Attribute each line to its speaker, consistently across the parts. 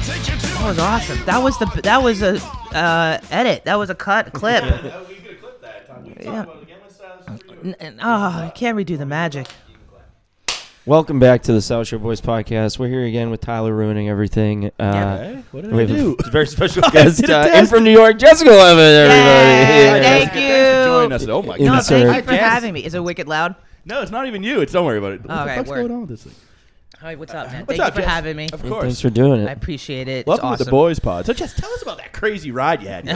Speaker 1: That was awesome. That was the that was a uh, edit. That was a cut clip.
Speaker 2: Oh, you could have clipped that time. We can talk
Speaker 1: Yeah.
Speaker 2: about it again. Let's, uh, let's redo it.
Speaker 1: N- n- Oh, you can't redo the magic.
Speaker 3: Welcome back to the South Shore Boys podcast. We're here again with Tyler ruining everything. Uh,
Speaker 1: Yeah.
Speaker 4: What did
Speaker 3: we
Speaker 4: I
Speaker 3: have
Speaker 4: do?
Speaker 3: a very special guest
Speaker 4: did a
Speaker 3: uh, in
Speaker 4: test.
Speaker 3: from New York, Jessica Levin.
Speaker 1: Yeah,
Speaker 3: Everybody,
Speaker 1: thank
Speaker 4: Join
Speaker 1: you.
Speaker 4: us. Oh my
Speaker 3: In
Speaker 1: No,
Speaker 4: god.
Speaker 3: Insert.
Speaker 1: thank you for
Speaker 4: I guess.
Speaker 1: having me. Is it wicked loud?
Speaker 4: No, it's not even you. It's don't worry about it. What
Speaker 1: Okay,
Speaker 4: the fuck's
Speaker 1: word.
Speaker 4: going on with this thing?
Speaker 1: All right, what's up, man?
Speaker 4: What's
Speaker 1: Thank
Speaker 4: up,
Speaker 1: you for
Speaker 4: Jess?
Speaker 1: having me.
Speaker 4: Of
Speaker 3: Thanks
Speaker 4: course.
Speaker 3: for doing
Speaker 1: I
Speaker 3: it.
Speaker 1: appreciate it. It's
Speaker 4: Welcome to
Speaker 1: awesome.
Speaker 4: the Boys Pod. So just tell us about that crazy ride you had.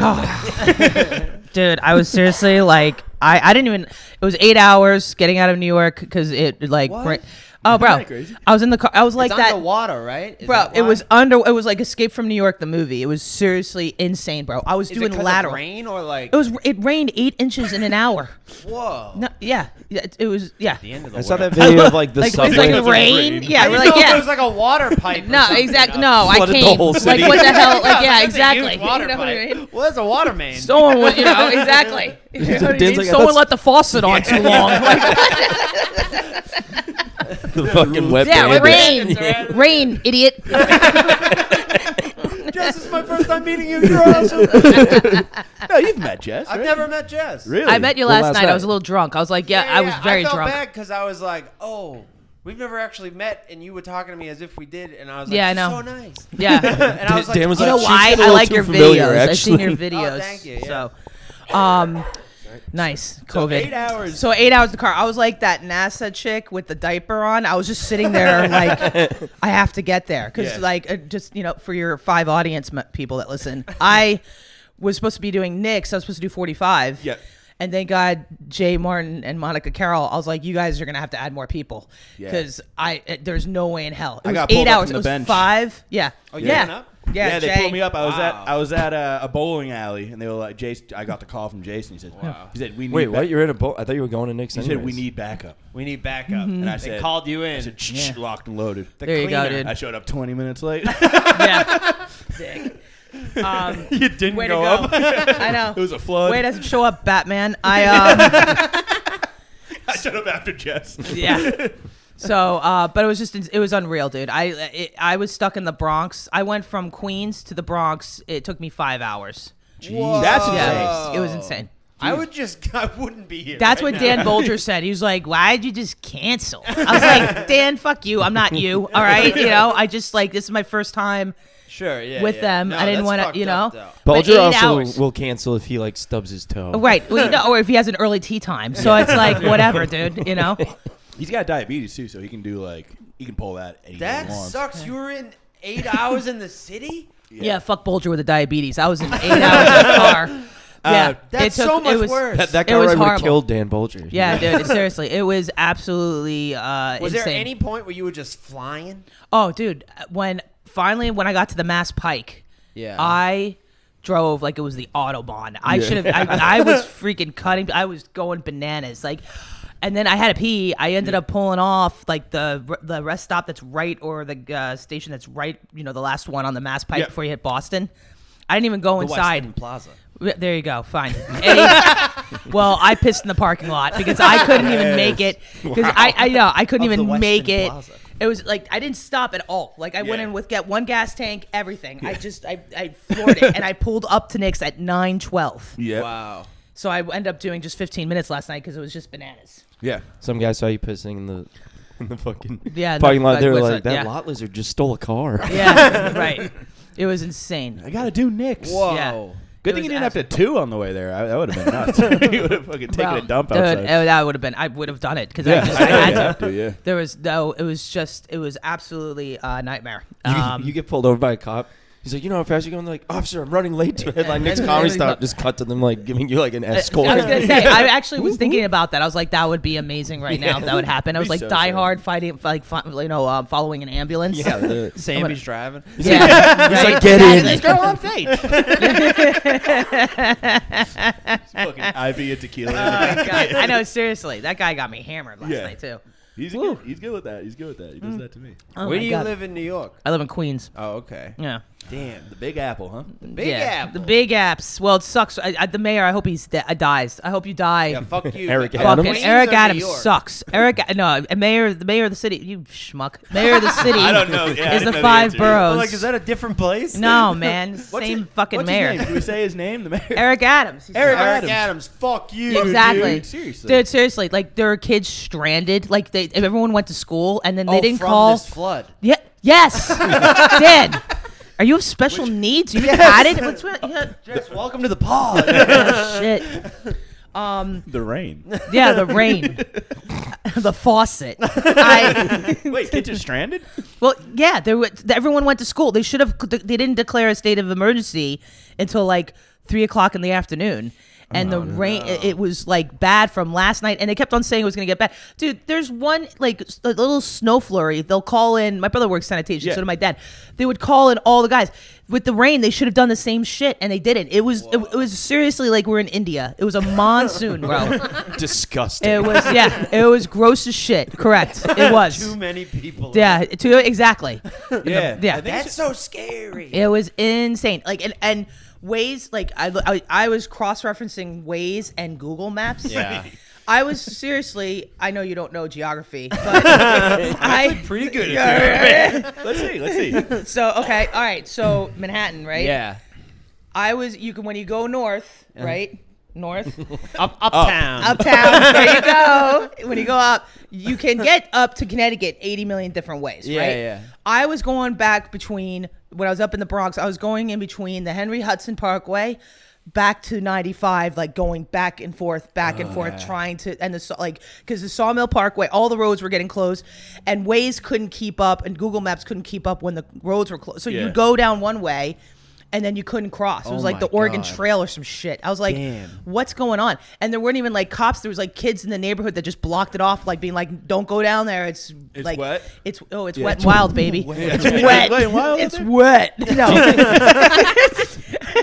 Speaker 1: Oh. Dude, I was seriously like, I, I didn't even. It was eight hours getting out of New York because it like.
Speaker 4: What?
Speaker 1: bra- oh, bro,
Speaker 4: that crazy?
Speaker 1: I was in the car. I was like
Speaker 5: it's
Speaker 1: that.
Speaker 5: underwater, right? Is
Speaker 1: Bro,
Speaker 5: that
Speaker 1: it
Speaker 5: why?
Speaker 1: was under. It was like Escape from New York, the movie. It was seriously insane, bro. I was
Speaker 5: Is it
Speaker 1: doing
Speaker 5: 'cause of
Speaker 1: lateral.
Speaker 5: rain or like
Speaker 1: It was. It rained eight inches in an hour.
Speaker 5: whoa.
Speaker 1: No, yeah, yeah, it, it was. Yeah,
Speaker 5: The end of the
Speaker 3: I saw
Speaker 5: world.
Speaker 3: that video of like the
Speaker 1: like,
Speaker 3: subway.
Speaker 1: It's like
Speaker 4: Because of
Speaker 1: rain.
Speaker 4: rain.
Speaker 1: Yeah,
Speaker 5: I
Speaker 1: we're
Speaker 5: didn't
Speaker 1: like
Speaker 5: know if
Speaker 1: yeah.
Speaker 5: it was like a water pipe. or
Speaker 1: no,
Speaker 5: something
Speaker 1: exactly.
Speaker 5: up.
Speaker 1: No, I
Speaker 3: Flooded the
Speaker 1: came.
Speaker 3: whole
Speaker 1: Like
Speaker 3: city.
Speaker 1: what the hell? Like yeah,
Speaker 5: That's a huge
Speaker 1: exactly.
Speaker 5: water
Speaker 1: You know what I
Speaker 5: pipe.
Speaker 1: mean?
Speaker 5: Well, that's a water main.
Speaker 1: Someone, went- you know, exactly. You know what I
Speaker 3: Dan's
Speaker 1: mean?
Speaker 3: like, I
Speaker 1: Someone
Speaker 3: thought-
Speaker 1: let the faucet on too long. Like,
Speaker 3: the fucking wet
Speaker 1: yeah,
Speaker 3: bandit.
Speaker 1: rain, rain, idiot.
Speaker 5: Jess, this is my first time meeting you, girls. I've
Speaker 4: no, you've met Jess. right?
Speaker 5: never met Jess.
Speaker 4: Really?
Speaker 1: I met you
Speaker 3: Well,
Speaker 1: last,
Speaker 3: last
Speaker 1: night. I was
Speaker 3: night.
Speaker 1: a little drunk. I was like, yeah, I was very
Speaker 5: I felt
Speaker 1: drunk.
Speaker 5: bad because I was like, oh, we've never actually met, and you were talking to me as if we did, and I was like,
Speaker 1: Yeah, I
Speaker 5: "She's
Speaker 1: know.
Speaker 5: so nice.
Speaker 1: Yeah.
Speaker 5: And I was like,
Speaker 3: Dan was
Speaker 1: You
Speaker 5: oh,
Speaker 1: know
Speaker 3: She's
Speaker 1: why?
Speaker 3: getting
Speaker 1: I
Speaker 3: a little
Speaker 1: like
Speaker 3: too
Speaker 1: your
Speaker 3: familiar,
Speaker 1: videos. I've seen your
Speaker 3: actually.
Speaker 1: videos.
Speaker 5: Oh, thank you, yeah.
Speaker 1: So, um, nice. COVID.
Speaker 5: eight hours.
Speaker 1: So eight hours in the car. I was like that NASA chick with the diaper on. I was just sitting there like, I have to get there because
Speaker 4: Yeah.
Speaker 1: like uh, just you know for your five audience m- people that listen, I was supposed to be doing Knicks. I was supposed to do forty five.
Speaker 4: Yep.
Speaker 1: And thank God Jay Martin and Monica Carroll. I was like, you guys are gonna have to add more people
Speaker 4: Yeah.
Speaker 1: because I uh, there's no way in hell. It was
Speaker 4: got
Speaker 1: eight
Speaker 4: pulled up
Speaker 1: hours. it
Speaker 4: from the
Speaker 1: was
Speaker 4: bench.
Speaker 1: five. Yeah. Oh,
Speaker 5: you
Speaker 1: yeah.
Speaker 5: went up?
Speaker 1: Yeah.
Speaker 4: Yeah, they
Speaker 1: Jay.
Speaker 4: pulled me up. I was
Speaker 5: Wow.
Speaker 4: at I was at uh, a, a bowling alley, and they were like, "Jason." I got the call from Jason. He said, "He said we need
Speaker 3: Wait,
Speaker 4: ba-
Speaker 3: what? You're in a boat? I thought you were going to Nick's.
Speaker 4: He said we
Speaker 3: anyways.
Speaker 4: need backup."
Speaker 5: We need backup.
Speaker 4: And I
Speaker 5: Mm-hmm. They
Speaker 4: said,
Speaker 5: called you in.
Speaker 4: I said, "Shh, locked and loaded."
Speaker 1: There you go,
Speaker 5: cleaner.
Speaker 1: dude.
Speaker 4: I showed up 20 minutes late.
Speaker 1: yeah. Sick. Um,
Speaker 4: you didn't
Speaker 1: way to
Speaker 4: go,
Speaker 1: go.
Speaker 4: up.
Speaker 1: I know.
Speaker 4: It was a flood.
Speaker 1: Way to show up, Batman. I um,
Speaker 4: I showed up after Jess.
Speaker 1: yeah. So, uh, but it was just it was unreal, dude. I it, I was stuck in the Bronx. I went from Queens to the Bronx. It took me five hours.
Speaker 4: That's
Speaker 1: Yeah,
Speaker 4: insane.
Speaker 1: it was insane.
Speaker 5: I would just, I wouldn't be here.
Speaker 1: That's
Speaker 5: right
Speaker 1: what
Speaker 5: now.
Speaker 1: Dan Bolger said. He was like, "Why'd you just cancel?" I was like, "Dan, fuck you. I'm not you. All right, you know. I just like this is my first time
Speaker 5: Sure, yeah.
Speaker 1: with
Speaker 5: yeah.
Speaker 1: them.
Speaker 5: No,
Speaker 1: I didn't
Speaker 5: that's
Speaker 1: want
Speaker 5: fucked
Speaker 1: to, you know.
Speaker 5: up, though.
Speaker 1: But
Speaker 3: Bulger
Speaker 1: eight
Speaker 3: also
Speaker 1: hours.
Speaker 3: will cancel if he like stubs his toe.
Speaker 1: Right. Well, you know, or if he has an early tea time. So it's like, whatever, dude, you know?
Speaker 4: He's got diabetes too, so he can do like he can pull that. Anything
Speaker 5: That
Speaker 4: he wants.
Speaker 5: sucks. You were in eight hours in the city?
Speaker 1: Yeah, fuck Bulger with the diabetes. I was in eight hours in the car. Yeah.
Speaker 5: That's
Speaker 1: it took-
Speaker 5: so
Speaker 1: it
Speaker 5: much
Speaker 1: was-
Speaker 5: worse.
Speaker 3: That, that
Speaker 1: It
Speaker 3: guy
Speaker 1: was
Speaker 3: would have
Speaker 1: horrible.
Speaker 3: killed Dan Bulger.
Speaker 1: Yeah, dude, seriously. It was absolutely uh,
Speaker 5: was
Speaker 1: insane.
Speaker 5: there any point where you were just flying?
Speaker 1: Oh, dude, when finally when I got to the Mass Pike,
Speaker 5: Yeah.
Speaker 1: I drove like it was the autobahn. I should have. I, I was freaking cutting. I was going bananas. Like, and then I had to pee. I ended up pulling off like the r- the rest stop that's right or the uh, station that's right. You know, the last one on the Mass Pike
Speaker 4: Yeah.
Speaker 1: before you hit Boston. I didn't even go inside.
Speaker 5: Plaza.
Speaker 1: Yeah, There you go. Fine. Any- well, I pissed in the parking lot because I couldn't even make it. Because I, I know I couldn't
Speaker 5: Of the
Speaker 1: even
Speaker 5: Westin
Speaker 1: make it.
Speaker 5: Plaza.
Speaker 1: It was like I didn't stop at all. Like I went
Speaker 4: Yeah.
Speaker 1: in with get one gas tank, everything. I just I, I floored it, and I pulled up to Nick's at nine twelve.
Speaker 4: Yeah.
Speaker 5: Wow.
Speaker 1: So I ended up doing just fifteen minutes last night because it was just bananas.
Speaker 4: Yeah.
Speaker 3: Some guy saw you pissing in the in the fucking
Speaker 1: Yeah, in the
Speaker 3: parking lot. They
Speaker 1: fuck
Speaker 3: were
Speaker 1: whistle,
Speaker 3: like, that
Speaker 1: yeah.
Speaker 3: lot lizard just stole a car.
Speaker 1: Yeah, right. It was insane.
Speaker 4: I gotta do Nick's.
Speaker 5: Whoa.
Speaker 1: Yeah.
Speaker 4: Good
Speaker 1: It
Speaker 4: thing
Speaker 1: was
Speaker 4: you didn't
Speaker 1: abs-
Speaker 4: have to two on the way there. I, that would have been nuts. you would have fucking taken a
Speaker 1: Bro,
Speaker 4: dump
Speaker 1: dude,
Speaker 4: outside.
Speaker 1: oh, that would have been. I would have done it because I just I
Speaker 4: I know
Speaker 1: had
Speaker 4: you
Speaker 1: to.
Speaker 4: have to, yeah.
Speaker 1: There was no. It was just. It was absolutely a nightmare.
Speaker 3: You,
Speaker 1: Um,
Speaker 3: you get pulled over by a cop. He's like, you know how fast you're going? They're like, officer, I'm running late to a headline. Next
Speaker 1: and-
Speaker 3: comedy
Speaker 1: and-
Speaker 3: stop. Just cut to them, like, giving you, like, an escort.
Speaker 1: Uh, I was gonna say. I actually was thinking about that. I was like, that would be amazing right now if that would happen. I was
Speaker 4: Be
Speaker 1: like,
Speaker 4: so
Speaker 1: Die
Speaker 4: sad.
Speaker 1: Hard fighting, like, fi- you know, um, following an ambulance.
Speaker 3: yeah. they're-
Speaker 5: Sammy's driving.
Speaker 1: Yeah, right?
Speaker 3: like, "Get in."
Speaker 1: This girl on stage.
Speaker 4: fucking IV and tequila.
Speaker 1: Oh, my God. I know. Seriously, that guy got me hammered last
Speaker 4: Yeah.
Speaker 1: night too.
Speaker 4: He's good. He's good with that. He's good with that. He does that to me.
Speaker 1: Oh,
Speaker 5: where
Speaker 1: my
Speaker 5: do you
Speaker 1: God.
Speaker 5: live in New York?
Speaker 1: I live in Queens.
Speaker 5: Oh, okay.
Speaker 1: Yeah.
Speaker 4: Damn, the Big Apple, huh?
Speaker 5: Big Apple.
Speaker 1: The big apps. Well, it sucks. I, I, the mayor. I hope he's de- uh, dies. I hope you die.
Speaker 5: Yeah, fuck you.
Speaker 3: Eric
Speaker 5: The
Speaker 3: Adams?
Speaker 1: Fucking
Speaker 5: Queens
Speaker 1: Eric
Speaker 5: of New
Speaker 1: Adams
Speaker 5: York.
Speaker 1: sucks. Eric, no, mayor, the mayor of the city. You schmuck. Mayor of the city.
Speaker 6: I don't know. Yeah, I
Speaker 1: is the
Speaker 6: didn't know the
Speaker 1: five
Speaker 6: answer.
Speaker 1: boroughs.
Speaker 6: I'm
Speaker 7: Like, is that a different place?
Speaker 1: no, man.
Speaker 4: What's
Speaker 1: Same
Speaker 4: his-
Speaker 1: fucking
Speaker 4: what's
Speaker 1: mayor.
Speaker 4: His name? Can we say his name? The mayor.
Speaker 1: Eric Adams. He
Speaker 4: Eric
Speaker 1: sucks.
Speaker 5: Eric Adams.
Speaker 4: Adams.
Speaker 5: Fuck you. dude.
Speaker 1: Exactly.
Speaker 4: dude, seriously.
Speaker 1: Dude, seriously. Like there were kids stranded. Like they, everyone went to school and then they
Speaker 5: Oh,
Speaker 1: didn't
Speaker 5: from
Speaker 1: call.
Speaker 5: this flood.
Speaker 1: Yeah. Yes. Did. Are you of special needs? Are you added? What's wrong- yeah,
Speaker 5: Just welcome to the pod.
Speaker 1: shit. Um.
Speaker 4: The rain.
Speaker 1: Yeah. The rain. the faucet. I.
Speaker 4: Wait, kids are stranded?
Speaker 1: Well, yeah, there were, everyone went to school. They should have. They didn't declare a state of emergency until like three o'clock in the afternoon, and the rain. It, it was like bad from last night, and they kept on saying it was going to get bad. Dude, there's one like s- a little snow flurry. They'll call in. My brother works sanitation,
Speaker 4: Yeah.
Speaker 1: so did my dad. They would call in all the guys. With the rain, they should have done the same shit, and they didn't. It was it, it was seriously like we're in India. It was a monsoon, bro.
Speaker 7: Disgusting.
Speaker 1: it was yeah, it was gross as shit. Correct, it was.
Speaker 5: Too many people.
Speaker 1: yeah, to, exactly.
Speaker 4: Yeah.
Speaker 1: Yeah.
Speaker 4: I think
Speaker 5: That's
Speaker 4: so-
Speaker 5: so scary.
Speaker 1: It was insane. Like and and Waze, like I I, I was cross referencing Waze and Google Maps.
Speaker 7: Yeah.
Speaker 1: I was seriously. I know you don't know geography, but I
Speaker 7: Pretty good.
Speaker 4: let's see. Let's see.
Speaker 1: so okay. All right. So Manhattan, right?
Speaker 7: Yeah.
Speaker 1: I was. You can when you go north, right? North,
Speaker 7: Up,
Speaker 5: Oh.
Speaker 7: uptown.
Speaker 1: uptown. there you go. When you go up, you can get up to Connecticut eighty million different ways,
Speaker 5: Yeah,
Speaker 1: right?
Speaker 5: yeah.
Speaker 1: I was going back between when I was up in the Bronx. I was going in between the Henry Hudson Parkway back to 95 like going back and forth back and
Speaker 5: Oh,
Speaker 1: forth trying to and the saw- like because the sawmill parkway all the roads were getting closed and ways couldn't keep up and google maps couldn't keep up when the roads were closed so
Speaker 4: Yeah.
Speaker 1: you go down one way and then you couldn't cross it was like
Speaker 5: Oh my
Speaker 1: the oregon
Speaker 5: God.
Speaker 1: trail or some shit i was like
Speaker 5: Damn.
Speaker 1: what's going on and there weren't even like cops there was like kids in the neighborhood that just blocked it off like being like don't go down there it's,
Speaker 4: It's
Speaker 1: like
Speaker 4: wet?
Speaker 1: it's oh it's wet and wild baby it's wet
Speaker 4: Wet and wild out
Speaker 1: it's wet no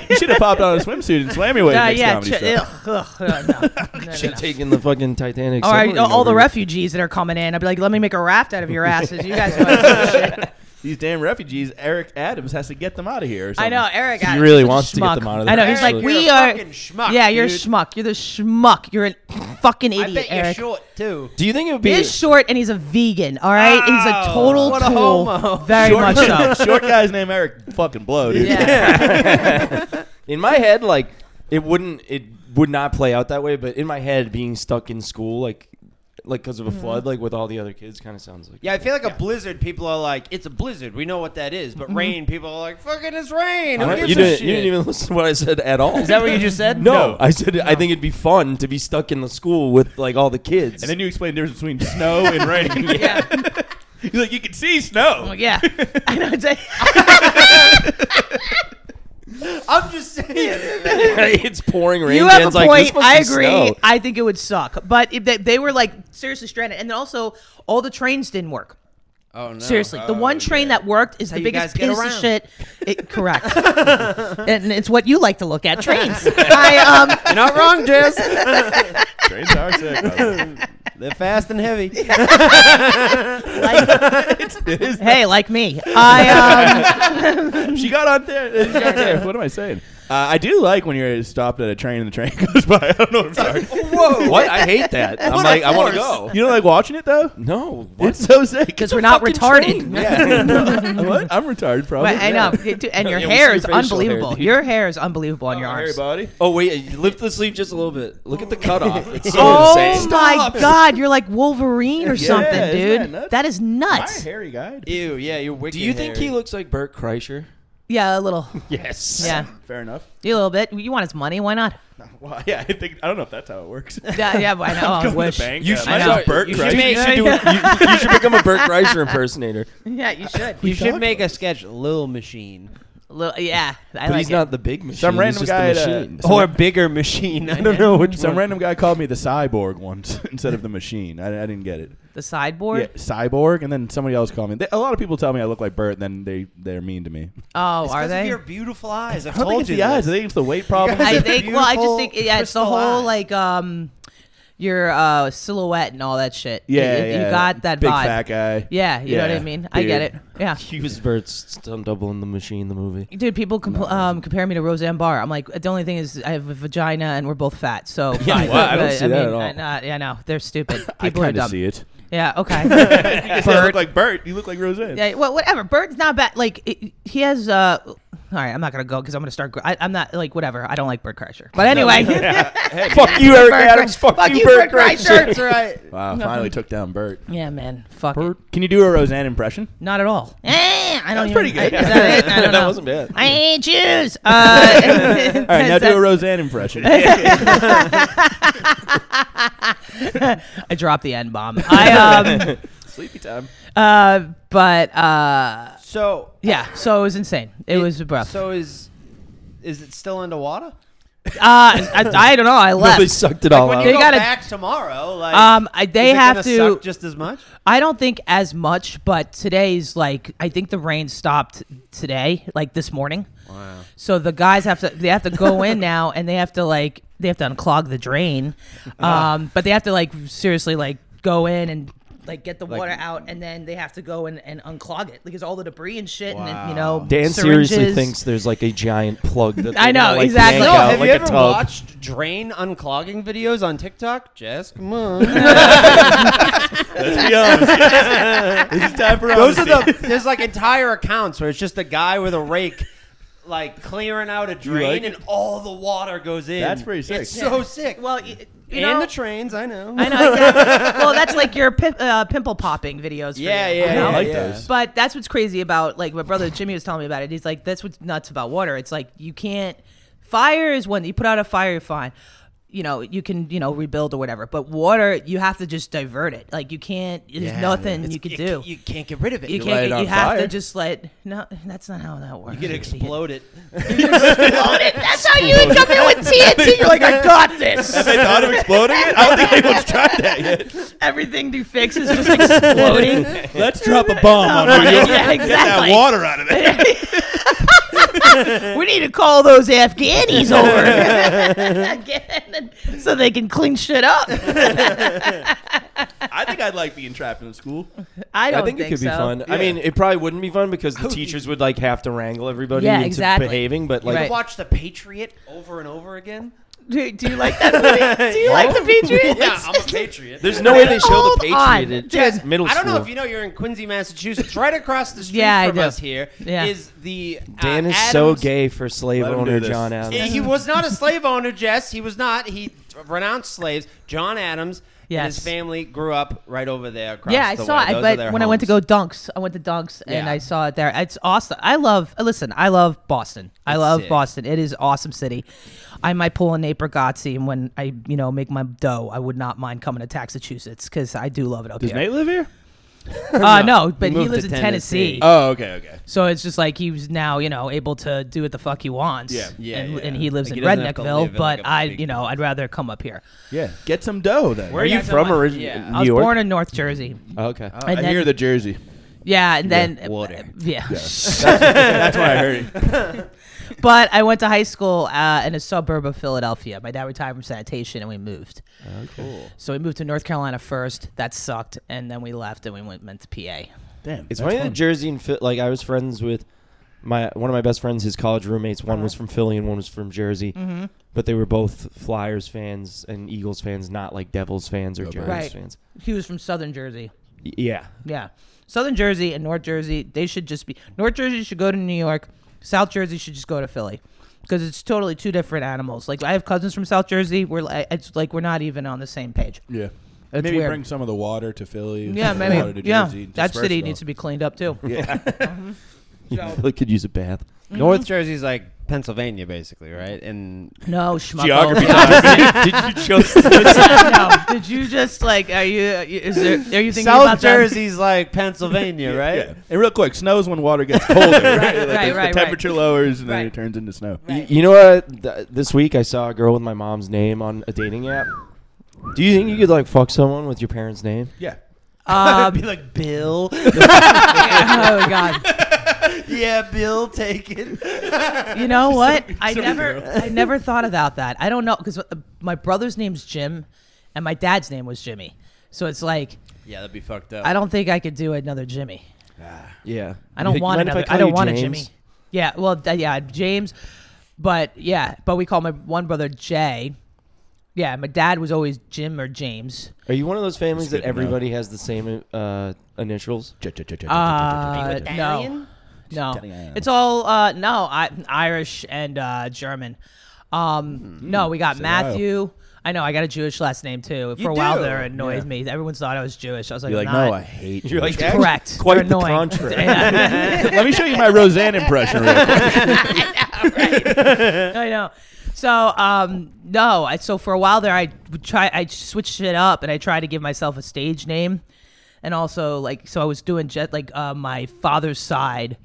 Speaker 4: You should have popped on a swimsuit and swam your way
Speaker 1: Uh,
Speaker 4: to the next
Speaker 1: yeah,
Speaker 4: comedy
Speaker 1: ch-
Speaker 4: show.
Speaker 1: ugh, ugh, no, no, no, no, no.
Speaker 3: taking the fucking Titanic.
Speaker 1: All right,
Speaker 3: submarine
Speaker 1: all the
Speaker 3: over.
Speaker 1: refugees that are coming in, I'd be like, let me make a raft out of your asses. You guys, know how to do shit.
Speaker 4: These damn refugees, Eric Adams has to get them out of here or
Speaker 1: I
Speaker 4: something.
Speaker 1: know Eric.
Speaker 3: He
Speaker 1: Adams
Speaker 3: really
Speaker 1: is a
Speaker 3: wants to get
Speaker 1: schmuck.
Speaker 3: them out of
Speaker 1: I know
Speaker 3: there,
Speaker 1: he's like,
Speaker 5: actually.
Speaker 1: we
Speaker 5: You're a
Speaker 1: are.
Speaker 5: fucking schmuck,
Speaker 1: yeah, you're
Speaker 5: dude.
Speaker 1: a schmuck. You're the schmuck. You're a fucking
Speaker 5: I
Speaker 1: idiot,
Speaker 5: bet you're
Speaker 1: Eric.
Speaker 5: short too.
Speaker 3: Do you think it would
Speaker 1: He
Speaker 3: be?
Speaker 1: is short and he's a vegan. All right, he's a
Speaker 5: Wow,
Speaker 1: total
Speaker 5: what a
Speaker 1: tool.
Speaker 5: homo.
Speaker 1: Very
Speaker 4: Short,
Speaker 1: much so.
Speaker 4: short guy's name Eric fucking blow, dude.
Speaker 1: Yeah.
Speaker 3: in my head, like it wouldn't, it would not play out that way. But in my head, being stuck in school, like, like because
Speaker 1: Mm-hmm.
Speaker 3: of a flood, like with all the other kids, kind of sounds like.
Speaker 5: Yeah, I feel like a blizzard. People are like, it's a blizzard. We know what that is. But
Speaker 1: Mm-hmm.
Speaker 5: rain, people are like, fucking, it's rain. Who
Speaker 3: I don't-
Speaker 5: gives
Speaker 3: you
Speaker 5: a
Speaker 3: didn't.
Speaker 5: shit?
Speaker 3: You didn't even listen to what I said at all.
Speaker 7: Is that what you just said?
Speaker 3: no, I said I think it'd be fun to be stuck in the school with like all the kids.
Speaker 4: And then you explain the difference between snow and rain.
Speaker 1: yeah.
Speaker 4: He's like, you can see snow.
Speaker 1: Oh, yeah. I know. It's
Speaker 5: I'm just saying.
Speaker 3: it's pouring rain.
Speaker 1: you have
Speaker 3: Dan's
Speaker 1: a
Speaker 3: like, "This
Speaker 1: point.
Speaker 3: must
Speaker 1: I
Speaker 3: be
Speaker 1: agree.
Speaker 3: snow."
Speaker 1: I think it would suck, but if they, they were like seriously stranded, and then also all the trains didn't work.
Speaker 5: Oh no.
Speaker 1: Seriously, the one train that worked is
Speaker 5: How
Speaker 1: the
Speaker 5: you guys
Speaker 1: biggest
Speaker 5: get
Speaker 1: piece of
Speaker 5: around.
Speaker 1: shit. It, correct, and it's what you like to look at trains. I um,
Speaker 5: You're not wrong, Jess.
Speaker 4: Trains are sick. by the way.
Speaker 5: They're fast and heavy.
Speaker 1: like,
Speaker 4: It is-
Speaker 1: hey, like me, I um,
Speaker 4: she got on there. She got on there. What am I saying? Uh, I do like when you're stopped at a train and the train goes by. I don't know what I'm sorry.
Speaker 5: Whoa.
Speaker 3: What? I hate that. I'm
Speaker 5: What a
Speaker 3: like, I want to go.
Speaker 5: force.
Speaker 4: You don't like watching it though?
Speaker 3: No,
Speaker 4: It's so sick.
Speaker 1: because we're not retarded.
Speaker 4: what? I'm retarded, probably.
Speaker 1: But I know, it do- and your
Speaker 3: Yeah, we
Speaker 1: hair
Speaker 3: see
Speaker 1: is
Speaker 3: facial hair,
Speaker 1: unbelievable.
Speaker 3: dude.
Speaker 1: your hair is unbelievable on your
Speaker 4: Hairy
Speaker 1: arms.
Speaker 4: body.
Speaker 3: Oh wait, you lift the sleeve just a little bit. Look at the cutoff. It's so
Speaker 1: Oh
Speaker 3: insane.
Speaker 1: my god, you're like Wolverine or
Speaker 4: Yeah,
Speaker 1: something,
Speaker 4: isn't
Speaker 1: dude.
Speaker 4: that nuts?
Speaker 1: that is nuts.
Speaker 4: Hi, hairy guy.
Speaker 5: Ew. Yeah, you're wicked.
Speaker 3: Do you think he
Speaker 5: hairy.
Speaker 3: looks like Bert Kreischer?
Speaker 1: Yeah, a little.
Speaker 3: Yes.
Speaker 1: Yeah,
Speaker 4: Fair enough.
Speaker 1: a little bit. You want his money? Why not?
Speaker 4: Well, yeah, I think I don't know if that's how it works.
Speaker 1: Yeah, yeah. I know. I wish.
Speaker 3: You should,
Speaker 1: I
Speaker 3: I
Speaker 1: know.
Speaker 3: Bert
Speaker 5: You
Speaker 3: Kreischer.
Speaker 5: should
Speaker 3: You,
Speaker 5: make-
Speaker 3: should do a- you- you should become a Bert Kreischer impersonator.
Speaker 1: Yeah, you should.
Speaker 5: You should make a sketch, Lil Machine,
Speaker 1: Little, yeah, I
Speaker 3: But
Speaker 1: like
Speaker 3: he's
Speaker 1: it.
Speaker 3: not the big machine.
Speaker 4: Some
Speaker 3: he's
Speaker 4: random
Speaker 3: just
Speaker 4: guy
Speaker 3: The
Speaker 4: at a-
Speaker 3: machine.
Speaker 4: Some-
Speaker 5: or Bigger Machine. I don't know which
Speaker 4: Oh, Some
Speaker 5: one.
Speaker 4: random guy called me the cyborg once instead of the machine. I, I didn't get it.
Speaker 1: the sideboard.
Speaker 4: Yeah, cyborg, and then somebody else called me. They, a lot of people tell me I look like Bert, and then they they're mean to me.
Speaker 1: Oh, are
Speaker 5: 'Cause of
Speaker 1: they?
Speaker 5: your beautiful eyes. I've
Speaker 4: I don't think
Speaker 5: told
Speaker 4: it's
Speaker 5: you
Speaker 4: the eyes. I
Speaker 5: this.
Speaker 4: think it's the weight problem.
Speaker 5: guys
Speaker 1: I
Speaker 5: are
Speaker 1: think. Well, I just
Speaker 5: beautiful
Speaker 1: think. Yeah, it's the
Speaker 5: crystal
Speaker 1: whole
Speaker 5: eyes.
Speaker 1: like um, your uh, silhouette and all that shit. You-
Speaker 4: Yeah,
Speaker 1: you,
Speaker 4: yeah.
Speaker 1: got that
Speaker 4: Big
Speaker 1: vibe.
Speaker 4: fat guy.
Speaker 1: Yeah, you know what I
Speaker 4: Yeah,
Speaker 1: mean. I get it.
Speaker 4: beard.
Speaker 1: Yeah.
Speaker 3: Hughes Burt's stunt double in the machine, the movie.
Speaker 1: Dude, people compl- um, compare me to Roseanne Barr. I'm like, the only thing is, I have a vagina and we're both fat, so yeah,
Speaker 3: well, I don't see that at all.
Speaker 1: I, yeah, no, they're stupid.
Speaker 4: I
Speaker 1: People are
Speaker 4: kind of
Speaker 1: dumb.
Speaker 4: see it.
Speaker 1: Yeah, okay.
Speaker 4: I
Speaker 1: Bert.
Speaker 4: look like Bert. You look like Roseanne.
Speaker 1: yeah, well, whatever. Bird's not bad. Like it, he has. uh All right, I'm not gonna go because I'm gonna start. Gr- I, I'm not like whatever. I don't like Bird Kreischer. But anyway,
Speaker 3: Fuck you, Eric
Speaker 1: Bert
Speaker 3: Adams.
Speaker 1: Kreischer.
Speaker 3: Fuck,
Speaker 1: Fuck
Speaker 3: you,
Speaker 1: you,
Speaker 3: Bert
Speaker 1: Bert
Speaker 3: Kreischer.
Speaker 1: Kreischer.
Speaker 4: right. Wow, finally took down Bert.
Speaker 1: yeah, man, fuck. It.
Speaker 4: Can you do a Roseanne impression?
Speaker 1: Not at all. Eh, I don't.
Speaker 4: was pretty
Speaker 1: even-
Speaker 4: good.
Speaker 1: I, is that it? I don't
Speaker 3: That
Speaker 1: know.
Speaker 3: wasn't bad.
Speaker 1: I hate Jews. Uh,
Speaker 4: All right, now
Speaker 1: is that-
Speaker 4: do a Roseanne impression.
Speaker 1: I dropped the N bomb. I um.
Speaker 4: Sleepy time.
Speaker 1: Uh, but uh,
Speaker 5: So
Speaker 1: yeah. So it was insane. It, was Uh, rough.
Speaker 5: So is is it still underwater?
Speaker 1: uh, I, I don't know. I left.
Speaker 3: They sucked it all
Speaker 5: When
Speaker 3: out.
Speaker 5: you
Speaker 1: They
Speaker 5: go
Speaker 1: gotta-
Speaker 5: back tomorrow, like
Speaker 1: Um, I, they
Speaker 5: is it
Speaker 1: have
Speaker 5: gonna
Speaker 1: to.
Speaker 5: suck just as much.
Speaker 1: I don't think as much, but today's like I think the rain stopped today, like this morning. Wow. So the guys have to they have to go in now and they have to like they have to unclog the drain. Um but they have to like seriously like go in and like get the water out and then they have to go in and unclog it because all the debris and shit and you know
Speaker 3: Dan seriously
Speaker 1: syringes.
Speaker 3: thinks there's like a giant plug that
Speaker 1: I
Speaker 3: they
Speaker 1: know,
Speaker 3: like,
Speaker 1: exactly. No,
Speaker 3: yank out
Speaker 5: have
Speaker 3: like
Speaker 5: you
Speaker 3: a
Speaker 5: ever
Speaker 3: tub.
Speaker 5: watched drain unclogging videos on TikTok? Jess, come on.
Speaker 4: Let's be honest. this is time for
Speaker 5: Those are
Speaker 4: honesty.
Speaker 5: the there's like entire accounts where it's just a guy with a rake, like clearing out a drain,
Speaker 4: like
Speaker 5: and all the water goes in.
Speaker 4: That's pretty sick.
Speaker 5: It's so sick.
Speaker 1: Well, you, you
Speaker 5: and
Speaker 1: know,
Speaker 5: the trains, I know.
Speaker 1: I know. Exactly. well, that's like your pim- uh, pimple popping videos. for
Speaker 5: Yeah,
Speaker 1: you,
Speaker 5: yeah,
Speaker 1: you know?
Speaker 4: I like
Speaker 5: Yeah.
Speaker 4: those.
Speaker 1: But that's what's crazy about like my brother Jimmy was telling me about it. He's like, that's what's nuts about water. It's like you can't fire is one you put out a fire, you're fine. You know, you can, you know, rebuild or whatever. But water, you have to just divert it. Like you can't there's nothing you can do. You,
Speaker 5: You can't get rid of it.
Speaker 1: can't
Speaker 4: light it
Speaker 1: get- you
Speaker 4: on
Speaker 1: have to
Speaker 4: fire.
Speaker 1: just let no that's not how that works.
Speaker 5: You can explode it.
Speaker 1: That's how you would come in with TNT. You're like, I got this.
Speaker 4: they thought of exploding it? I don't think anyone's tried that yet.
Speaker 1: Everything you fix is just exploding.
Speaker 4: Let's drop a bomb on New York.
Speaker 1: yeah,
Speaker 4: Get that
Speaker 1: exactly.
Speaker 4: water out of there.
Speaker 1: We need to call those Afghanis over again so they can clean shit up.
Speaker 4: I think I'd like being trapped in school.
Speaker 1: I
Speaker 3: I
Speaker 1: don't
Speaker 3: think, it could
Speaker 1: so.
Speaker 3: be fun. I mean, it probably wouldn't be fun because the teachers would like have to wrangle everybody
Speaker 1: Yeah,
Speaker 3: into
Speaker 1: exactly.
Speaker 3: behaving. But like,
Speaker 1: Right.
Speaker 5: Watch The Patriot over and over again.
Speaker 1: Do, do you like that movie? Do you like the Patriots?
Speaker 5: Yeah, I'm a Patriot.
Speaker 3: there's no way they show the
Speaker 1: Hold
Speaker 3: Patriot
Speaker 1: on,
Speaker 3: at
Speaker 1: dude.
Speaker 3: middle
Speaker 5: I
Speaker 3: school.
Speaker 5: don't know if you know you're in Quincy, Massachusetts. Right across the street
Speaker 1: Yeah, I
Speaker 5: from
Speaker 1: do.
Speaker 5: us here is
Speaker 1: Yeah.
Speaker 5: the uh,
Speaker 3: Dan is so
Speaker 5: Adams-
Speaker 3: gay for slave
Speaker 4: Let him
Speaker 3: owner
Speaker 4: do this.
Speaker 3: John
Speaker 5: Yeah,
Speaker 3: Adams.
Speaker 5: he was not a slave owner, Jess. He was not. He renounced slaves. John Adams and
Speaker 1: Yes.
Speaker 5: his family grew up right over there. Across
Speaker 1: Yeah, I
Speaker 5: the
Speaker 1: saw
Speaker 5: way.
Speaker 1: it.
Speaker 5: Those
Speaker 1: But
Speaker 5: are
Speaker 1: when
Speaker 5: their
Speaker 1: I went to go
Speaker 5: homes.
Speaker 1: dunks, I went to dunks and
Speaker 5: Yeah.
Speaker 1: I saw it there. It's awesome. I love, listen, I love Boston. I love
Speaker 5: sick.
Speaker 1: Boston. It is awesome city. I might pull an apricotzi and when I, you know, make my dough, I would not mind coming to Taxachusetts because I do love it up
Speaker 4: Does
Speaker 1: here.
Speaker 4: Nate live here?
Speaker 1: uh, no, but he
Speaker 5: moved
Speaker 1: lives
Speaker 5: to
Speaker 1: in Tennessee.
Speaker 5: Tennessee.
Speaker 4: Oh, okay, okay.
Speaker 1: So it's just like he was now, you know, able to do what the fuck he wants.
Speaker 4: Yeah.
Speaker 5: Yeah,
Speaker 1: and,
Speaker 5: yeah.
Speaker 1: and he lives
Speaker 5: Like,
Speaker 1: in
Speaker 5: he doesn't have to
Speaker 1: Redneckville,
Speaker 5: live in,
Speaker 1: but
Speaker 5: like, a
Speaker 1: I,
Speaker 5: big-
Speaker 1: you know, I'd rather come up here.
Speaker 4: Yeah, get some dough then.
Speaker 3: Where are you
Speaker 1: Yeah,
Speaker 3: from
Speaker 1: someone-
Speaker 3: originally?
Speaker 5: yeah.
Speaker 1: I
Speaker 3: New
Speaker 1: was
Speaker 3: York.
Speaker 1: born in North Jersey.
Speaker 3: Oh, okay.
Speaker 1: and
Speaker 4: I
Speaker 1: then,
Speaker 4: hear the Jersey.
Speaker 1: yeah, and then
Speaker 5: water.
Speaker 1: yeah.
Speaker 4: That's why I heard. it.
Speaker 1: but I went to high school uh, in a suburb of Philadelphia. My dad retired from sanitation, and we moved.
Speaker 5: Oh,
Speaker 1: cool. So we moved to North Carolina first. That sucked, and then we left, and we went meant to PA.
Speaker 4: Damn,
Speaker 3: It's
Speaker 4: that's
Speaker 3: funny that Jersey and Phil- like I was friends with my one of my best friends, his college roommates. One
Speaker 1: Uh-huh.
Speaker 3: was from Philly and one was from Jersey,
Speaker 1: Mm-hmm.
Speaker 3: but they were both Flyers fans and Eagles fans, not like Devils fans or Giants
Speaker 1: Right.
Speaker 3: fans.
Speaker 1: He was from Southern Jersey.
Speaker 3: Y- Yeah,
Speaker 1: Yeah. Southern Jersey and North Jersey, they should just be North Jersey should go to New York. South Jersey should just go to Philly. Because it's totally two different animals. Like I have cousins from South Jersey. We're like, it's like we're not even on the same page.
Speaker 4: Yeah.
Speaker 1: It's
Speaker 4: maybe
Speaker 1: weird.
Speaker 4: bring some of the water to Philly.
Speaker 1: Yeah,
Speaker 4: some of the
Speaker 1: maybe.
Speaker 4: water to
Speaker 1: yeah,
Speaker 4: Jersey,
Speaker 1: that
Speaker 4: disperse
Speaker 1: city
Speaker 4: it all.
Speaker 1: needs to be cleaned up too.
Speaker 3: Philly could use a bath.
Speaker 5: North Jersey's like Pennsylvania, basically, right? And
Speaker 1: No, schmuck.
Speaker 4: Geography
Speaker 3: Did you just?
Speaker 1: no, did you just like? Are you? Is there? Are you thinking
Speaker 5: South
Speaker 1: about them?
Speaker 5: Jersey's like Pennsylvania, right?
Speaker 4: Yeah. And real quick, snows when water gets colder. right, Like
Speaker 1: right,
Speaker 4: the, the
Speaker 1: right.
Speaker 4: temperature lowers and then
Speaker 1: Right.
Speaker 4: it turns into snow.
Speaker 1: Right.
Speaker 3: You know what? Th- this week I saw a girl with my mom's name on a dating app. Do you think you could like fuck someone with your parents' name?
Speaker 4: Yeah.
Speaker 1: Um,
Speaker 5: Be like Bill.
Speaker 1: oh God.
Speaker 5: yeah, Bill, take it.
Speaker 1: You know what? I never, I never thought about that. I don't know because my brother's name's Jim, and my dad's name was Jimmy. So it's like
Speaker 5: Yeah, that'd be fucked up.
Speaker 1: I don't think I could do another Jimmy.
Speaker 3: Yeah.
Speaker 1: I don't
Speaker 3: Like,
Speaker 1: want
Speaker 3: mind if
Speaker 1: another. I,
Speaker 3: call
Speaker 1: don't
Speaker 3: you
Speaker 1: want a
Speaker 3: James?
Speaker 1: Jimmy. Yeah, well, th- yeah, James, but yeah, but we call my one brother Jay. Yeah, my dad was always Jim or James.
Speaker 3: Are you one of those families
Speaker 4: Just
Speaker 3: that
Speaker 4: good to know.
Speaker 3: everybody has the same uh, initials?
Speaker 1: Uh, no,
Speaker 5: Italian?
Speaker 1: no,
Speaker 4: Italian.
Speaker 1: it's all uh, no, I, Irish and uh, German. Um,
Speaker 4: Hmm.
Speaker 1: no, we got Matthew. I know I got a Jewish last name too. For a while
Speaker 5: do?
Speaker 1: there, it annoyed me. Everyone thought I was Jewish. I was like,
Speaker 4: You're like,
Speaker 1: I'm
Speaker 4: no,
Speaker 1: not."
Speaker 4: I hate you.
Speaker 3: You're like
Speaker 4: Jack.
Speaker 1: correct.
Speaker 3: Quite
Speaker 1: They're
Speaker 3: the
Speaker 1: annoying.
Speaker 3: contrary.
Speaker 1: Yeah,
Speaker 4: Let me show you my Roseanne impression. Real quick.
Speaker 1: I know. So um, no, I, so for a while there, I would try. I switched it up and I tried to give myself a stage name, and also like so I was doing jet like uh, my father's side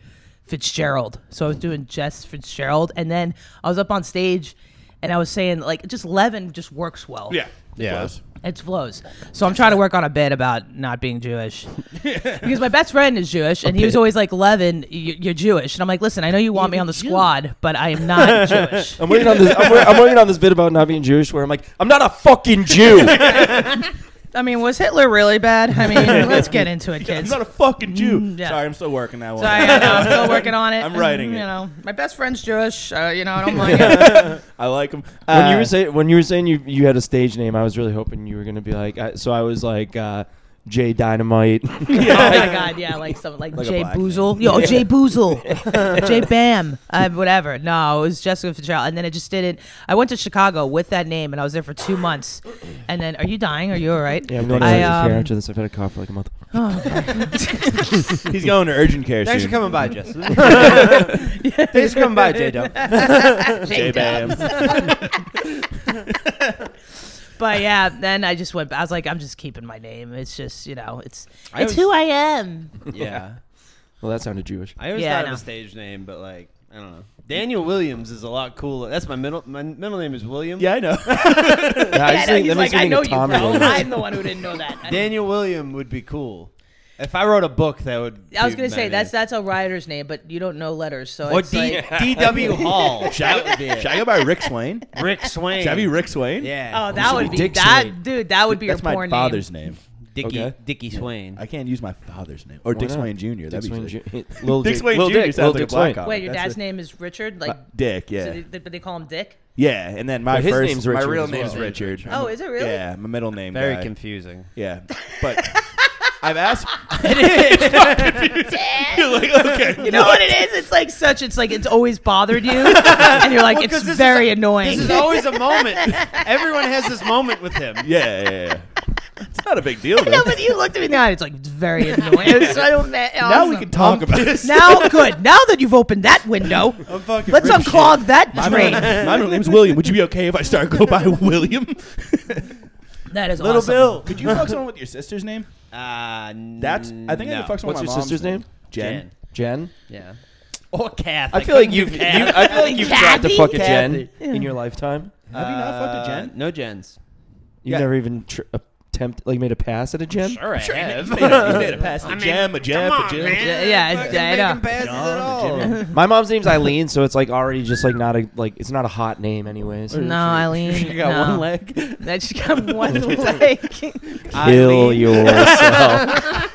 Speaker 1: Fitzgerald. So I was doing Jess Fitzgerald, and then I was up on stage. And I was saying, like, just Levin just works well.
Speaker 4: Yeah.
Speaker 5: Yeah.
Speaker 4: Close.
Speaker 1: It flows. So I'm trying to work on a bit about not being Jewish. because my best friend is Jewish, and he was always like, Levin, y- you're Jewish. And I'm like, listen, I know you want me on the squad, but I am not Jewish.
Speaker 3: I'm waiting on this. I'm, wor- I'm working on this bit about not being Jewish, where I'm like, I'm not a fucking Jew.
Speaker 1: I mean, was Hitler really bad? I mean, let's get into it,
Speaker 4: I'm
Speaker 1: kids.
Speaker 4: not a fucking Jew.
Speaker 1: Mm, yeah.
Speaker 4: Sorry, I'm still working that one.
Speaker 1: Sorry, I know, I'm still working on it.
Speaker 4: I'm writing
Speaker 1: You
Speaker 4: it.
Speaker 1: know, my best friend's Jewish. Uh, you know, I don't mind it.
Speaker 4: I like him. Uh,
Speaker 3: when you were saying when you were saying you you had a stage name, I was really hoping you were gonna be like. I, so I was like uh, Jay Dynamite.
Speaker 1: Oh my god, yeah, like something like,
Speaker 4: Like a
Speaker 1: Jay
Speaker 4: black
Speaker 1: Boozle. Yo, Jay Boozle. Jay Bam. Uh, whatever. No, it was Jessica Fitzgerald. And then it just didn't. I went to Chicago with that name and I was there for two months. And then, are you dying? Are you all right?
Speaker 3: yeah, I'm going to
Speaker 1: I,
Speaker 3: urgent care
Speaker 1: um, oh,
Speaker 3: after this. I've had a cough for like a month.
Speaker 4: he's going to urgent care
Speaker 5: Thanks for
Speaker 4: soon.
Speaker 5: coming by, Justin. Thanks for coming by, J Dub.
Speaker 4: J Bam.
Speaker 1: But yeah, then I just went. I was like, I'm just keeping my name. It's just, you know, it's
Speaker 5: I
Speaker 1: it's
Speaker 5: was-
Speaker 1: who I am.
Speaker 5: Yeah.
Speaker 3: Well, that sounded Jewish.
Speaker 5: I always
Speaker 1: Yeah, I
Speaker 5: thought of
Speaker 1: know.
Speaker 5: a stage name, but like I don't know. Daniel Williams is a lot cooler. That's my middle. My middle name is William.
Speaker 4: Yeah, I know.
Speaker 3: Yeah, I just think- that makes me think of Tom Williams.
Speaker 1: the one who didn't know that.
Speaker 5: Daniel William would be cool. If I wrote a book, that would.
Speaker 1: I was
Speaker 5: be
Speaker 1: gonna
Speaker 5: my
Speaker 1: say
Speaker 5: name.
Speaker 1: that's that's a writer's name, but you don't know letters, so
Speaker 5: Or
Speaker 1: it's
Speaker 5: D-
Speaker 1: like, oh,
Speaker 5: D.W. Hall.
Speaker 4: Should I,
Speaker 5: That would be
Speaker 4: should
Speaker 5: it.
Speaker 4: I go by Rick Swain?
Speaker 5: Rick Swain.
Speaker 4: Should I be Rick Swain?
Speaker 5: Yeah.
Speaker 1: oh, that would be
Speaker 3: Dick
Speaker 1: that
Speaker 3: Swain.
Speaker 1: dude. That would be
Speaker 4: That's
Speaker 1: your
Speaker 4: my
Speaker 1: porn
Speaker 4: father's name.
Speaker 5: Dickie
Speaker 3: Okay.
Speaker 5: Dickie Swain.
Speaker 4: I can't use my father's name or
Speaker 3: Why
Speaker 4: Dick
Speaker 3: not?
Speaker 4: Swain Jr.
Speaker 3: Dick
Speaker 4: That'd
Speaker 3: Swain
Speaker 4: be sick.
Speaker 3: Ju- Lil
Speaker 4: Dick
Speaker 3: Dick-
Speaker 4: Swain
Speaker 3: Lil
Speaker 4: Jr.
Speaker 3: Dick,
Speaker 4: sounds
Speaker 3: Lil
Speaker 4: like a
Speaker 3: Dick
Speaker 4: black
Speaker 3: Swain.
Speaker 4: guy.
Speaker 1: name. Wait, your
Speaker 4: That's
Speaker 1: dad's
Speaker 4: a-
Speaker 1: name is Richard, like.
Speaker 4: Uh, Dick, yeah,
Speaker 1: so they, but they call him Dick.
Speaker 4: yeah. And then my
Speaker 3: But his
Speaker 4: first,
Speaker 3: name's
Speaker 4: my
Speaker 3: Richard
Speaker 4: real
Speaker 3: as
Speaker 4: name is
Speaker 3: well.
Speaker 4: Richard.
Speaker 1: Oh, is it really?
Speaker 4: Yeah, my middle name.
Speaker 5: Very
Speaker 4: guy.
Speaker 5: confusing.
Speaker 4: Yeah, but I've asked.
Speaker 1: You know what it is? It's like such. It's like it's always bothered you, and you're like, it's very annoying.
Speaker 5: This is always a moment. Everyone has this moment with him.
Speaker 4: Yeah, yeah, yeah. It's not a big deal. Though.
Speaker 1: no, but you looked at me in the eye. It's like it's very annoying. It's so ma-
Speaker 4: now
Speaker 1: awesome.
Speaker 4: we
Speaker 1: Um,
Speaker 4: can talk about this.
Speaker 1: Now, good. Now that you've opened that window, let's unclog that
Speaker 4: My
Speaker 1: drain.
Speaker 4: middle, my middle name's William. Would you be okay if I start go by William?
Speaker 1: That is
Speaker 5: Little
Speaker 1: awesome.
Speaker 5: Bill.
Speaker 4: Could you fuck someone with your sister's name?
Speaker 5: Uh,
Speaker 4: That's. I think I
Speaker 5: no.
Speaker 4: could fuck someone.
Speaker 3: What's your
Speaker 4: with my mom's
Speaker 3: sister's name?
Speaker 4: Jen.
Speaker 5: Jen.
Speaker 3: Jen.
Speaker 5: Yeah.
Speaker 7: Or Kath.
Speaker 3: I feel like you've. You, I feel like you've tried to
Speaker 1: Kathy?
Speaker 3: fuck a
Speaker 5: Kathy.
Speaker 3: Jen in your lifetime.
Speaker 4: Have you not fucked a
Speaker 5: Uh,
Speaker 4: Jen?
Speaker 5: No Jens.
Speaker 3: You
Speaker 4: Yeah.
Speaker 3: never even tr- attempt like made a pass at a Jen.
Speaker 7: Sure, I have.
Speaker 4: He's made a- he's made a pass. A Jem, a Jeff, a Jim.
Speaker 1: Yeah, yeah, I- I know.
Speaker 3: My mom's name's Eileen, so it's like already just like not a like it's not a hot name anyways.
Speaker 1: No, Eileen.
Speaker 5: She got
Speaker 1: no.
Speaker 5: one leg.
Speaker 1: That she got one leg.
Speaker 3: Kill yourself.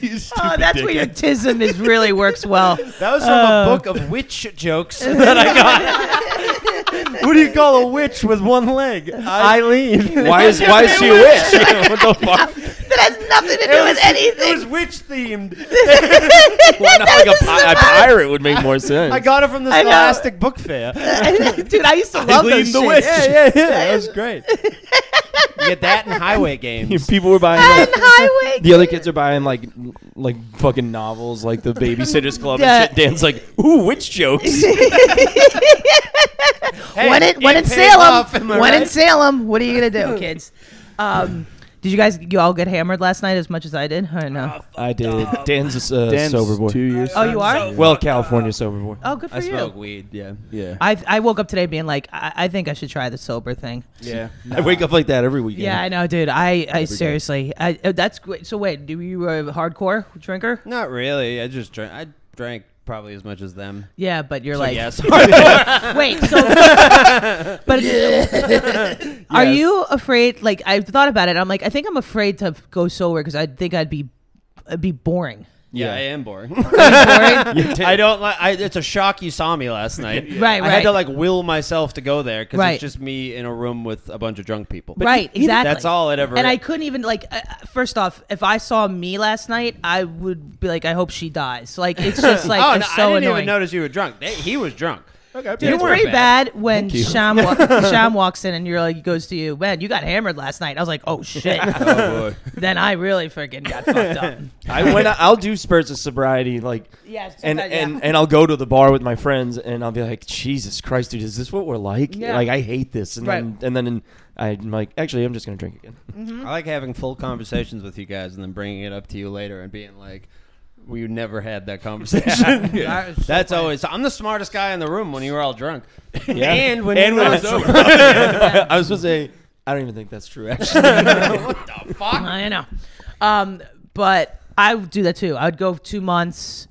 Speaker 4: He's
Speaker 1: Oh,
Speaker 4: stupid
Speaker 1: that's where your
Speaker 4: dickhead.
Speaker 1: tism is really works well.
Speaker 5: That was from a book of witch jokes that I got. what do you call a witch with one leg? Eileen.
Speaker 3: why is why is she a witch? what the fuck?
Speaker 1: That has nothing to do with anything.
Speaker 5: It was witch themed.
Speaker 3: Why not like a, pi- a pirate would make more sense.
Speaker 5: I got it from the
Speaker 1: I know.
Speaker 5: Scholastic Book Fair. yeah,
Speaker 1: Dude, I used to love those
Speaker 4: Eileen the
Speaker 1: shits.
Speaker 4: witch.
Speaker 5: yeah, yeah. That was great. you get that in highway games.
Speaker 3: People were buying.
Speaker 1: And
Speaker 3: Like,
Speaker 1: highway.
Speaker 3: the other kids are buying like n- like fucking novels, like the Babysitters Club
Speaker 1: Yeah.
Speaker 3: and shit. Dan's like, ooh, witch jokes.
Speaker 5: Hey,
Speaker 1: when it, when in
Speaker 5: pays
Speaker 1: Salem,
Speaker 5: off, am I
Speaker 1: when in
Speaker 5: right?
Speaker 1: Salem, what are you gonna do, kids? Um, did you guys you all get hammered last night as much as I did? Or no?
Speaker 5: Oh,
Speaker 3: I did. Dan's a uh,
Speaker 4: Dan's
Speaker 3: sober boy.
Speaker 4: Two years.
Speaker 1: Oh, you are.
Speaker 3: Well, California sober boy.
Speaker 1: Oh, good for
Speaker 5: I
Speaker 1: you.
Speaker 5: smoke weed, yeah.
Speaker 4: yeah.
Speaker 1: I I woke up today being like, I, I think I should try the sober thing.
Speaker 4: yeah.
Speaker 3: I wake up like that every weekend.
Speaker 1: Yeah, I know, dude. I, I seriously, I uh, that's great. So wait, do you uh, hardcore drinker?
Speaker 5: Not really. I just drank. I drank probably as much as them.
Speaker 1: Yeah, but you're
Speaker 5: So
Speaker 1: like,
Speaker 5: yes.
Speaker 1: wait. So, but are you afraid? Like, I've thought about it. I'm like, I think I'm afraid to go sober because I think I'd be, I'd be boring.
Speaker 5: Yeah, I am boring. I don't like. I, it's a shock you saw me last night.
Speaker 1: Right,
Speaker 5: I had to
Speaker 1: right.
Speaker 5: like will myself to go there because
Speaker 1: Right.
Speaker 5: it's just me in a room with a bunch of drunk people. e,
Speaker 1: right, exactly.
Speaker 5: That's all it ever.
Speaker 1: And I couldn't even like. Uh, uh, first off, if I saw me last night, I would be like, I hope she dies. Like, it's just like
Speaker 5: oh, no,
Speaker 1: it's
Speaker 5: I
Speaker 1: so
Speaker 5: didn't
Speaker 1: annoying.
Speaker 5: even notice you were drunk. They, he was drunk.
Speaker 4: Okay.
Speaker 1: Dude, it's
Speaker 5: weren't
Speaker 1: pretty
Speaker 5: bad.
Speaker 1: bad, when Sham, wa- Sham walks in and you're like, he goes to you, man, you got hammered last night. I was like, oh shit.
Speaker 5: Oh boy.
Speaker 1: then I really freaking got fucked up.
Speaker 3: I when I, I'll do spurts of sobriety, like
Speaker 1: Yeah, it's too
Speaker 3: and
Speaker 1: bad, yeah.
Speaker 3: and and I'll go to the bar with my friends, and I'll be like, Jesus Christ, dude, is this what we're like?
Speaker 1: Yeah.
Speaker 3: Like I hate this, and
Speaker 1: Right.
Speaker 3: then and then I'm like, actually, I'm just gonna drink again.
Speaker 5: I like having full conversations with you guys and then bringing it up to you later and being like, "We never had that conversation." That's always. I'm the smartest guy in the room when you were all drunk, and when
Speaker 4: And
Speaker 5: you
Speaker 4: when
Speaker 5: were
Speaker 4: it's over.
Speaker 3: I was supposed to say, I don't even think that's true. Actually,
Speaker 5: what the fuck?
Speaker 1: I know. Um, but I would do that too. I would go two months,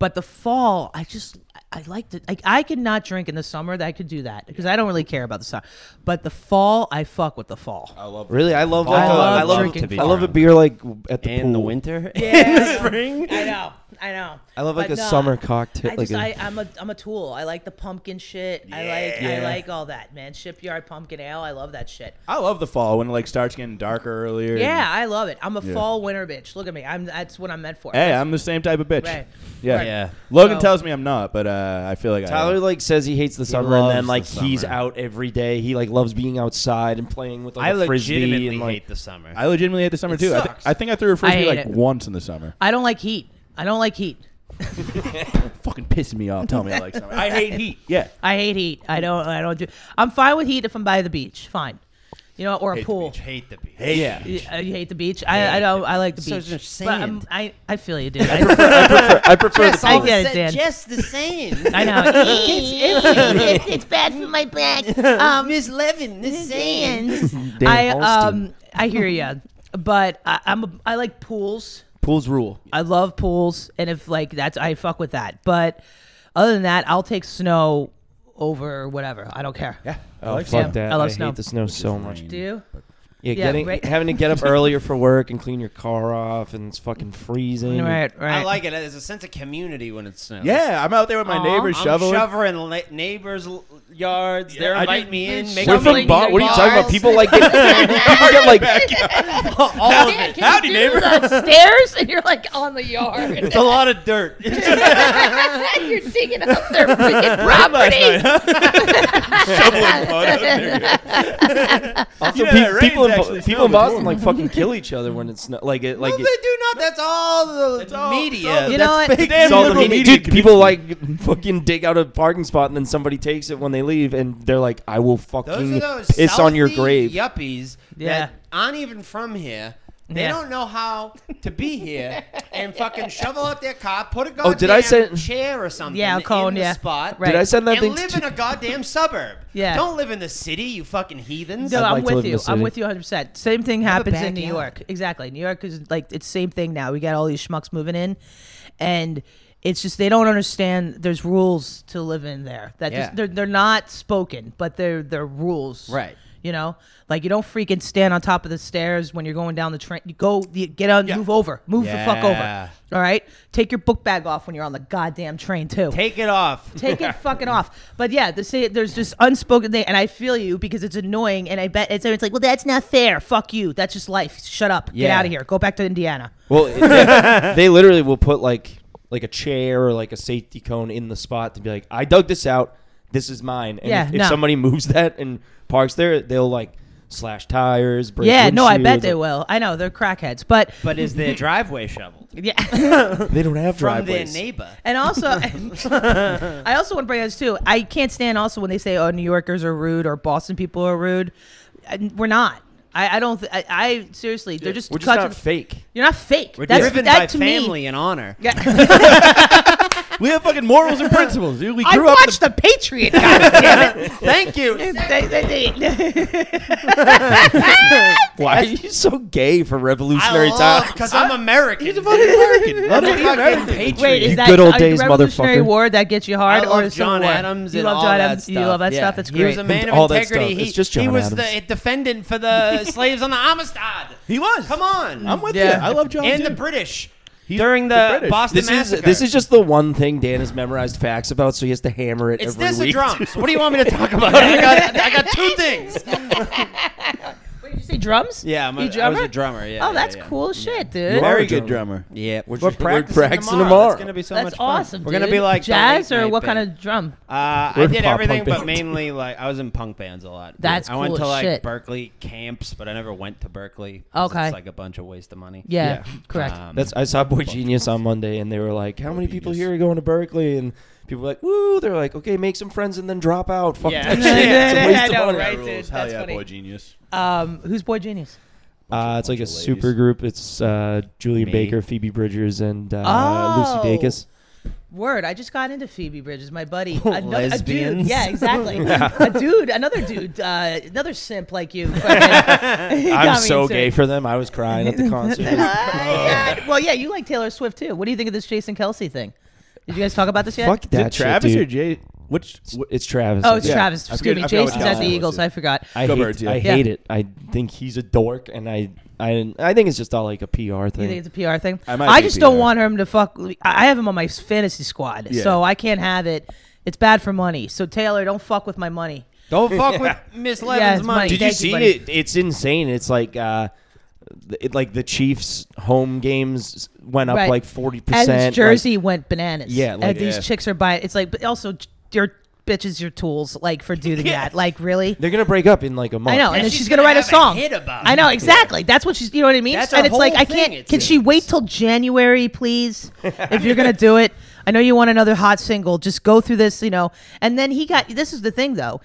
Speaker 1: but the fall, I just I like to like I could not drink in the summer. That I could do that because I don't really care about the summer. But the fall, I fuck with the fall.
Speaker 5: I love
Speaker 3: really, I love like
Speaker 1: I
Speaker 3: a-
Speaker 1: love
Speaker 3: I love
Speaker 1: drinking
Speaker 3: I love a
Speaker 5: it.
Speaker 3: beer like at the pool.
Speaker 5: And the winter.
Speaker 1: Yeah,
Speaker 5: spring.
Speaker 1: I know. I know.
Speaker 3: I love like
Speaker 1: But
Speaker 3: a
Speaker 1: no,
Speaker 3: summer cocktail.
Speaker 1: I
Speaker 3: like
Speaker 1: just
Speaker 3: a-
Speaker 1: I, I'm a I'm a tool. I like the pumpkin shit. I like I like all that man. Shipyard pumpkin ale. I love that shit.
Speaker 4: I love the fall when it like starts getting darker earlier.
Speaker 1: Yeah, I love it. I'm a fall winter bitch. Look at me. I'm that's what I'm meant for.
Speaker 4: Hey, I'm the same type of bitch.
Speaker 1: Right.
Speaker 4: Yeah.
Speaker 1: Right.
Speaker 5: Yeah.
Speaker 4: Logan
Speaker 1: So-
Speaker 4: tells me I'm not, but uh, I feel like
Speaker 3: Tyler
Speaker 4: I am.
Speaker 3: like says he hates the summer, and
Speaker 5: loves
Speaker 3: then
Speaker 5: the
Speaker 3: like he's
Speaker 5: summer.
Speaker 3: out every day. He like loves being outside and playing with like,
Speaker 5: I
Speaker 3: a frisbee
Speaker 5: legitimately
Speaker 3: and like
Speaker 5: hate the summer.
Speaker 4: I legitimately hate the summer too. I, thi-
Speaker 5: sucks.
Speaker 4: I think I threw a frisbee
Speaker 1: hate
Speaker 4: like
Speaker 1: it.
Speaker 4: once in the summer.
Speaker 1: I don't like heat. I don't like heat.
Speaker 4: Fucking pissing me off. Tell me I like summer. I hate heat. Yeah.
Speaker 1: I hate heat. I don't. I don't do. I'm fine with heat if I'm by the beach. Fine, you know, or a pool.
Speaker 5: hate the beach.
Speaker 4: yeah.
Speaker 1: You, uh, you hate the beach. I, I don't. I like the
Speaker 5: So
Speaker 1: beach.
Speaker 5: there's
Speaker 1: But I'm-
Speaker 5: sand.
Speaker 1: I, I feel you, dude. I,
Speaker 3: I prefer the
Speaker 1: I get it, Dan.
Speaker 5: Just the same.
Speaker 1: I know.
Speaker 6: Um,
Speaker 5: Miss Levin, the same.
Speaker 3: Dan
Speaker 1: I
Speaker 3: Holstein.
Speaker 1: um. I hear you, but I, I'm. A, I like pools.
Speaker 3: pools rule.
Speaker 1: I love pools, and if like that's I fuck with that. But other than that, I'll take snow over whatever. I don't care. Yeah.
Speaker 3: Oh, fuck
Speaker 1: snow.
Speaker 3: that!
Speaker 1: I
Speaker 3: I,
Speaker 1: love
Speaker 3: hate
Speaker 1: snow.
Speaker 3: the snow so much.
Speaker 1: Do you?
Speaker 3: Yeah,
Speaker 1: Yeah,
Speaker 3: getting
Speaker 1: right.
Speaker 3: having to get up earlier for work and clean your car off, and it's fucking freezing.
Speaker 1: Right. Right.
Speaker 5: I like it. There's a sense of community when it snows.
Speaker 4: Yeah, I'm out there with my
Speaker 1: Aw.
Speaker 4: neighbors
Speaker 5: I'm
Speaker 4: shoveling.
Speaker 5: shoveling, la- neighbors' l- yards. They're
Speaker 4: I
Speaker 5: inviting
Speaker 4: did-
Speaker 5: me in. Making
Speaker 3: We're from
Speaker 5: me
Speaker 3: Bo-
Speaker 5: eat
Speaker 3: What are you
Speaker 5: bars.
Speaker 3: talking about? People like get, people get like
Speaker 5: all of it.
Speaker 4: Howdy, neighbor.
Speaker 6: upstairs and you're like on the yard.
Speaker 5: It's a lot of dirt.
Speaker 6: you're digging up their freaking property.
Speaker 3: also
Speaker 4: You know,
Speaker 3: pe-
Speaker 4: that rain's
Speaker 3: people in, Bo-
Speaker 4: actually
Speaker 3: people in
Speaker 4: snowing.
Speaker 3: Boston like fucking kill each other when it's not like it like
Speaker 5: Well,
Speaker 3: it-
Speaker 5: they do not. That's all the
Speaker 4: It's all-
Speaker 5: media.
Speaker 4: it's all
Speaker 1: you know what?
Speaker 3: it's all the
Speaker 4: liberal
Speaker 3: media-
Speaker 4: media
Speaker 3: dude, people like fucking dig out a parking spot and then somebody takes it when they leave and they're like, I will
Speaker 5: those
Speaker 3: fucking
Speaker 5: are those
Speaker 3: piss Mm. on your
Speaker 5: selfie
Speaker 3: grave.
Speaker 5: Yuppies
Speaker 1: Yeah.
Speaker 5: that aren't even from here. They
Speaker 1: Yeah.
Speaker 5: don't know how to be here and fucking shovel out their car, put a goddamn
Speaker 3: Oh, did I send-
Speaker 5: chair or something
Speaker 1: Yeah, a cone,
Speaker 5: in the
Speaker 1: yeah.
Speaker 5: spot,
Speaker 1: Right.
Speaker 3: Did I send that
Speaker 5: and
Speaker 3: thing
Speaker 5: live
Speaker 3: to
Speaker 5: in a goddamn suburb.
Speaker 1: Yeah.
Speaker 5: Don't live in the city, you fucking heathens.
Speaker 1: No,
Speaker 3: I'd
Speaker 1: I'm
Speaker 3: like to live
Speaker 1: with
Speaker 3: in
Speaker 1: you.
Speaker 3: the
Speaker 1: I'm
Speaker 3: city.
Speaker 1: with you 100. percent Same thing happens in New
Speaker 5: backyard.
Speaker 1: York. Exactly. New York is like it's same thing now. We got all these schmucks moving in, and it's just they don't understand. There's rules to live in there. That
Speaker 5: Yeah.
Speaker 1: just, they're they're not spoken, but they're they're rules.
Speaker 5: Right.
Speaker 1: You know, like you don't freaking stand on top of the stairs when you're going down the train. You go, you get on, move over, move the fuck
Speaker 5: Yeah.
Speaker 1: over. All right, take your book bag off when you're on the goddamn train too.
Speaker 5: Take it off.
Speaker 1: Take it fucking off. But yeah, the say there's just unspoken thing, and I feel you because it's annoying, and I bet it's, it's like, well, that's not fair. Fuck you. That's just life. Shut up. Get
Speaker 5: Yeah.
Speaker 1: out of here. Go back to Indiana.
Speaker 3: Well, it- they, they literally will put like like a chair or like a safety cone in the spot to be like, I dug this out. This is mine. And
Speaker 1: Yeah,
Speaker 3: if,
Speaker 1: no.
Speaker 3: if somebody moves that and parks there, they'll like slash tires. Break
Speaker 1: yeah, no, I bet
Speaker 3: windshields.
Speaker 1: they will. I know they're crackheads, but
Speaker 5: But is their driveway shoveled
Speaker 1: yeah.
Speaker 3: They don't have
Speaker 5: from
Speaker 3: driveways.
Speaker 5: their neighbor?
Speaker 1: And also, I also want to bring this too. I can't stand also when they say, "Oh, New Yorkers are rude" or "Boston people are rude." I- We're not. I, I don't. Th- I, I seriously, they're just
Speaker 3: We're just
Speaker 1: cut to
Speaker 3: not
Speaker 1: the-
Speaker 3: fake.
Speaker 1: You're not fake.
Speaker 5: We're
Speaker 1: That's
Speaker 5: driven
Speaker 1: that
Speaker 5: by
Speaker 1: to me.
Speaker 5: family and honor.
Speaker 1: Yeah.
Speaker 4: we have fucking morals and principles, dude. We
Speaker 1: I
Speaker 4: grew up. in
Speaker 1: watched the Patriot. goddammit.
Speaker 5: Thank you.
Speaker 1: They- they- they-
Speaker 3: Why are you so gay for revolutionary time?
Speaker 5: because I'm American. He's a fucking
Speaker 4: American. Love to be American.
Speaker 5: patriot.
Speaker 1: Wait, is
Speaker 3: You
Speaker 1: that
Speaker 3: good old
Speaker 1: a
Speaker 3: days,
Speaker 1: Revolutionary
Speaker 3: motherfucker.
Speaker 1: War that gets you hard,
Speaker 5: I love
Speaker 1: or is
Speaker 5: John
Speaker 1: war?
Speaker 5: Adams
Speaker 1: You
Speaker 5: and
Speaker 1: love
Speaker 5: all
Speaker 1: John
Speaker 5: that
Speaker 1: Adams. You
Speaker 5: stuff.
Speaker 1: love that
Speaker 5: Yeah.
Speaker 1: stuff. That's
Speaker 5: He was
Speaker 1: great.
Speaker 5: a man of
Speaker 3: All that
Speaker 5: integrity.
Speaker 3: stuff.
Speaker 5: He,
Speaker 3: It's just
Speaker 5: he
Speaker 3: John
Speaker 5: was the
Speaker 3: Adams.
Speaker 5: defendant for the slaves on the Amistad.
Speaker 4: He was.
Speaker 5: Come on.
Speaker 4: I'm with
Speaker 1: Yeah.
Speaker 4: you. I love John.
Speaker 5: and
Speaker 4: too.
Speaker 5: the British
Speaker 4: He's
Speaker 5: during
Speaker 4: the
Speaker 5: the,
Speaker 4: British.
Speaker 5: Boston
Speaker 3: This is
Speaker 5: massacre.
Speaker 3: this is just the one thing Dan has memorized facts about, so he has to hammer it
Speaker 5: It's
Speaker 3: every
Speaker 5: this or
Speaker 3: week.
Speaker 5: drums. What do you want me to talk about? I got, I got two things.
Speaker 1: Wait, did you say drums?
Speaker 5: Yeah, I'm a,
Speaker 1: You
Speaker 5: I
Speaker 1: drummer?
Speaker 5: was a drummer. Yeah.
Speaker 1: oh, that's
Speaker 5: yeah, Mm. yeah.
Speaker 1: cool shit, dude.
Speaker 3: You are
Speaker 4: very
Speaker 3: a
Speaker 4: good
Speaker 3: drummer.
Speaker 4: drummer.
Speaker 5: Yeah, we're,
Speaker 3: We're
Speaker 5: just,
Speaker 3: practicing
Speaker 5: practicing tomorrow.
Speaker 3: tomorrow.
Speaker 5: It's gonna be so
Speaker 1: That's
Speaker 5: much fun.
Speaker 1: awesome.
Speaker 5: We're gonna
Speaker 1: dude.
Speaker 5: be like the
Speaker 1: jazz
Speaker 5: late
Speaker 1: or
Speaker 5: night
Speaker 1: what kind
Speaker 5: band.
Speaker 1: of drum?
Speaker 5: Uh,
Speaker 3: We're
Speaker 5: I did
Speaker 3: pop
Speaker 5: everything,
Speaker 3: punk
Speaker 5: but
Speaker 3: band.
Speaker 5: mainly like I was in punk bands a lot.
Speaker 1: That's
Speaker 5: I went
Speaker 1: cool
Speaker 5: to
Speaker 1: as
Speaker 5: like
Speaker 1: shit.
Speaker 5: Berkeley camps, but I never went to Berkeley. 'cause
Speaker 1: Okay.
Speaker 5: it's like a bunch of waste of money.
Speaker 1: Yeah, correct.
Speaker 5: Um,
Speaker 3: That's I saw Boy Genius on Monday, and they were like, "How many people here are going to Berkeley?" And people were like, "Woo!" They're like, "Okay, make some friends and then drop out." Fuck
Speaker 5: Yeah.
Speaker 3: that shit. It's a
Speaker 1: I
Speaker 3: waste
Speaker 1: know,
Speaker 3: of money.
Speaker 1: right, dude?
Speaker 2: Hell
Speaker 1: That's
Speaker 2: yeah,
Speaker 1: funny.
Speaker 2: boy genius.
Speaker 1: Um, who's Boy Genius?
Speaker 3: Uh, it's like a
Speaker 4: of ladies.
Speaker 3: super group. It's uh, Julian
Speaker 5: Me.
Speaker 3: Baker, Phoebe Bridgers, and uh,
Speaker 1: Oh.
Speaker 3: Lucy Dacus.
Speaker 1: Word, I just got into Phoebe Bridges, my buddy. Another, a dude,
Speaker 5: Lesbians.
Speaker 1: yeah, exactly. a dude, another dude, uh, another simp like you. I'm
Speaker 3: I'm so gay for them. I was crying at the concert.
Speaker 1: Well, yeah, you like Taylor Swift too. What do you think of this Jason Kelsey thing? Did you guys talk about this yet?
Speaker 3: Fuck
Speaker 4: Is
Speaker 3: that
Speaker 4: it Travis
Speaker 3: shit,
Speaker 4: or
Speaker 3: dude.
Speaker 4: Jay? Which
Speaker 3: It's- It's Travis.
Speaker 1: Oh, it's
Speaker 3: Yeah.
Speaker 1: Travis.
Speaker 4: I
Speaker 1: Excuse
Speaker 4: forget-
Speaker 1: me,
Speaker 4: I forget what
Speaker 1: Jason's at the
Speaker 4: Kelsey was,
Speaker 1: Eagles.
Speaker 4: yeah.
Speaker 1: I forgot.
Speaker 3: I
Speaker 4: Go
Speaker 3: hate,
Speaker 4: Birds, yeah.
Speaker 3: I
Speaker 1: Yeah.
Speaker 3: hate it. I think he's a dork, and I, I, I think it's just all like a PR
Speaker 1: You think
Speaker 3: thing.
Speaker 1: it's a PR thing?
Speaker 4: I
Speaker 1: I,
Speaker 4: might be
Speaker 1: just don't
Speaker 4: PR.
Speaker 1: want him to fuck. I I have him on my fantasy squad,
Speaker 4: Yeah.
Speaker 1: so I can't have it. It's bad for money. So Taylor, don't fuck with my money.
Speaker 5: don't fuck with Miss Levin's
Speaker 1: it's
Speaker 5: money.
Speaker 1: money.
Speaker 3: Did you
Speaker 1: Thank you,
Speaker 3: see
Speaker 1: buddy.
Speaker 3: it? It's insane. It's like, uh, th- it, like the Chiefs' home games went up
Speaker 1: Right.
Speaker 3: like forty
Speaker 1: And
Speaker 3: percent.
Speaker 1: Jersey went bananas.
Speaker 3: Yeah, like-
Speaker 1: and these
Speaker 4: Yeah.
Speaker 1: chicks are buying. It's like, but also j- your bitches, your tools, like for doing that. Like really.
Speaker 3: they're gonna break up in like a month.
Speaker 1: I know, and, then
Speaker 5: she's
Speaker 1: she's, gonna,
Speaker 5: gonna
Speaker 1: write a
Speaker 5: have a
Speaker 1: song.
Speaker 5: hit about
Speaker 1: I know exactly. That's what she's. You know what I mean?
Speaker 5: That's
Speaker 1: and
Speaker 5: her
Speaker 1: it's like
Speaker 5: whole
Speaker 1: I can't.
Speaker 5: thing, it
Speaker 1: Can she
Speaker 5: seems.
Speaker 1: wait till January, please? if you're gonna do it, I know you want another hot single. Just go through this, you know. And then he got. This is the thing, though.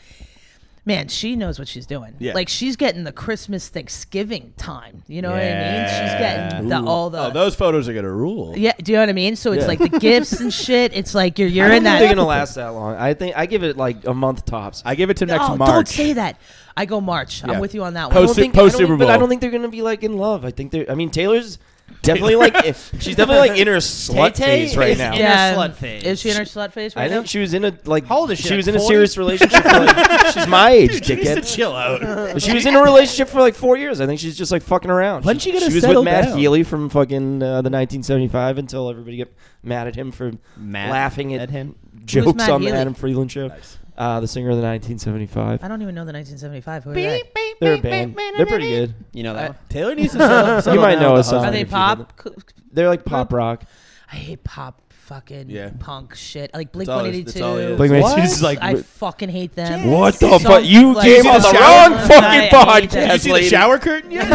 Speaker 1: Man, she knows what she's doing.
Speaker 4: Yeah.
Speaker 1: Like she's getting the Christmas Thanksgiving time. You know what I mean? She's getting
Speaker 4: Ooh.
Speaker 1: the, all the.
Speaker 4: Oh, those photos are gonna rule.
Speaker 1: uh, yeah, do you know what I mean? So it's like the gifts and shit. It's like you're you're in that.
Speaker 3: They're gonna last that long. I think I give it like a month tops.
Speaker 4: I give it to next
Speaker 1: oh,
Speaker 4: March.
Speaker 1: don't say that. I go March.
Speaker 4: Yeah.
Speaker 1: I'm with you on that
Speaker 3: I
Speaker 1: one.
Speaker 3: don't
Speaker 4: Post-
Speaker 3: think, I don't
Speaker 4: post-Super
Speaker 3: think- But I
Speaker 4: Bowl.
Speaker 3: don't think they're gonna be like in love. I think they're. I mean, Taylor's definitely like she's definitely like in her slut
Speaker 5: Tay-Tay
Speaker 3: phase right
Speaker 5: is
Speaker 3: now.
Speaker 5: in-
Speaker 1: yeah,
Speaker 5: slut phase.
Speaker 1: Is she in her slut phase right
Speaker 3: I
Speaker 1: now?
Speaker 3: think she was in a like.
Speaker 5: How old is she,
Speaker 3: was
Speaker 5: like
Speaker 3: in a
Speaker 5: 40?
Speaker 3: serious relationship. For, like, she's my age,
Speaker 5: She needs to
Speaker 3: dickhead.
Speaker 5: chill out.
Speaker 3: She was in a relationship for like four years. I think she's just like fucking around.
Speaker 4: When's she gonna
Speaker 3: She was
Speaker 4: settle
Speaker 3: with Matt
Speaker 4: down?
Speaker 3: Healy from fucking uh, the 1975 until everybody get mad at him for
Speaker 5: Matt
Speaker 3: laughing at,
Speaker 5: at him?
Speaker 3: jokes
Speaker 1: Matt
Speaker 3: on
Speaker 1: Healy?
Speaker 3: the Adam Freeland show. Uh, the singer of the
Speaker 1: I
Speaker 3: 1975.
Speaker 1: don't even know the 1975. Who are they?
Speaker 3: They're a band. They're pretty good.
Speaker 5: You know that.
Speaker 4: Taylor needs to settle, settle
Speaker 3: You might
Speaker 4: down
Speaker 3: know
Speaker 4: with
Speaker 3: a
Speaker 4: the
Speaker 3: song.
Speaker 1: Are
Speaker 4: husband.
Speaker 1: they
Speaker 3: if you
Speaker 1: pop? Co-
Speaker 3: They're like pop rock.
Speaker 1: I hate pop fucking
Speaker 4: Yeah.
Speaker 1: punk shit. I like Blink
Speaker 4: all it is- that's all it
Speaker 1: 182.
Speaker 4: is.
Speaker 3: Blink
Speaker 4: What?
Speaker 3: 182 is like
Speaker 1: I fucking hate them.
Speaker 3: What
Speaker 1: So-
Speaker 3: the fuck? You
Speaker 1: like-
Speaker 3: came on the
Speaker 4: shower?
Speaker 3: wrong
Speaker 1: I
Speaker 3: fucking
Speaker 1: hate that.
Speaker 3: podcast.
Speaker 4: You see the
Speaker 3: lady.
Speaker 4: shower curtain yet?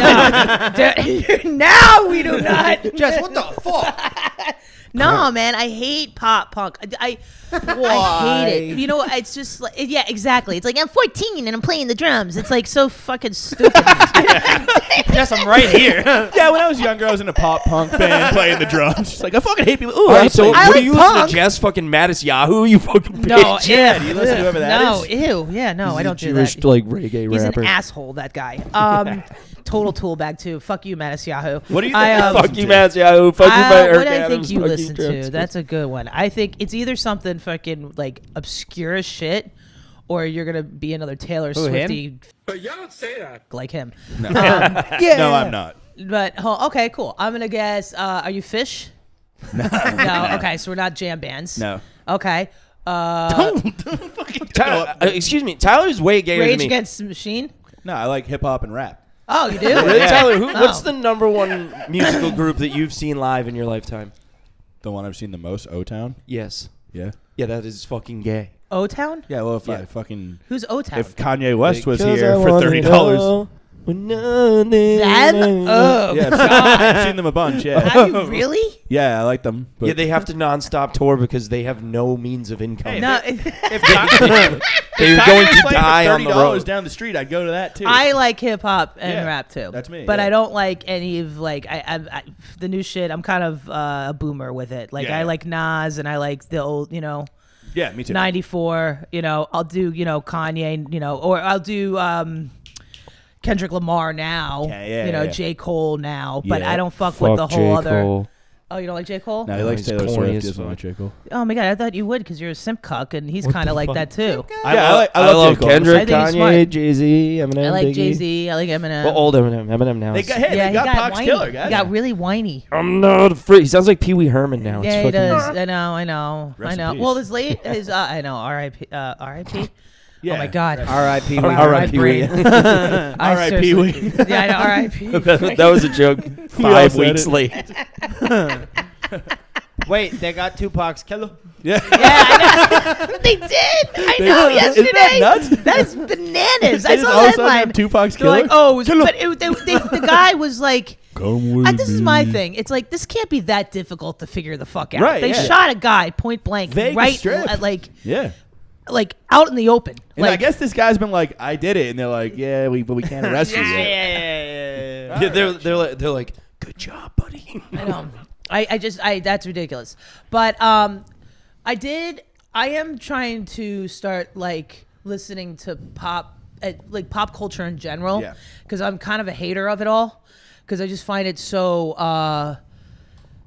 Speaker 1: Dude, now we do not.
Speaker 5: Jess, what the fuck?
Speaker 1: No, man, I hate pop punk. I, I, I hate it. You know, it's just like yeah, exactly. It's like I'm 14 and I'm playing the drums. It's like so fucking stupid.
Speaker 5: Jess, I'm right here.
Speaker 4: yeah, when I was younger, I was in a pop punk band playing the drums. She's like, I fucking hate people. Ooh,
Speaker 3: All
Speaker 4: I
Speaker 3: right, so
Speaker 1: I
Speaker 3: what do
Speaker 1: like
Speaker 3: you listen
Speaker 1: punk.
Speaker 3: to? Jazz fucking Mattis Yahoo? You fucking bitch.
Speaker 1: no, yeah,
Speaker 4: you listen to whoever that
Speaker 1: no,
Speaker 4: is?
Speaker 1: ew, yeah, no, I don't do that.
Speaker 3: Jewish like reggae
Speaker 1: He's
Speaker 3: rapper.
Speaker 1: an asshole, that guy. Um, total tool bag too. Fuck you, Mattis Yahoo.
Speaker 4: What do you
Speaker 1: I,
Speaker 4: think?
Speaker 1: um,
Speaker 3: fuck you, Mattis Yahoo. Fuck you,
Speaker 1: I-
Speaker 3: Matt
Speaker 1: Uh, what
Speaker 3: Eric
Speaker 1: I
Speaker 3: Adams.
Speaker 1: think you
Speaker 3: fuck
Speaker 1: listen
Speaker 3: Travis
Speaker 1: to. That's a good one. I think it's either something fucking like obscure as shit, or you're gonna be another Taylor Swifty. But y'all don't say that. Like him. Um,
Speaker 4: yeah. No, I'm not.
Speaker 1: But oh, okay, cool. I'm gonna guess. Uh, are you Fish? No. Okay, so we're not jam bands.
Speaker 4: No.
Speaker 1: Okay. Uh,
Speaker 3: Tyler, uh, excuse me. Tyler's way gayer
Speaker 1: Rage
Speaker 3: than me.
Speaker 1: Against the Machine.
Speaker 4: No, I like hip hop and rap.
Speaker 1: Oh, you do.
Speaker 3: Really, Tyler? Who,
Speaker 1: Oh.
Speaker 3: What's the number one musical group that you've seen live in your lifetime?
Speaker 4: The one I've seen the most, O Town.
Speaker 3: Yes.
Speaker 4: Yeah.
Speaker 3: Yeah, that is fucking gay.
Speaker 1: O Town?
Speaker 4: Yeah. Well, if
Speaker 3: Yeah.
Speaker 4: I fucking
Speaker 1: Who's O Town?
Speaker 4: if Kanye West was
Speaker 3: Because
Speaker 4: here
Speaker 3: I
Speaker 4: for
Speaker 3: wanna
Speaker 4: thirty dollars,
Speaker 3: know.
Speaker 1: Them? Oh,
Speaker 4: Yeah, I've seen,
Speaker 1: God.
Speaker 4: I've seen them a bunch. Yeah,
Speaker 1: Are you really?
Speaker 4: yeah, I like them. But
Speaker 3: Yeah, they have to nonstop tour because they have no means of income.
Speaker 1: No,
Speaker 4: if Kanye-
Speaker 3: They're
Speaker 4: if
Speaker 3: going
Speaker 4: Kanye
Speaker 3: to
Speaker 4: played for
Speaker 3: die on the
Speaker 4: $30
Speaker 3: road.
Speaker 4: down the street. I'd go to that too.
Speaker 1: I like hip hop and
Speaker 4: Yeah,
Speaker 1: rap too.
Speaker 4: that's me,
Speaker 1: But
Speaker 4: yeah.
Speaker 1: I don't like any of like I, I, I the new shit. I'm kind of uh, a boomer with it. Like
Speaker 4: Yeah.
Speaker 1: I like Nas and I like the old, you know,
Speaker 4: yeah, me too.
Speaker 1: '94. You know, I'll do you know Kanye. You know, or I'll do um, Kendrick Lamar now.
Speaker 4: Yeah, yeah,
Speaker 1: you know,
Speaker 4: yeah.
Speaker 1: J Cole now. But
Speaker 4: Yeah.
Speaker 1: I don't fuck, with the
Speaker 3: Fuck
Speaker 1: whole
Speaker 3: J.
Speaker 1: other.
Speaker 3: Cole.
Speaker 1: Oh, you don't like J Cole?
Speaker 4: No, he
Speaker 3: No,
Speaker 4: likes
Speaker 3: he's
Speaker 4: Taylor
Speaker 3: corny
Speaker 4: Swift.
Speaker 3: as
Speaker 4: Doesn't
Speaker 3: fuck.
Speaker 4: like J. Cole.
Speaker 1: Oh my god, I thought you would because you're a simp cuck and he's
Speaker 3: What
Speaker 1: kind
Speaker 3: the
Speaker 1: of like
Speaker 3: fuck?
Speaker 1: that too.
Speaker 4: Yeah, I like- I
Speaker 3: I
Speaker 4: love
Speaker 3: love
Speaker 4: J. Cole.
Speaker 3: Kendrick,
Speaker 1: I think he's
Speaker 3: Kanye,
Speaker 1: smart.
Speaker 3: Jay Z, Eminem.
Speaker 1: I like
Speaker 3: Biggie.
Speaker 1: Jay Z. I like Eminem.
Speaker 3: Well, old Eminem. Eminem now.
Speaker 4: They
Speaker 3: is-
Speaker 4: got, oh, hey,
Speaker 1: yeah,
Speaker 4: they
Speaker 1: he
Speaker 4: got,
Speaker 1: got,
Speaker 4: Pac's
Speaker 1: whiny.
Speaker 4: killer, guys.
Speaker 1: He got oh really whiny.
Speaker 3: I'm not afraid. He sounds like Pee Wee Herman now. It's
Speaker 1: yeah, he
Speaker 3: fucking-
Speaker 1: does. I know, I know,
Speaker 4: Rest
Speaker 1: I
Speaker 4: in
Speaker 1: know.
Speaker 4: peace.
Speaker 1: Well, his late, his uh, I know. R.I.P. Uh, R.I.P.
Speaker 4: yeah.
Speaker 1: Oh my God.
Speaker 5: R.I.P.
Speaker 1: Wow, my
Speaker 3: All right, Pee Wee.
Speaker 1: brain- I
Speaker 4: R.I.P.
Speaker 1: seriously- Yeah, I know. R.I.P.
Speaker 3: that that was a joke. Five
Speaker 4: said
Speaker 3: weeks
Speaker 4: it.
Speaker 3: late.
Speaker 5: Wait, they got Tupac's killer.
Speaker 1: yeah, I know.
Speaker 6: They did. I know yesterday.
Speaker 4: Isn't that nuts?
Speaker 1: That's bananas. I
Speaker 4: They just
Speaker 1: saw
Speaker 4: all
Speaker 1: the
Speaker 4: of a sudden have
Speaker 1: headline.
Speaker 4: Tupac's
Speaker 1: They're
Speaker 4: killer.
Speaker 1: like, oh, it was, but it, they, they, the guy was like,
Speaker 4: Come with
Speaker 1: I, this is my thing. It's like this can't be that difficult to figure the fuck out.
Speaker 4: Right,
Speaker 1: they
Speaker 4: yeah.
Speaker 1: shot a guy point blank,
Speaker 4: Vegas
Speaker 1: right,
Speaker 4: Strip.
Speaker 1: at, like,
Speaker 4: Yeah.
Speaker 1: like out in the open.
Speaker 4: And
Speaker 1: like,
Speaker 4: I guess this guy's been like, I did it, and they're like, yeah, we, but we can't arrest you. yet.
Speaker 3: Yeah, they're they're like, they're like, good job, buddy.
Speaker 1: I know. I, I just I that's ridiculous. But um I did I am trying to start like listening to pop uh, like pop culture in general
Speaker 4: Yeah.
Speaker 1: cuz I'm kind of a hater of it all cuz I just find it so uh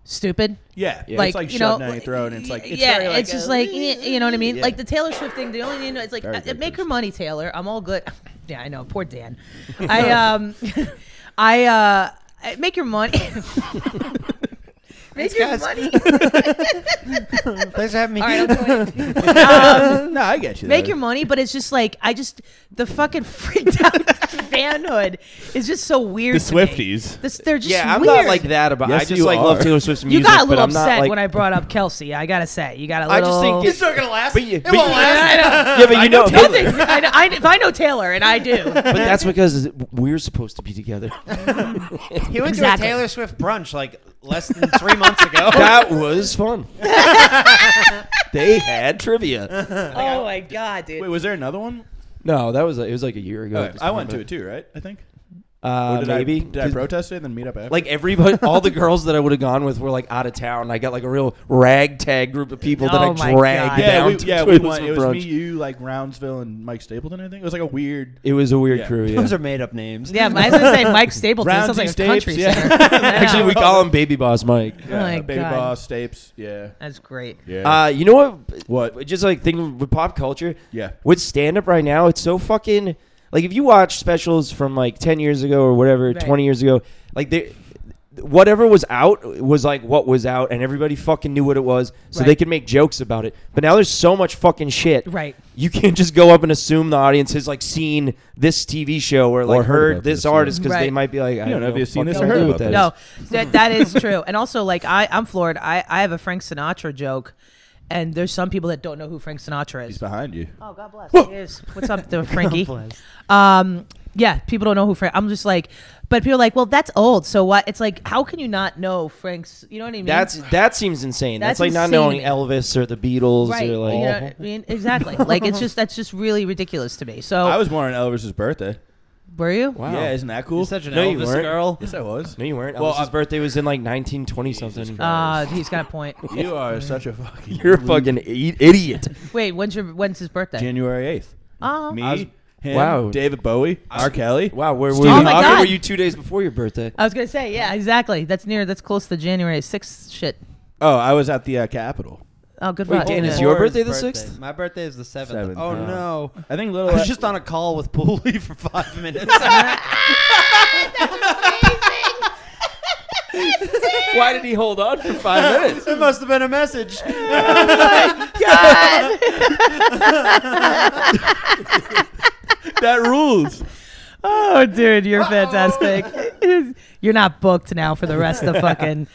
Speaker 1: stupid.
Speaker 4: Yeah, yeah.
Speaker 1: Like,
Speaker 4: it's like
Speaker 1: you
Speaker 4: shoved
Speaker 1: know,
Speaker 4: down your throat, and it's like, it's
Speaker 1: yeah,
Speaker 4: very like,
Speaker 1: it's just
Speaker 4: uh,
Speaker 1: like eh, you know what I mean.
Speaker 4: Yeah.
Speaker 1: Like the Taylor Swift thing. The only thing you know, it's like
Speaker 4: Very
Speaker 1: uh,
Speaker 4: good
Speaker 1: make her
Speaker 4: person.
Speaker 1: money, Taylor. I'm all good. Yeah, I know. Poor Dan. I um, I uh, I- make your money. make your money.
Speaker 5: Thanks for having me.
Speaker 1: All right, I'll go in.
Speaker 4: no, I get you.
Speaker 1: make
Speaker 4: though.
Speaker 1: your money, but it's just like I just the fucking freaked out fanhood is just so weird.
Speaker 4: the
Speaker 1: to me.
Speaker 4: Swifties.
Speaker 1: This, they're just
Speaker 3: Yeah, I'm
Speaker 1: weird.
Speaker 3: not like that about.
Speaker 4: Yes,
Speaker 3: I just
Speaker 4: you
Speaker 3: like
Speaker 4: are.
Speaker 3: love Taylor Swift's
Speaker 1: You
Speaker 3: music.
Speaker 1: got a little
Speaker 3: but I'm not,
Speaker 1: upset
Speaker 3: like-
Speaker 1: when I brought up Kelsey. I gotta say, you got a
Speaker 3: I
Speaker 1: little.
Speaker 3: just think it's
Speaker 5: not gonna last.
Speaker 3: But you-
Speaker 5: it
Speaker 3: but
Speaker 5: won't
Speaker 3: you-
Speaker 5: last.
Speaker 3: yeah, but you know,
Speaker 1: Nothing. I, know- I, if I know Taylor, and I do.
Speaker 3: but that's because we're supposed to be together.
Speaker 5: He went
Speaker 1: Exactly.
Speaker 5: to a Taylor Swift brunch like less than three months ago.
Speaker 3: that was fun. they had trivia.
Speaker 1: Oh my god, dude!
Speaker 4: Wait, was there another one?
Speaker 3: No, that was like, it was like a year ago. at this
Speaker 4: I
Speaker 3: time,
Speaker 4: went to
Speaker 3: but-
Speaker 4: it too, right? I think.
Speaker 3: Uh,
Speaker 4: Or did
Speaker 3: maybe
Speaker 4: I, did I
Speaker 3: 'Cause,
Speaker 4: protest it and then meet up after?
Speaker 3: Like everybody, all the girls that I would have gone with were like out of town. I got like a real ragtag group of people that
Speaker 1: Oh
Speaker 3: I
Speaker 1: my
Speaker 3: dragged
Speaker 1: God.
Speaker 4: yeah,
Speaker 3: down.
Speaker 4: we,
Speaker 3: to
Speaker 4: yeah, we
Speaker 3: Taylor Swift
Speaker 4: went. It was
Speaker 3: brunch.
Speaker 4: me, you, like Roundsville, and Mike Stapleton. I think it was like a weird.
Speaker 3: It was a weird
Speaker 4: Yeah.
Speaker 3: crew. Yeah.
Speaker 5: Those are made up names.
Speaker 1: yeah, I was gonna say Mike Stapleton. That sounds
Speaker 4: Roundsy
Speaker 1: like a
Speaker 4: Stapes,
Speaker 1: country
Speaker 4: yeah.
Speaker 1: singer.
Speaker 3: Actually, we call him Baby Boss Mike.
Speaker 4: Yeah,
Speaker 1: my
Speaker 4: baby
Speaker 1: God.
Speaker 4: boss Stapes. Yeah,
Speaker 1: That's great.
Speaker 4: yeah.
Speaker 3: Uh, you know what?
Speaker 4: What?
Speaker 3: Just like thinking with pop culture.
Speaker 4: Yeah.
Speaker 3: With stand up right now, it's so fucking like if you watch specials from like ten years ago or whatever,
Speaker 1: Right.
Speaker 3: twenty years ago, like they. Whatever was out was like what was out, and everybody fucking knew what it was, so they
Speaker 1: Right.
Speaker 3: could make jokes about it. But now there's so much fucking shit.
Speaker 1: Right.
Speaker 3: You can't just go up and assume the audience has like seen this TV show or like
Speaker 4: Or heard
Speaker 3: heard,
Speaker 4: about
Speaker 3: this
Speaker 4: this, yeah.
Speaker 3: artist because they
Speaker 1: Right.
Speaker 3: might be like, I
Speaker 4: don't know if you've seen
Speaker 3: fucking
Speaker 4: this
Speaker 1: or
Speaker 3: idea
Speaker 1: heard
Speaker 3: what
Speaker 4: about
Speaker 3: that
Speaker 4: this.
Speaker 3: is.
Speaker 1: No, that that is true. And also, like I, I'm floored. I, I have a Frank Sinatra joke, and there's some people that don't know who Frank Sinatra
Speaker 4: He's
Speaker 1: is.
Speaker 4: behind you.
Speaker 1: Oh, God bless. He is. What's up, there, Frankie? Um, yeah, people don't know who Frank. I'm just like, but people are like, well, that's old. So what? It's like, how can you not know Frank's? You know what I mean?
Speaker 3: That's that seems insane.
Speaker 1: That's
Speaker 3: That's, like not
Speaker 1: insane to
Speaker 3: knowing
Speaker 1: me.
Speaker 3: Elvis or the Beatles
Speaker 1: right.
Speaker 3: or
Speaker 1: you
Speaker 3: like Oh.
Speaker 1: know what I mean? Exactly. like it's just that's just really ridiculous to me. So
Speaker 4: I was born on Elvis's birthday.
Speaker 1: were you?
Speaker 3: wow.
Speaker 4: Yeah, isn't that cool?
Speaker 5: You're such an
Speaker 3: No, you
Speaker 5: Elvis
Speaker 3: weren't.
Speaker 5: girl. uh,
Speaker 4: yes, I was.
Speaker 3: No, you weren't.
Speaker 4: Well,
Speaker 3: Elvis's
Speaker 4: I-
Speaker 3: birthday was in like 1920 something.
Speaker 1: Uh, he's got a point.
Speaker 4: You are such a fucking.
Speaker 3: You're a fucking i- idiot.
Speaker 1: Wait, when's your when's his birthday?
Speaker 4: January eighth.
Speaker 1: oh,
Speaker 4: Me,
Speaker 1: I was,
Speaker 4: him,
Speaker 3: Wow.
Speaker 4: David Bowie, R. Kelly.
Speaker 3: Wow, where were
Speaker 4: Stephen
Speaker 1: Oh
Speaker 3: you?
Speaker 1: my
Speaker 3: How
Speaker 1: God.
Speaker 3: were you two days before your birthday?
Speaker 1: I was gonna say, yeah, exactly. That's near. That's close to January sixth. Shit.
Speaker 4: Oh, I was at the uh, Capitol.
Speaker 1: Oh, good
Speaker 3: Wait,
Speaker 1: luck.
Speaker 3: Dan, is
Speaker 1: Yeah.
Speaker 3: your
Speaker 5: Laura's
Speaker 3: birthday the 6th?
Speaker 5: My birthday is the seventh.
Speaker 4: Seventh,
Speaker 5: Oh
Speaker 4: yeah.
Speaker 5: no!
Speaker 4: I think
Speaker 5: I
Speaker 4: little.
Speaker 5: was just on a call with Pooley for five minutes.
Speaker 3: Why did he hold on for five minutes?
Speaker 5: it must have been a message.
Speaker 1: Oh
Speaker 4: that rules.
Speaker 1: Oh, dude, you're fantastic. you're not booked now for the rest of fucking.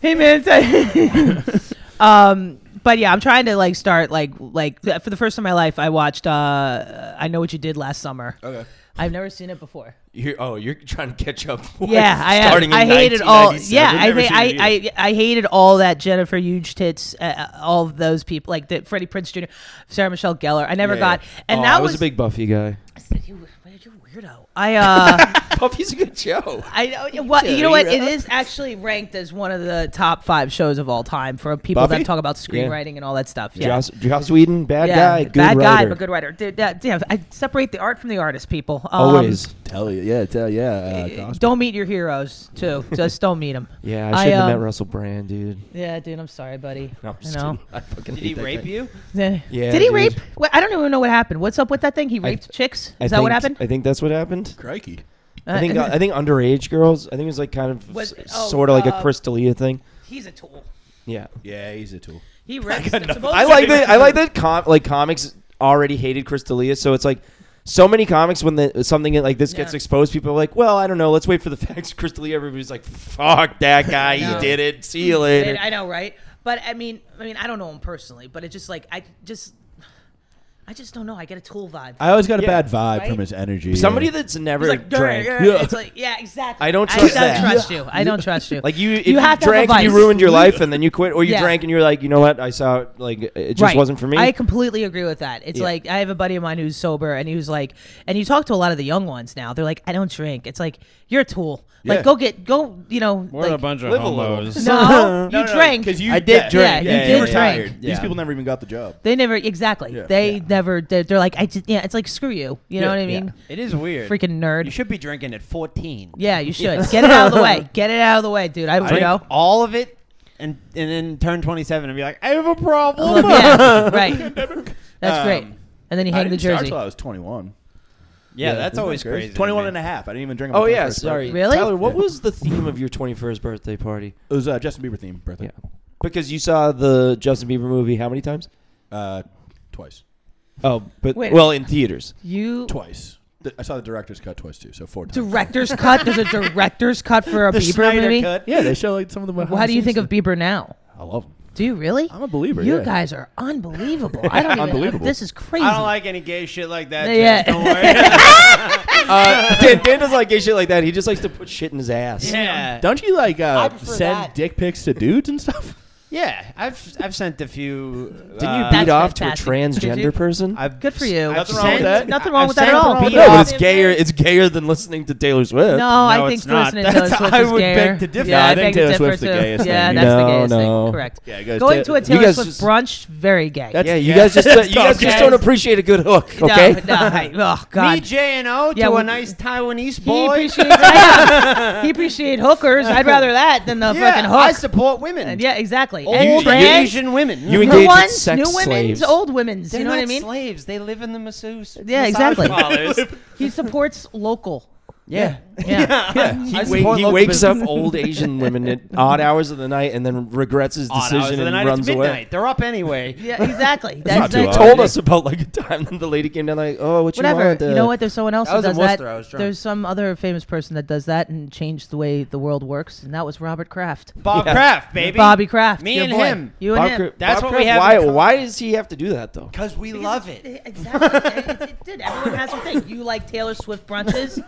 Speaker 1: hey man. um, but yeah, I'm trying to like start like like for the first time in my life, I watched uh, I know what you did last summer.
Speaker 4: Okay.
Speaker 1: I've never seen it before.
Speaker 3: You're, oh, you're trying to catch up. for
Speaker 1: Yeah, I am.
Speaker 3: starting in
Speaker 1: I hated all. Yeah,
Speaker 3: 1997.
Speaker 1: I,
Speaker 4: Never
Speaker 1: think
Speaker 4: seen it
Speaker 1: I, I I hated all that Jennifer Huge tits, uh, uh, all of those people, like the Freddie Prince Jr., Sarah Michelle Gellar. I never
Speaker 4: Yeah,
Speaker 1: got, and
Speaker 3: Oh,
Speaker 1: that
Speaker 3: I was, a big Buffy guy.
Speaker 1: You, you weirdo. I uh,
Speaker 3: Buffy's a good show.
Speaker 1: I know. Well, you know what? It is actually ranked as one of the top five shows of all time for people
Speaker 4: Buffy?
Speaker 1: that talk about screenwriting and all that stuff. Yeah.
Speaker 3: Joss, Joss Whedon, bad
Speaker 1: yeah,
Speaker 3: guy, good
Speaker 1: bad guy,
Speaker 3: writer.
Speaker 1: but good writer. Dude, that, damn, I separate the art from the artist, people. Um,
Speaker 3: Always.
Speaker 4: Tell you, yeah, tell yeah. Uh, Cosby.
Speaker 1: Don't meet your heroes, too. Just don't meet them.
Speaker 3: yeah,
Speaker 1: I,
Speaker 3: I shouldn't have
Speaker 1: um,
Speaker 3: met Russell Brand, dude.
Speaker 1: Yeah, dude, I'm sorry, buddy.
Speaker 3: No, I'm
Speaker 1: you
Speaker 3: just
Speaker 1: know?
Speaker 3: kidding. I fucking
Speaker 5: Did he
Speaker 3: hate that
Speaker 5: rape
Speaker 3: guy.
Speaker 5: you?
Speaker 1: Yeah.
Speaker 3: Yeah,
Speaker 1: Did he
Speaker 3: dude.
Speaker 1: rape? Well, I don't even know what happened. What's up with that thing? He raped chicks. Is
Speaker 3: I
Speaker 1: that what
Speaker 3: think-
Speaker 1: happened?
Speaker 3: I think that's what happened.
Speaker 4: Crikey.
Speaker 1: Uh,
Speaker 3: I think I think underage girls. I think it was like kind of
Speaker 1: Was-
Speaker 3: s-
Speaker 1: oh,
Speaker 3: sort of like a
Speaker 1: uh,
Speaker 3: Crystalia thing.
Speaker 1: he's a tool.
Speaker 3: Yeah,
Speaker 4: Yeah, he's a tool.
Speaker 1: He raped. I
Speaker 3: I like that. I like that. Com- like comics already hated Crystalia, so it's like so many comics when the, something like this gets
Speaker 1: Yeah.
Speaker 3: exposed, people are like, "Well, I don't know. Let's wait for the facts." Crystalia, everybody's like, "Fuck that guy.
Speaker 1: know.
Speaker 3: He did it. See you
Speaker 1: I,
Speaker 3: later."
Speaker 1: I know, right? But I mean, I mean, I don't know him personally, but it's just like I just, I just don't know. I get a tool vibe.
Speaker 4: I always got a
Speaker 3: Yeah.
Speaker 4: bad vibe
Speaker 1: Right?
Speaker 4: from his energy.
Speaker 3: Somebody
Speaker 4: yeah.
Speaker 3: that's
Speaker 1: it's
Speaker 3: never
Speaker 1: like,
Speaker 3: drank.
Speaker 1: "Grr, grr."
Speaker 4: Yeah.
Speaker 1: it's like, yeah, exactly.
Speaker 3: I don't
Speaker 1: I
Speaker 3: trust
Speaker 1: don't
Speaker 3: that.
Speaker 1: trust you. I don't trust you.
Speaker 3: Like you, if
Speaker 1: You
Speaker 3: you,
Speaker 1: have to have a
Speaker 3: drank, and you
Speaker 1: vice.
Speaker 3: ruined your life, and then you quit, or you
Speaker 1: Yeah.
Speaker 3: drank and you were like, you know what? I saw it, like it just
Speaker 1: Right.
Speaker 3: wasn't for me.
Speaker 1: I completely agree with that. It's
Speaker 3: Yeah.
Speaker 1: like I have a buddy of mine who's sober, and he was like, and you talk to a lot of the young ones now. They're like, I don't drink. It's like you're a tool. Like
Speaker 4: Yeah.
Speaker 1: go get go. You know,
Speaker 5: We're
Speaker 1: like,
Speaker 5: a bunch of
Speaker 3: live a little.
Speaker 5: homos.
Speaker 1: No, you
Speaker 4: No, no,
Speaker 1: drank.
Speaker 4: 'cause you-
Speaker 5: I did
Speaker 4: yeah,
Speaker 5: drink.
Speaker 1: Yeah, you did
Speaker 4: were
Speaker 1: drink.
Speaker 4: tired. These
Speaker 5: Yeah.
Speaker 4: people never even got the job.
Speaker 1: they never exactly.
Speaker 4: Yeah.
Speaker 1: They never. They're, they're like I. Just, yeah, it's like screw you. You know
Speaker 4: Yeah,
Speaker 1: what I
Speaker 4: yeah.
Speaker 1: mean?
Speaker 5: It is weird.
Speaker 1: Freaking nerd.
Speaker 5: You should be drinking at 14.
Speaker 1: yeah, you should get it out of the way. Get it out of the way, dude. I
Speaker 5: Drink
Speaker 1: you know.
Speaker 5: all of it, and and then turn 27 and be like, I have a problem.
Speaker 1: Well, yeah, right. That's great.
Speaker 4: Um,
Speaker 1: And then you
Speaker 4: I
Speaker 1: hang the
Speaker 4: didn't start
Speaker 1: jersey.
Speaker 4: till I was 21.
Speaker 5: Yeah, that's
Speaker 4: isn't
Speaker 5: always
Speaker 4: that
Speaker 5: crazy. to
Speaker 4: 21
Speaker 5: me.
Speaker 4: and a half. I didn't even drink. on
Speaker 3: oh
Speaker 4: my
Speaker 3: yeah,
Speaker 4: first
Speaker 3: sorry.
Speaker 4: birthday.
Speaker 1: Really?
Speaker 3: Tyler, what
Speaker 4: Yeah.
Speaker 3: was the theme of your 21st birthday party?
Speaker 4: It was uh, Justin Bieber theme birthday.
Speaker 3: Because you saw the Justin Bieber movie how many times?
Speaker 4: Uh, twice.
Speaker 3: Oh, but
Speaker 1: Wait.
Speaker 3: well, in theaters.
Speaker 1: You
Speaker 4: Twice. Th- I saw the director's cut twice too, so four times.
Speaker 1: director's cut. There's a director's cut for a
Speaker 5: The
Speaker 1: Bieber
Speaker 5: Snyder
Speaker 1: movie.
Speaker 5: cut.
Speaker 4: yeah, they show like some of the.
Speaker 1: Well, how do you think of Bieber now?
Speaker 4: I love them.
Speaker 1: Do you really?
Speaker 4: I'm a believer,
Speaker 1: You
Speaker 4: yeah.
Speaker 1: guys are unbelievable. I don't even.
Speaker 4: Unbelievable.
Speaker 1: This is crazy.
Speaker 5: I don't like any gay shit like that.
Speaker 1: Yeah.
Speaker 5: Yeah. Don't worry.
Speaker 3: Uh, Dan, Dan doesn't like gay shit like that. He just likes to put shit in his ass.
Speaker 5: yeah.
Speaker 4: Don't you like
Speaker 1: I
Speaker 4: uh,
Speaker 1: prefer
Speaker 4: send
Speaker 1: that.
Speaker 4: dick pics to dudes and stuff?
Speaker 5: Yeah. I've I've sent a few.
Speaker 3: Didn't you
Speaker 5: uh,
Speaker 3: beat
Speaker 1: That's
Speaker 3: off to a
Speaker 1: fantastic. Did you?
Speaker 3: transgender person?
Speaker 5: I've
Speaker 1: Good for you.
Speaker 5: I've
Speaker 1: Nothing
Speaker 4: wrong with
Speaker 5: sent-
Speaker 4: that.
Speaker 1: Nothing wrong
Speaker 5: I've
Speaker 1: with that at
Speaker 5: sent
Speaker 1: all.
Speaker 5: beat
Speaker 1: No,
Speaker 3: no, but
Speaker 1: off.
Speaker 3: it's gayer. It's gayer than listening to Taylor Swift.
Speaker 1: No, I
Speaker 5: No,
Speaker 1: think
Speaker 5: it's not.
Speaker 1: listening
Speaker 5: That's-
Speaker 1: to Taylor Swift
Speaker 5: I
Speaker 1: is
Speaker 5: would
Speaker 1: gayer.
Speaker 5: beg to differ.
Speaker 1: Yeah,
Speaker 4: No, I
Speaker 1: I
Speaker 4: think
Speaker 1: beg to
Speaker 4: Taylor
Speaker 1: differ
Speaker 4: Swift's the
Speaker 1: too.
Speaker 4: gayest
Speaker 1: Yeah,
Speaker 4: thing.
Speaker 1: that's the
Speaker 3: No,
Speaker 1: gayest
Speaker 3: no.
Speaker 1: thing. Correct.
Speaker 4: Yeah, guys,
Speaker 1: Going
Speaker 4: Ta-
Speaker 1: to a
Speaker 4: you
Speaker 1: Taylor
Speaker 3: guys
Speaker 1: Swift
Speaker 3: just-
Speaker 1: brunch, very gay.
Speaker 4: That's-
Speaker 3: yeah, you
Speaker 4: yeah.
Speaker 3: guys just you guys
Speaker 4: Tough
Speaker 3: just
Speaker 4: guys.
Speaker 3: don't appreciate a good hook.
Speaker 1: No,
Speaker 3: Okay.
Speaker 1: no, I- oh
Speaker 5: Me,
Speaker 1: God.
Speaker 5: J and O to
Speaker 1: Yeah, we-
Speaker 5: a nice Taiwanese
Speaker 1: he
Speaker 5: boy.
Speaker 1: appreciates. I know. He appreciates hookers. I'd rather that than the
Speaker 5: yeah,
Speaker 1: fucking hook.
Speaker 5: I Oh, support women.
Speaker 1: And yeah, exactly.
Speaker 5: Old
Speaker 1: and trans,
Speaker 5: Asian women.
Speaker 3: You
Speaker 1: new
Speaker 3: engage with
Speaker 1: ones,
Speaker 3: sex
Speaker 1: new women's,
Speaker 3: slaves.
Speaker 1: old women's.
Speaker 5: They're
Speaker 1: you know
Speaker 5: not
Speaker 1: what I mean?
Speaker 5: slaves. They live in the masseuse.
Speaker 1: Yeah,
Speaker 5: massage
Speaker 1: exactly.
Speaker 5: parlors.
Speaker 1: He supports local.
Speaker 5: yeah.
Speaker 1: Yeah.
Speaker 3: He, wa- he wakes up old Asian women at odd hours of the night and then regrets his decision and runs away.
Speaker 5: They're up anyway.
Speaker 1: Yeah, exactly.
Speaker 4: not
Speaker 1: That's
Speaker 4: too
Speaker 1: like,
Speaker 4: hard.
Speaker 3: Told us about like a time that the lady came down like, oh, what you
Speaker 1: whatever.
Speaker 3: want?
Speaker 1: You,
Speaker 3: uh,
Speaker 1: know what? There's someone else
Speaker 5: That
Speaker 1: who
Speaker 5: was
Speaker 1: does
Speaker 5: in
Speaker 1: that.
Speaker 5: Worcester. I was drunk.
Speaker 1: There's some other famous person that does that and changed the way the world works, and that was Robert Kraft.
Speaker 5: Bob
Speaker 3: Yeah.
Speaker 5: Kraft, baby.
Speaker 1: Bobby Kraft.
Speaker 5: Me
Speaker 1: your
Speaker 5: and
Speaker 1: boy.
Speaker 5: him.
Speaker 1: You and
Speaker 3: Bob
Speaker 1: him.
Speaker 3: Cra-
Speaker 5: That's
Speaker 3: Bob
Speaker 5: what we
Speaker 3: Craft,
Speaker 5: have in
Speaker 3: Why?
Speaker 5: common.
Speaker 3: Why does he have to do that though?
Speaker 5: Because we love it.
Speaker 1: Exactly. it, it, it did. Everyone has their thing. You like Taylor Swift brunches?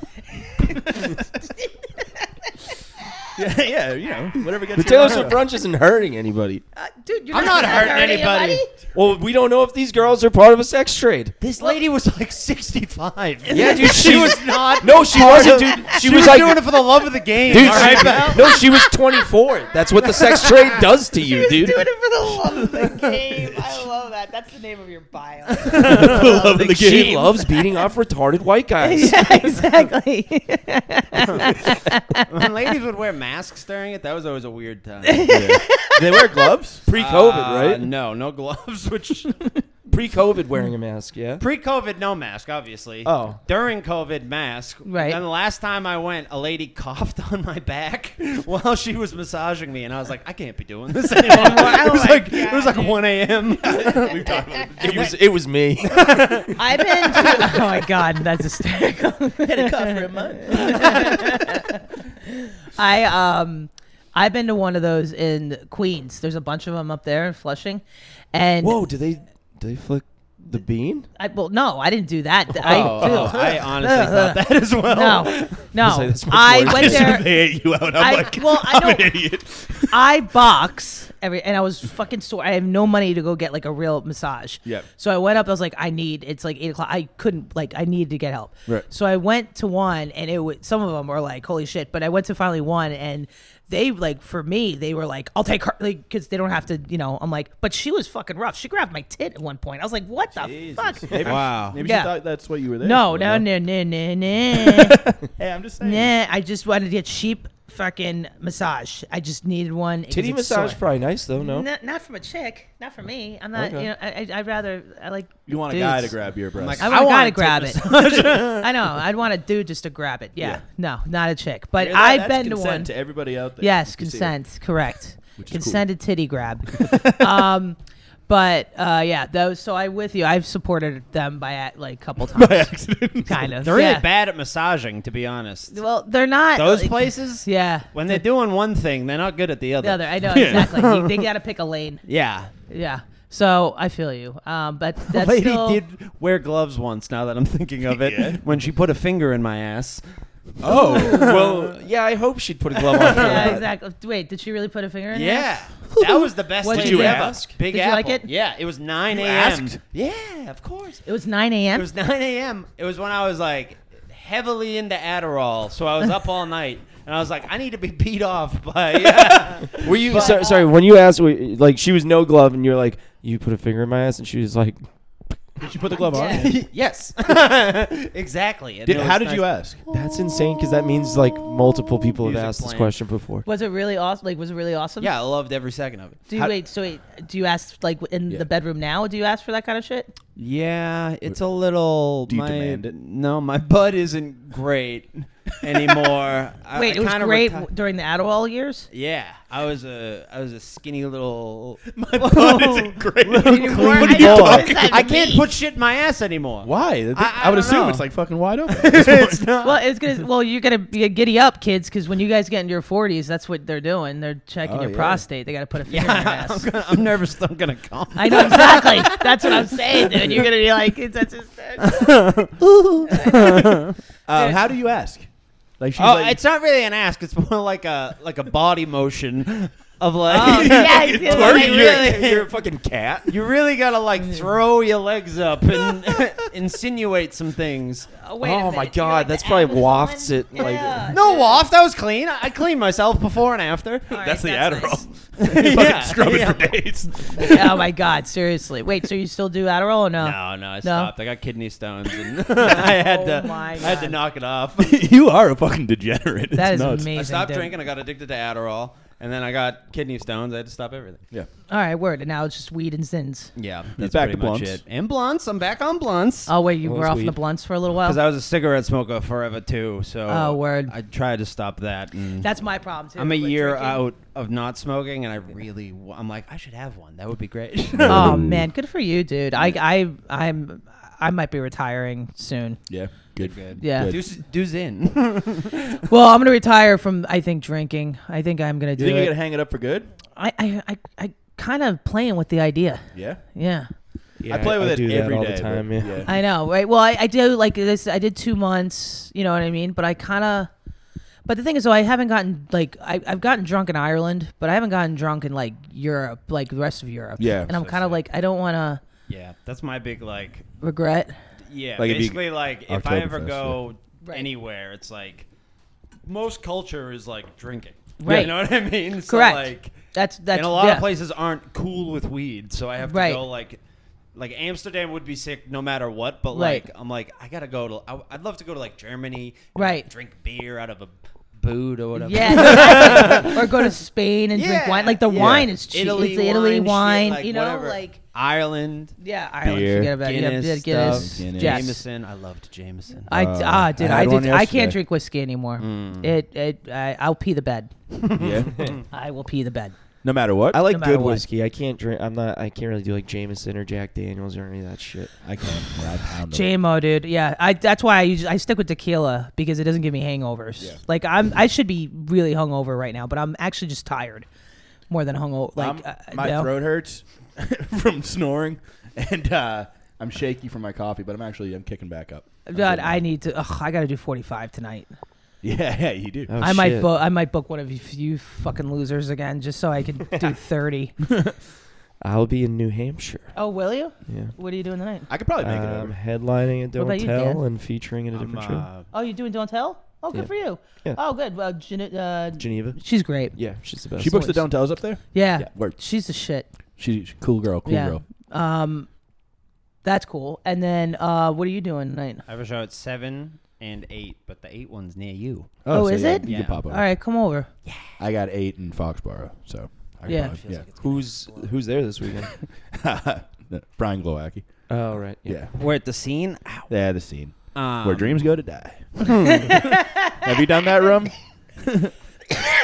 Speaker 4: yeah, yeah, you know, whatever gets
Speaker 3: The
Speaker 4: you
Speaker 3: Taylor
Speaker 4: laugh.
Speaker 3: Swift brunch isn't hurting anybody.
Speaker 1: Uh, dude, you're
Speaker 5: I'm
Speaker 1: not,
Speaker 5: not
Speaker 1: gonna
Speaker 5: hurting
Speaker 1: hurt
Speaker 5: anybody.
Speaker 3: Well, we don't know if these girls are part of a sex trade.
Speaker 5: This lady was like 65.
Speaker 3: Yeah, dude,
Speaker 5: she
Speaker 3: she's-
Speaker 5: was not.
Speaker 3: No, she wasn't, dude.
Speaker 5: She
Speaker 3: She,
Speaker 5: was,
Speaker 3: was, like,
Speaker 5: doing it for the love of the game.
Speaker 3: dude,
Speaker 5: all
Speaker 3: she-
Speaker 5: right, pal?
Speaker 3: no, she was 24. That's what the sex trade does to you, dude.
Speaker 1: Doing it for the love of the game. I love that. That's the name of your bio.
Speaker 4: Love the
Speaker 3: She
Speaker 4: game.
Speaker 3: loves beating off retarded white guys.
Speaker 1: yeah, exactly.
Speaker 5: When ladies would wear masks during it, that was always a weird time. Pre-COVID,
Speaker 4: they wear gloves.
Speaker 3: Pre-COVID, right?
Speaker 5: Ah, No, no gloves. Which
Speaker 3: Pre-COVID, wearing a mask. Yeah.
Speaker 5: pre-COVID, no mask, obviously.
Speaker 3: Oh.
Speaker 5: During COVID, mask.
Speaker 1: Right.
Speaker 5: And the last time I went, a lady coughed on my back while she was massaging me, and I was like, I can't be doing this anymore. it was like it was like 1 a.m.
Speaker 3: It was. It was me.
Speaker 1: I've been. To, oh my god, that's hysterical. I um, I've been to one of those in Queens. There's a bunch of them up there in Flushing, and
Speaker 3: Whoa! Do they? Do they flick? The bean?
Speaker 1: I well, no, I didn't do that. I,
Speaker 5: Oh, oh, I honestly thought that as well.
Speaker 1: No,
Speaker 3: Say
Speaker 1: no,
Speaker 3: that's much
Speaker 1: I
Speaker 3: more
Speaker 1: went there.
Speaker 4: they ate you out. I'm
Speaker 1: I-
Speaker 4: like,
Speaker 1: well, I
Speaker 4: I'm an
Speaker 1: don't-
Speaker 4: idiot.
Speaker 1: I box every, and I was fucking sore. I have no money to go get like a real massage.
Speaker 4: Yep.
Speaker 1: So I went up. I was like, I need. It's like eight o'clock. I couldn't. Like, I needed to get help.
Speaker 4: Right.
Speaker 1: So I went to one, and it was some of them were like, holy shit. But I went to finally one, and they like for me, they were like, I'll take her, like, because they don't have to, you know. I'm like, but she was fucking rough. She grabbed my tit at one point. I was like, what the fuck?
Speaker 5: Wow.
Speaker 4: Maybe
Speaker 1: Yeah.
Speaker 4: she thought that's what you were there.
Speaker 1: No,
Speaker 4: for,
Speaker 1: no,
Speaker 4: though.
Speaker 1: no, no, no, no.
Speaker 4: Hey, I'm just saying.
Speaker 1: Nah, I just wanted to get cheap fucking massage. I just needed one. It
Speaker 3: Titty
Speaker 1: gets
Speaker 3: massage
Speaker 1: sore.
Speaker 3: probably nice though. No.
Speaker 1: Not, not from a chick. Not from me. I'm not.
Speaker 3: Okay.
Speaker 1: You know, I, I- I'd rather. I like.
Speaker 4: You want a
Speaker 1: dudes.
Speaker 4: guy to grab your breast?
Speaker 5: like,
Speaker 1: I
Speaker 5: I
Speaker 1: want a
Speaker 5: want
Speaker 1: guy
Speaker 5: a
Speaker 1: to
Speaker 5: tit
Speaker 1: grab it. I know. I'd want a dude just to grab it. Yeah.
Speaker 4: Yeah.
Speaker 1: No, not a chick. But
Speaker 4: Yeah, that-
Speaker 1: I've
Speaker 4: that's
Speaker 1: been to
Speaker 4: consent
Speaker 1: one.
Speaker 4: To everybody out there.
Speaker 1: Yes,
Speaker 4: You can see
Speaker 1: consent. Correct.
Speaker 4: Which is cool.
Speaker 1: Consented titty grab. um, but uh, yeah, those. So I with you. I've supported them by at, like a couple
Speaker 4: it.
Speaker 1: times.
Speaker 4: By accident.
Speaker 1: Kind of.
Speaker 5: They're really
Speaker 1: yeah.
Speaker 5: bad at massaging, to be honest.
Speaker 1: Well, they're not
Speaker 5: Those
Speaker 1: like-
Speaker 5: places,
Speaker 1: Yeah.
Speaker 5: when they're doing one thing, they're not good at the other.
Speaker 1: The other, I know exactly. You- they got to pick a lane.
Speaker 5: Yeah.
Speaker 1: Yeah. So I feel you. Um, but
Speaker 5: The
Speaker 1: that's
Speaker 5: lady
Speaker 1: still,
Speaker 5: did wear gloves once, now that I'm thinking of it, when she put a finger in my ass.
Speaker 4: Oh,
Speaker 3: well, yeah. I hope she'd put a glove on. for
Speaker 1: Yeah,
Speaker 3: that.
Speaker 1: exactly. Wait, did she really put a finger in? it?
Speaker 5: Yeah. That was the best
Speaker 1: What
Speaker 5: lady
Speaker 1: did you
Speaker 5: ever.
Speaker 4: ask?
Speaker 5: Big
Speaker 1: Did you
Speaker 5: Apple.
Speaker 1: like it?
Speaker 5: Yeah, it was 9
Speaker 4: You
Speaker 5: a.m.
Speaker 4: asked?
Speaker 5: Yeah, of course.
Speaker 1: It was 9 a.m.
Speaker 5: It was 9 a.m. It was when I was like heavily into Adderall, so I was up all night, and I was like, I need to be beat off by. uh,
Speaker 3: Were you sorry, sorry? When you asked, were you- like she was no glove, and you're like, you put a finger in my ass, and she was like,
Speaker 4: did you put the glove on?
Speaker 1: Yeah.
Speaker 5: yes, exactly. And
Speaker 4: Did,
Speaker 5: it was
Speaker 4: how did
Speaker 5: nice.
Speaker 4: you ask?
Speaker 3: that's insane because that means like multiple people have
Speaker 5: Music
Speaker 3: asked this
Speaker 5: playing.
Speaker 3: question before.
Speaker 1: Was it really awesome? Like, was it really awesome?
Speaker 5: Yeah, I loved every second of it.
Speaker 1: Do you,
Speaker 4: How-
Speaker 1: wait, so wait, do you ask, like, in
Speaker 4: Yeah.
Speaker 1: the bedroom now? Do you ask for that kind of shit?
Speaker 5: Yeah, it's a little.
Speaker 4: you
Speaker 5: my,
Speaker 4: demand it?
Speaker 5: No, my butt isn't great anymore. I-
Speaker 1: wait, it
Speaker 5: I
Speaker 1: was
Speaker 5: kinda uh,
Speaker 1: great
Speaker 5: reti-
Speaker 1: w- during the Adderall years?
Speaker 5: yeah, I was a I was a skinny little.
Speaker 4: great.
Speaker 1: What
Speaker 5: I,
Speaker 3: talking
Speaker 5: I can't put shit in my ass anymore.
Speaker 4: Why? That-
Speaker 5: I- I
Speaker 4: would
Speaker 5: don't
Speaker 4: assume
Speaker 5: know.
Speaker 4: it's like fucking wide open.
Speaker 5: it's not.
Speaker 1: Well, it's gonna. Well, you're gonna be a giddy up, kids, because when you guys get in your 40s, that's what they're doing. They're checking
Speaker 4: Oh,
Speaker 1: your
Speaker 4: yeah.
Speaker 1: prostate. They got to put a finger in your
Speaker 5: yeah, I'm,
Speaker 1: ass.
Speaker 5: gonna, I'm nervous. that I'm gonna come.
Speaker 1: I know exactly. that's what I'm saying, dude. You're gonna be like, it's, that's just.
Speaker 4: Um, how do you ask? Like she's
Speaker 5: Oh,
Speaker 4: like,
Speaker 5: it's not really an ask. It's more like a like a body motion of like.
Speaker 1: Oh, yeah, it's
Speaker 5: Like,
Speaker 1: like-
Speaker 5: you really, you're a fucking cat. You really gotta like throw your legs up and insinuate some things.
Speaker 1: Oh, wait a
Speaker 3: Oh my
Speaker 1: minute, you're
Speaker 3: god,
Speaker 1: like
Speaker 3: that's
Speaker 1: the
Speaker 3: probably
Speaker 1: Amazon?
Speaker 3: wafts it.
Speaker 1: Yeah.
Speaker 3: Like
Speaker 5: No waft. That was clean. I, I cleaned myself before and after.
Speaker 1: All right,
Speaker 4: that's the
Speaker 1: nice.
Speaker 4: Adderall.
Speaker 5: yeah.
Speaker 4: Scrubbing
Speaker 5: yeah.
Speaker 4: for days.
Speaker 1: oh my god, seriously. Wait, so you still do Adderall or no?
Speaker 5: No, no, I stopped. I got kidney stones, and I had to.
Speaker 1: Oh my
Speaker 5: I had to
Speaker 1: God.
Speaker 5: knock it off.
Speaker 4: you are a fucking degenerate. It's
Speaker 1: That is
Speaker 4: nuts.
Speaker 1: amazing.
Speaker 5: I stopped
Speaker 1: dude.
Speaker 5: drinking. I got addicted to Adderall, and then I got kidney stones. I had to stop everything.
Speaker 4: Yeah.
Speaker 1: All right, word. And now it's just weed and zins.
Speaker 5: Yeah,
Speaker 4: He's
Speaker 5: that's
Speaker 4: back
Speaker 5: pretty
Speaker 4: to
Speaker 5: much
Speaker 4: blunts.
Speaker 5: it. And blunts. I'm back on blunts.
Speaker 1: Oh wait, you
Speaker 3: Well,
Speaker 1: were
Speaker 3: it's
Speaker 1: off the
Speaker 3: weed.
Speaker 1: blunts for a little
Speaker 5: because
Speaker 1: while.
Speaker 5: I was a cigarette smoker forever too. So
Speaker 1: Oh, word.
Speaker 5: I tried to stop that. And
Speaker 1: That's my problem too.
Speaker 5: I'm a
Speaker 1: with
Speaker 5: year
Speaker 1: drinking.
Speaker 5: out of not smoking, and I really w- I'm like I should have one. That would be great.
Speaker 1: Oh man, good for you, dude. I I I'm I might be retiring soon.
Speaker 4: Yeah. Good.
Speaker 5: Good.
Speaker 1: Yeah.
Speaker 4: Good.
Speaker 5: Deuce, deuce in.
Speaker 1: Well, I'm gonna retire from I think drinking. I think I'm gonna
Speaker 4: You
Speaker 1: do
Speaker 4: think you're
Speaker 1: it.
Speaker 4: gonna hang it up for good?
Speaker 1: I I I, I kind of playing with the idea.
Speaker 4: Yeah.
Speaker 1: Yeah.
Speaker 3: yeah,
Speaker 4: I play with
Speaker 3: I
Speaker 4: it
Speaker 3: do
Speaker 4: every
Speaker 3: that all
Speaker 4: day,
Speaker 3: the
Speaker 4: but
Speaker 3: time. Yeah.
Speaker 4: yeah.
Speaker 1: I know, right? Well, I, I do like this. I did two months, you know what I mean? But I kind of. But the thing is, though, I haven't gotten like I, I've gotten drunk in Ireland, but I haven't gotten drunk in like Europe, like the rest of Europe.
Speaker 4: Yeah.
Speaker 1: and I'm
Speaker 5: So
Speaker 1: kind of
Speaker 5: sad.
Speaker 1: like I don't want to
Speaker 5: yeah, that's my big like.
Speaker 1: regret.
Speaker 5: Yeah,
Speaker 4: Like, it'd be
Speaker 5: basically like if I ever
Speaker 4: Oktoberfest,
Speaker 5: go
Speaker 1: yeah. Right.
Speaker 5: anywhere, it's like most culture is like drinking.
Speaker 1: Right.
Speaker 5: You know what I mean? So,
Speaker 1: Correct.
Speaker 5: Like,
Speaker 1: That's that's
Speaker 5: and a lot
Speaker 1: yeah.
Speaker 5: of places aren't cool with weed, so I have to
Speaker 1: Right.
Speaker 5: go like, like Amsterdam would be sick no matter what. But
Speaker 1: Right.
Speaker 5: like, I'm like, I gotta go to. I, I'd love to go to like Germany, and,
Speaker 1: Right.
Speaker 5: like, drink beer out of a boot or whatever.
Speaker 1: Yeah, exactly. or go to Spain and drink wine. Like the
Speaker 5: yeah.
Speaker 1: wine is cheap.
Speaker 5: Italy,
Speaker 1: it's Italy
Speaker 5: wine,
Speaker 1: wine,
Speaker 5: shit, like,
Speaker 1: you know,
Speaker 5: whatever.
Speaker 1: like
Speaker 5: Ireland,
Speaker 1: yeah, Ireland.
Speaker 3: Beer.
Speaker 1: Forget about
Speaker 5: Guinness,
Speaker 1: it. Yeah, Guinness.
Speaker 5: stuff,
Speaker 4: Guinness.
Speaker 1: Yes.
Speaker 5: Jameson. I loved Jameson.
Speaker 1: I
Speaker 4: Uh,
Speaker 1: ah dude,
Speaker 4: I
Speaker 1: I,
Speaker 4: had one
Speaker 1: just I can't
Speaker 4: yesterday.
Speaker 1: drink whiskey anymore.
Speaker 5: Mm.
Speaker 1: It it I, I'll pee the bed.
Speaker 4: yeah.
Speaker 1: I will pee the bed.
Speaker 4: no matter what.
Speaker 3: I like
Speaker 1: No matter
Speaker 3: good
Speaker 1: what.
Speaker 3: whiskey. I can't drink. I'm not. I can't really do like Jameson or Jack Daniels or any of that shit.
Speaker 4: I can't. I pound them.
Speaker 1: JMO, dude. Yeah, I that's why I use, I stick with tequila because it doesn't give me hangovers. Like I'm I should be really hungover right now, but I'm actually just tired more than hungover. Like
Speaker 4: I'm-
Speaker 1: uh,
Speaker 4: my
Speaker 1: no.
Speaker 4: throat hurts from snoring, and uh, I'm shaky from my coffee, but I'm actually I'm kicking back up. I'm
Speaker 1: God,
Speaker 4: good.
Speaker 1: I need to. Ugh, I got to do 45 tonight.
Speaker 4: yeah, yeah, you do.
Speaker 3: Oh,
Speaker 1: I might
Speaker 3: shit.
Speaker 1: book. I might book one of you, you fucking losers again, just so I can do 30.
Speaker 3: I'll be in New Hampshire.
Speaker 1: Oh, will you?
Speaker 3: Yeah.
Speaker 1: What are you doing tonight?
Speaker 4: I could probably make it
Speaker 3: I'm
Speaker 4: over.
Speaker 3: Um,
Speaker 4: uh,
Speaker 3: headlining at
Speaker 1: What about
Speaker 3: Don't
Speaker 1: you,
Speaker 3: Tell
Speaker 1: Dan?
Speaker 3: and featuring in a different show.
Speaker 1: Oh, you're doing Don't Tell. Oh, good
Speaker 3: Yeah.
Speaker 1: for you.
Speaker 3: Yeah.
Speaker 1: Oh, good. Well, Jan- uh,
Speaker 3: Geneva.
Speaker 1: she's great.
Speaker 3: Yeah, she's the best.
Speaker 4: she books the down tells up there.
Speaker 1: Yeah.
Speaker 4: Yeah, word.
Speaker 1: She's a shit.
Speaker 4: She, she cool girl, cool
Speaker 1: yeah.
Speaker 4: girl.
Speaker 1: Um, that's cool. And then, uh, what are you doing tonight?
Speaker 5: I have a show at seven and eight, but the eight one's near you.
Speaker 1: Oh, is
Speaker 4: yeah,
Speaker 1: it?
Speaker 4: You
Speaker 5: Yeah.
Speaker 4: can pop over.
Speaker 1: All right, come over.
Speaker 4: I got eight in Foxborough, so I can
Speaker 1: Yeah.
Speaker 4: probably-
Speaker 5: Feels like it's
Speaker 3: Who's who's there this weekend?
Speaker 4: No, Brian Glowacki.
Speaker 3: oh right. Yeah.
Speaker 5: We're at the scene. Ow.
Speaker 4: Yeah, the scene
Speaker 5: Um,
Speaker 4: where dreams go to die. Have you done that room?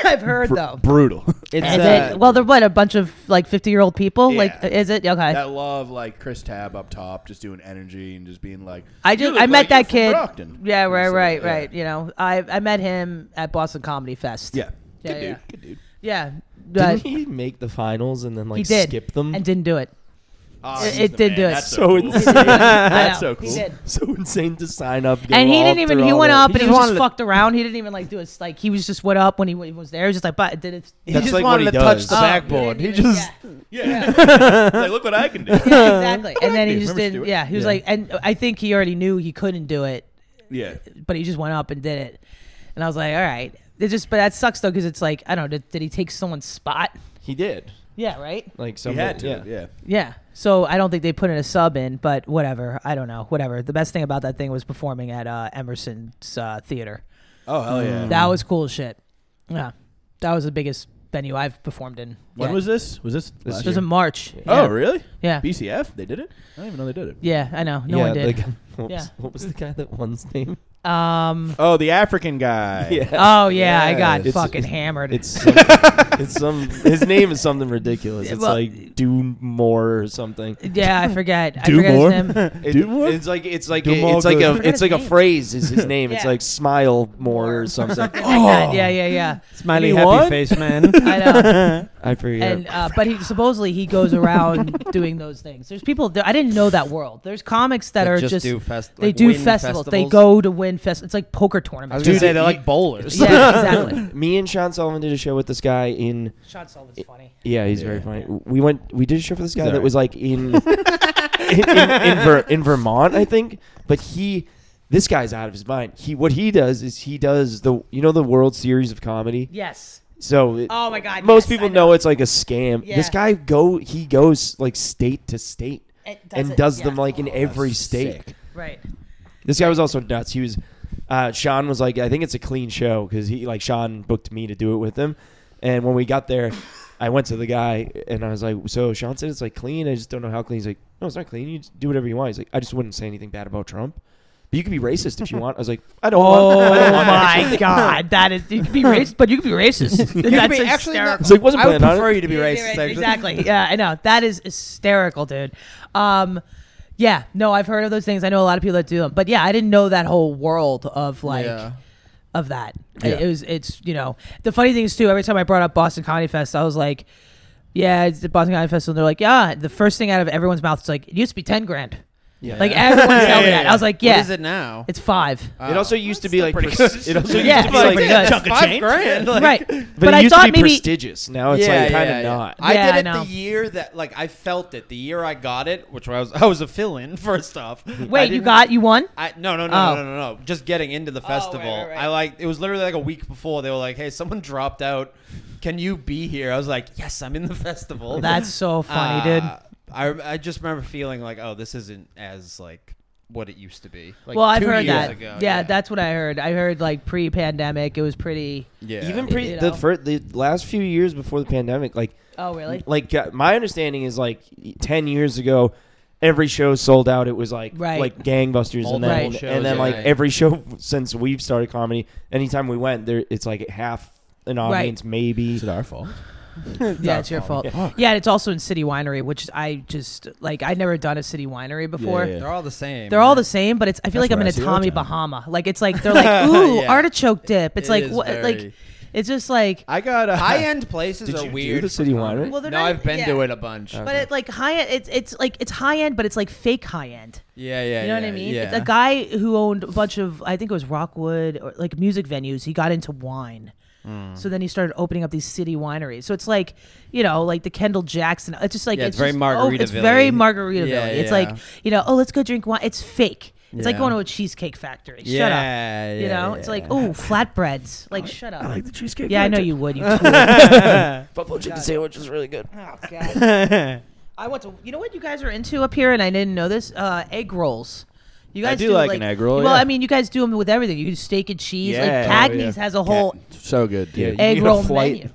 Speaker 1: I've heard though.
Speaker 4: Brutal.
Speaker 5: It's
Speaker 1: Is
Speaker 5: uh,
Speaker 1: it, well, they're what a bunch of like fifty-year-old people. Like,
Speaker 4: Yeah.
Speaker 1: is it okay?
Speaker 4: that love like Chris Tab up top, just doing energy and just being like.
Speaker 1: I
Speaker 4: "You
Speaker 1: just
Speaker 4: look
Speaker 1: I met
Speaker 4: like you're
Speaker 1: that
Speaker 4: from
Speaker 1: kid.
Speaker 4: Brockton."
Speaker 1: Yeah,
Speaker 4: And
Speaker 1: right,
Speaker 4: so,
Speaker 1: right,
Speaker 4: yeah.
Speaker 1: right. You know, I I met him at Boston Comedy Fest.
Speaker 4: Yeah.
Speaker 1: Yeah,
Speaker 4: Good
Speaker 1: yeah.
Speaker 4: dude. Good dude.
Speaker 1: yeah.
Speaker 3: Didn't
Speaker 1: Uh,
Speaker 3: he make the finals and then like
Speaker 1: he did
Speaker 3: skip them?
Speaker 1: and didn't do it. it it did do it.
Speaker 3: so insane.
Speaker 1: That's
Speaker 4: so cool.
Speaker 1: He did.
Speaker 3: so insane to sign up. go
Speaker 1: And he
Speaker 3: all
Speaker 1: didn't even.
Speaker 3: through
Speaker 1: He
Speaker 3: all
Speaker 1: went
Speaker 3: that.
Speaker 1: up and
Speaker 5: just
Speaker 1: he was just
Speaker 5: wanted to-
Speaker 1: fucked around. He didn't even like do his like. He was just went up when he, w- was there. He was just like, but did it.
Speaker 5: he
Speaker 3: That's
Speaker 5: just
Speaker 3: like what
Speaker 5: wanted to
Speaker 3: he
Speaker 5: touch
Speaker 3: does.
Speaker 5: the
Speaker 1: Oh,
Speaker 5: backboard. He
Speaker 1: didn't even-
Speaker 5: just
Speaker 1: yeah.
Speaker 4: Yeah. like, look what I can do.
Speaker 1: Yeah, exactly. And then he
Speaker 4: dude.
Speaker 1: just
Speaker 4: Remember
Speaker 1: didn't.
Speaker 4: Stewart?
Speaker 1: Yeah, he was
Speaker 3: Yeah.
Speaker 1: like, and I think he already knew he couldn't do it.
Speaker 4: Yeah.
Speaker 1: but he just went up and did it. And I was like, all right. It just, but that sucks though, because it's like, I don't know, did, did he take someone's spot?
Speaker 3: He did.
Speaker 1: Yeah, right?
Speaker 3: Like
Speaker 4: He
Speaker 3: somebody.
Speaker 4: had to. Yeah.
Speaker 3: yeah.
Speaker 1: Yeah. So I don't think they put in a sub in, but whatever. I don't know. Whatever. The best thing about that thing was performing at uh, Emerson's uh, theater.
Speaker 4: Oh hell yeah.
Speaker 1: That was cool as shit. Yeah. That was the biggest venue I've performed in.
Speaker 4: when was this? Was this? last
Speaker 1: it?
Speaker 4: year?
Speaker 1: was in March.
Speaker 4: Oh
Speaker 1: Yeah.
Speaker 4: really?
Speaker 1: Yeah.
Speaker 4: BCF? They did it? I don't even know they did it.
Speaker 1: Yeah, I know. No
Speaker 3: yeah,
Speaker 1: one
Speaker 3: The
Speaker 1: did.
Speaker 3: guy, what,
Speaker 1: Yeah.
Speaker 3: was, what was the guy that one's name?
Speaker 1: um.
Speaker 4: Oh, the African guy.
Speaker 1: Oh yeah, I got
Speaker 3: It's-
Speaker 1: fucking
Speaker 3: it's-
Speaker 1: hammered.
Speaker 3: It's some, it's some. His name is something ridiculous. It's
Speaker 1: Well-
Speaker 3: like do more or something.
Speaker 1: yeah, I forget. I
Speaker 4: Do
Speaker 1: forget
Speaker 4: more?
Speaker 1: his name.
Speaker 3: It-
Speaker 4: Do more?
Speaker 3: It's like it's like
Speaker 4: Do more
Speaker 3: it's like
Speaker 4: good.
Speaker 3: a
Speaker 1: Forgot
Speaker 3: it's
Speaker 1: his
Speaker 3: like a
Speaker 1: name.
Speaker 3: phrase is his name. It's
Speaker 1: Yeah.
Speaker 3: like smile more or something.
Speaker 1: Like that. Yeah, yeah, yeah.
Speaker 5: smiley
Speaker 4: You
Speaker 5: happy
Speaker 4: what?
Speaker 5: face man.
Speaker 1: I know.
Speaker 3: I forget.
Speaker 1: and uh, but he supposedly he goes around doing those things. There's people that, I didn't know that world. There's comics that,
Speaker 5: That
Speaker 1: are
Speaker 5: just
Speaker 1: just,
Speaker 5: do fest-
Speaker 1: they
Speaker 5: like
Speaker 1: do
Speaker 5: win
Speaker 1: festivals. They
Speaker 5: festivals?
Speaker 1: go to win fest. It's like poker
Speaker 5: I was
Speaker 1: tournaments.
Speaker 5: gonna
Speaker 3: Dude,
Speaker 5: say they're
Speaker 3: you-
Speaker 5: like bowlers.
Speaker 1: yeah, exactly.
Speaker 3: me and Sean Sullivan did a show with this guy in.
Speaker 1: Sean Sullivan's funny.
Speaker 3: Yeah, he's very
Speaker 4: Yeah.
Speaker 3: funny. We went. We did a show for this guy that
Speaker 4: alright.
Speaker 3: was like in in, in, in, Ver, in Vermont, I think. But he, this guy's out of his mind. He what he does is he does the you know the World Series of Comedy.
Speaker 1: Yes.
Speaker 3: So it-
Speaker 1: Oh my God,
Speaker 3: most
Speaker 1: yes,
Speaker 3: people
Speaker 1: I know.
Speaker 3: know. it's like a scam.
Speaker 1: Yeah.
Speaker 3: This guy go he goes like state to state
Speaker 1: And does
Speaker 3: and
Speaker 1: it,
Speaker 3: does
Speaker 1: yeah.
Speaker 3: them like in every
Speaker 4: Oh, that's
Speaker 3: state.
Speaker 4: sick.
Speaker 1: Right.
Speaker 3: This guy was also nuts. He was, uh, Sean was like, I think it's a clean show because he like Sean booked me to do it with him, and when we got there, I went to the guy and I was like, so Sean said it's like clean. I just don't know how clean. He's like, no, it's not clean. You just do whatever you want. He's like, I just wouldn't say anything bad about Trump, but you could be racist if you want. I was like, I don't. want, I
Speaker 1: Oh
Speaker 3: don't want that."
Speaker 1: my God, that is you can be racist, but you can be racist. That's
Speaker 5: be- actually
Speaker 1: hysterical.
Speaker 3: So he wasn't
Speaker 5: I would
Speaker 3: planning on it.
Speaker 5: prefer you to be
Speaker 1: Yeah,
Speaker 5: racist.
Speaker 1: you're right.
Speaker 5: actually.
Speaker 1: Exactly. Yeah, I know. That is hysterical, dude. Um, yeah, no, I've heard of those things. I know a lot of people that do them, but yeah, I didn't know that whole world of like.
Speaker 5: Yeah.
Speaker 1: Of that,
Speaker 4: Yeah.
Speaker 1: it was. It's you know the funny thing is too. Every time I brought up Boston Comedy Fest, I was like, "Yeah, it's the Boston Comedy Festival." And they're like, "Yeah." The first thing out of everyone's mouth is like, "It used to be ten grand."
Speaker 3: Yeah.
Speaker 1: Like everyone told me
Speaker 5: yeah,
Speaker 1: that.
Speaker 5: yeah.
Speaker 1: I was like, Oh, "Yeah,
Speaker 5: What is it now?
Speaker 1: it's five.
Speaker 3: It also used to be like
Speaker 5: pretty
Speaker 3: pres-
Speaker 5: good.
Speaker 3: it also
Speaker 1: Yeah,
Speaker 3: used to be like,
Speaker 1: pretty good.
Speaker 4: Chunk of
Speaker 5: five
Speaker 4: change.
Speaker 5: grand. Like,
Speaker 1: right?"
Speaker 3: but, it
Speaker 1: I
Speaker 3: used
Speaker 1: thought
Speaker 3: to be
Speaker 1: maybe
Speaker 3: prestigious. Now it's like kind of not.
Speaker 5: I
Speaker 1: Yeah, I
Speaker 5: did it
Speaker 1: know.
Speaker 5: the year that like I felt it. The year I got it, which I was I was a fill in first off. I
Speaker 1: wait, you
Speaker 5: didn't-
Speaker 1: got you won.
Speaker 5: I, no, no, no,
Speaker 1: Oh.
Speaker 5: no, no, no, no. Just getting into the
Speaker 1: Oh, right,
Speaker 5: festival.
Speaker 1: right, right.
Speaker 5: I like it was literally like a week before they were like, "Hey, someone dropped out. Can you be here?" I was like, "Yes, I'm in the festival."
Speaker 1: That's so funny, dude.
Speaker 5: Uh, I I just remember feeling like, "Oh, this isn't as like what it used to be." Like,
Speaker 1: well, I've
Speaker 5: two
Speaker 1: heard
Speaker 5: years
Speaker 1: that.
Speaker 5: ago,
Speaker 1: yeah, that's what I heard. I heard like pre-pandemic, it was pretty.
Speaker 5: yeah.
Speaker 3: Even
Speaker 1: Yeah.
Speaker 3: pre
Speaker 1: You
Speaker 3: the
Speaker 1: know.
Speaker 3: fir- the last few years before the pandemic, like
Speaker 1: Oh, really?
Speaker 3: like uh, my understanding is like 10 years ago every show sold out it was like
Speaker 1: Right.
Speaker 3: like gangbusters and
Speaker 5: Multiple
Speaker 3: then,
Speaker 5: shows,
Speaker 3: and then
Speaker 5: yeah.
Speaker 3: like
Speaker 5: Right.
Speaker 3: every show since we've started comedy anytime we went there it's like half an audience maybe
Speaker 4: Is it our fault?
Speaker 1: yeah, it's your fault. Yeah. and it's also in City Winery, which I just like. I'd never done a City Winery before.
Speaker 4: yeah.
Speaker 5: they're all the same.
Speaker 1: They're all
Speaker 5: right?
Speaker 1: the same, but it's. I feel
Speaker 4: That's
Speaker 1: like I'm
Speaker 4: what
Speaker 1: in
Speaker 4: I
Speaker 1: a
Speaker 4: see all the
Speaker 1: Tommy
Speaker 4: time.
Speaker 1: Bahama. Like it's like they're like, ooh,
Speaker 5: Yeah.
Speaker 1: artichoke dip. It's
Speaker 5: It
Speaker 1: like
Speaker 5: is
Speaker 1: what?
Speaker 5: very-
Speaker 1: Like It's just like
Speaker 4: I got a
Speaker 5: High end places
Speaker 3: Did
Speaker 5: are
Speaker 3: you do
Speaker 5: weird. for
Speaker 3: the city
Speaker 5: comedy.
Speaker 3: winery?
Speaker 1: Well, they're
Speaker 5: no,
Speaker 1: not-
Speaker 5: I've been
Speaker 1: yeah.
Speaker 5: to it a bunch.
Speaker 1: But it like high end. It's it's like it's high end, but it's like fake high end.
Speaker 5: yeah, yeah.
Speaker 1: You know what
Speaker 5: yeah,
Speaker 1: I mean?
Speaker 5: Yeah.
Speaker 1: It's a guy who owned a bunch of I think it was Rockwood or like music venues. He got into wine.
Speaker 5: Hmm.
Speaker 1: So then he started opening up these city wineries. So it's like, you know, like the Kendall Jackson. It's just like
Speaker 5: Yeah, it's very
Speaker 1: just-
Speaker 5: Margaritaville-y.
Speaker 1: Oh, it's very Margaritaville.
Speaker 5: Yeah,
Speaker 1: It's
Speaker 5: yeah.
Speaker 1: like you know, oh, let's go drink wine. It's fake. It's like
Speaker 5: Yeah.
Speaker 1: going to a cheesecake factory. Shut up.
Speaker 5: Yeah,
Speaker 1: You
Speaker 5: yeah,
Speaker 1: know, it's like
Speaker 5: yeah.
Speaker 1: oh, flatbreads. Like shut up.
Speaker 3: the cheesecake.
Speaker 1: yeah, I know
Speaker 3: factory.
Speaker 1: you would. You tool.
Speaker 3: Buffalo chicken sandwich is really good.
Speaker 1: Oh god. I want to. You know what you guys are into up here, and I didn't know this. Uh, egg rolls. You
Speaker 4: I
Speaker 1: guys
Speaker 4: do like an egg roll,
Speaker 1: Well,
Speaker 4: yeah.
Speaker 1: I mean, you guys do them with everything. You do steak and cheese.
Speaker 4: Yeah,
Speaker 1: like Cagney's has a whole
Speaker 4: so good, dude.
Speaker 1: egg
Speaker 3: get a
Speaker 1: roll
Speaker 3: flight
Speaker 1: menu.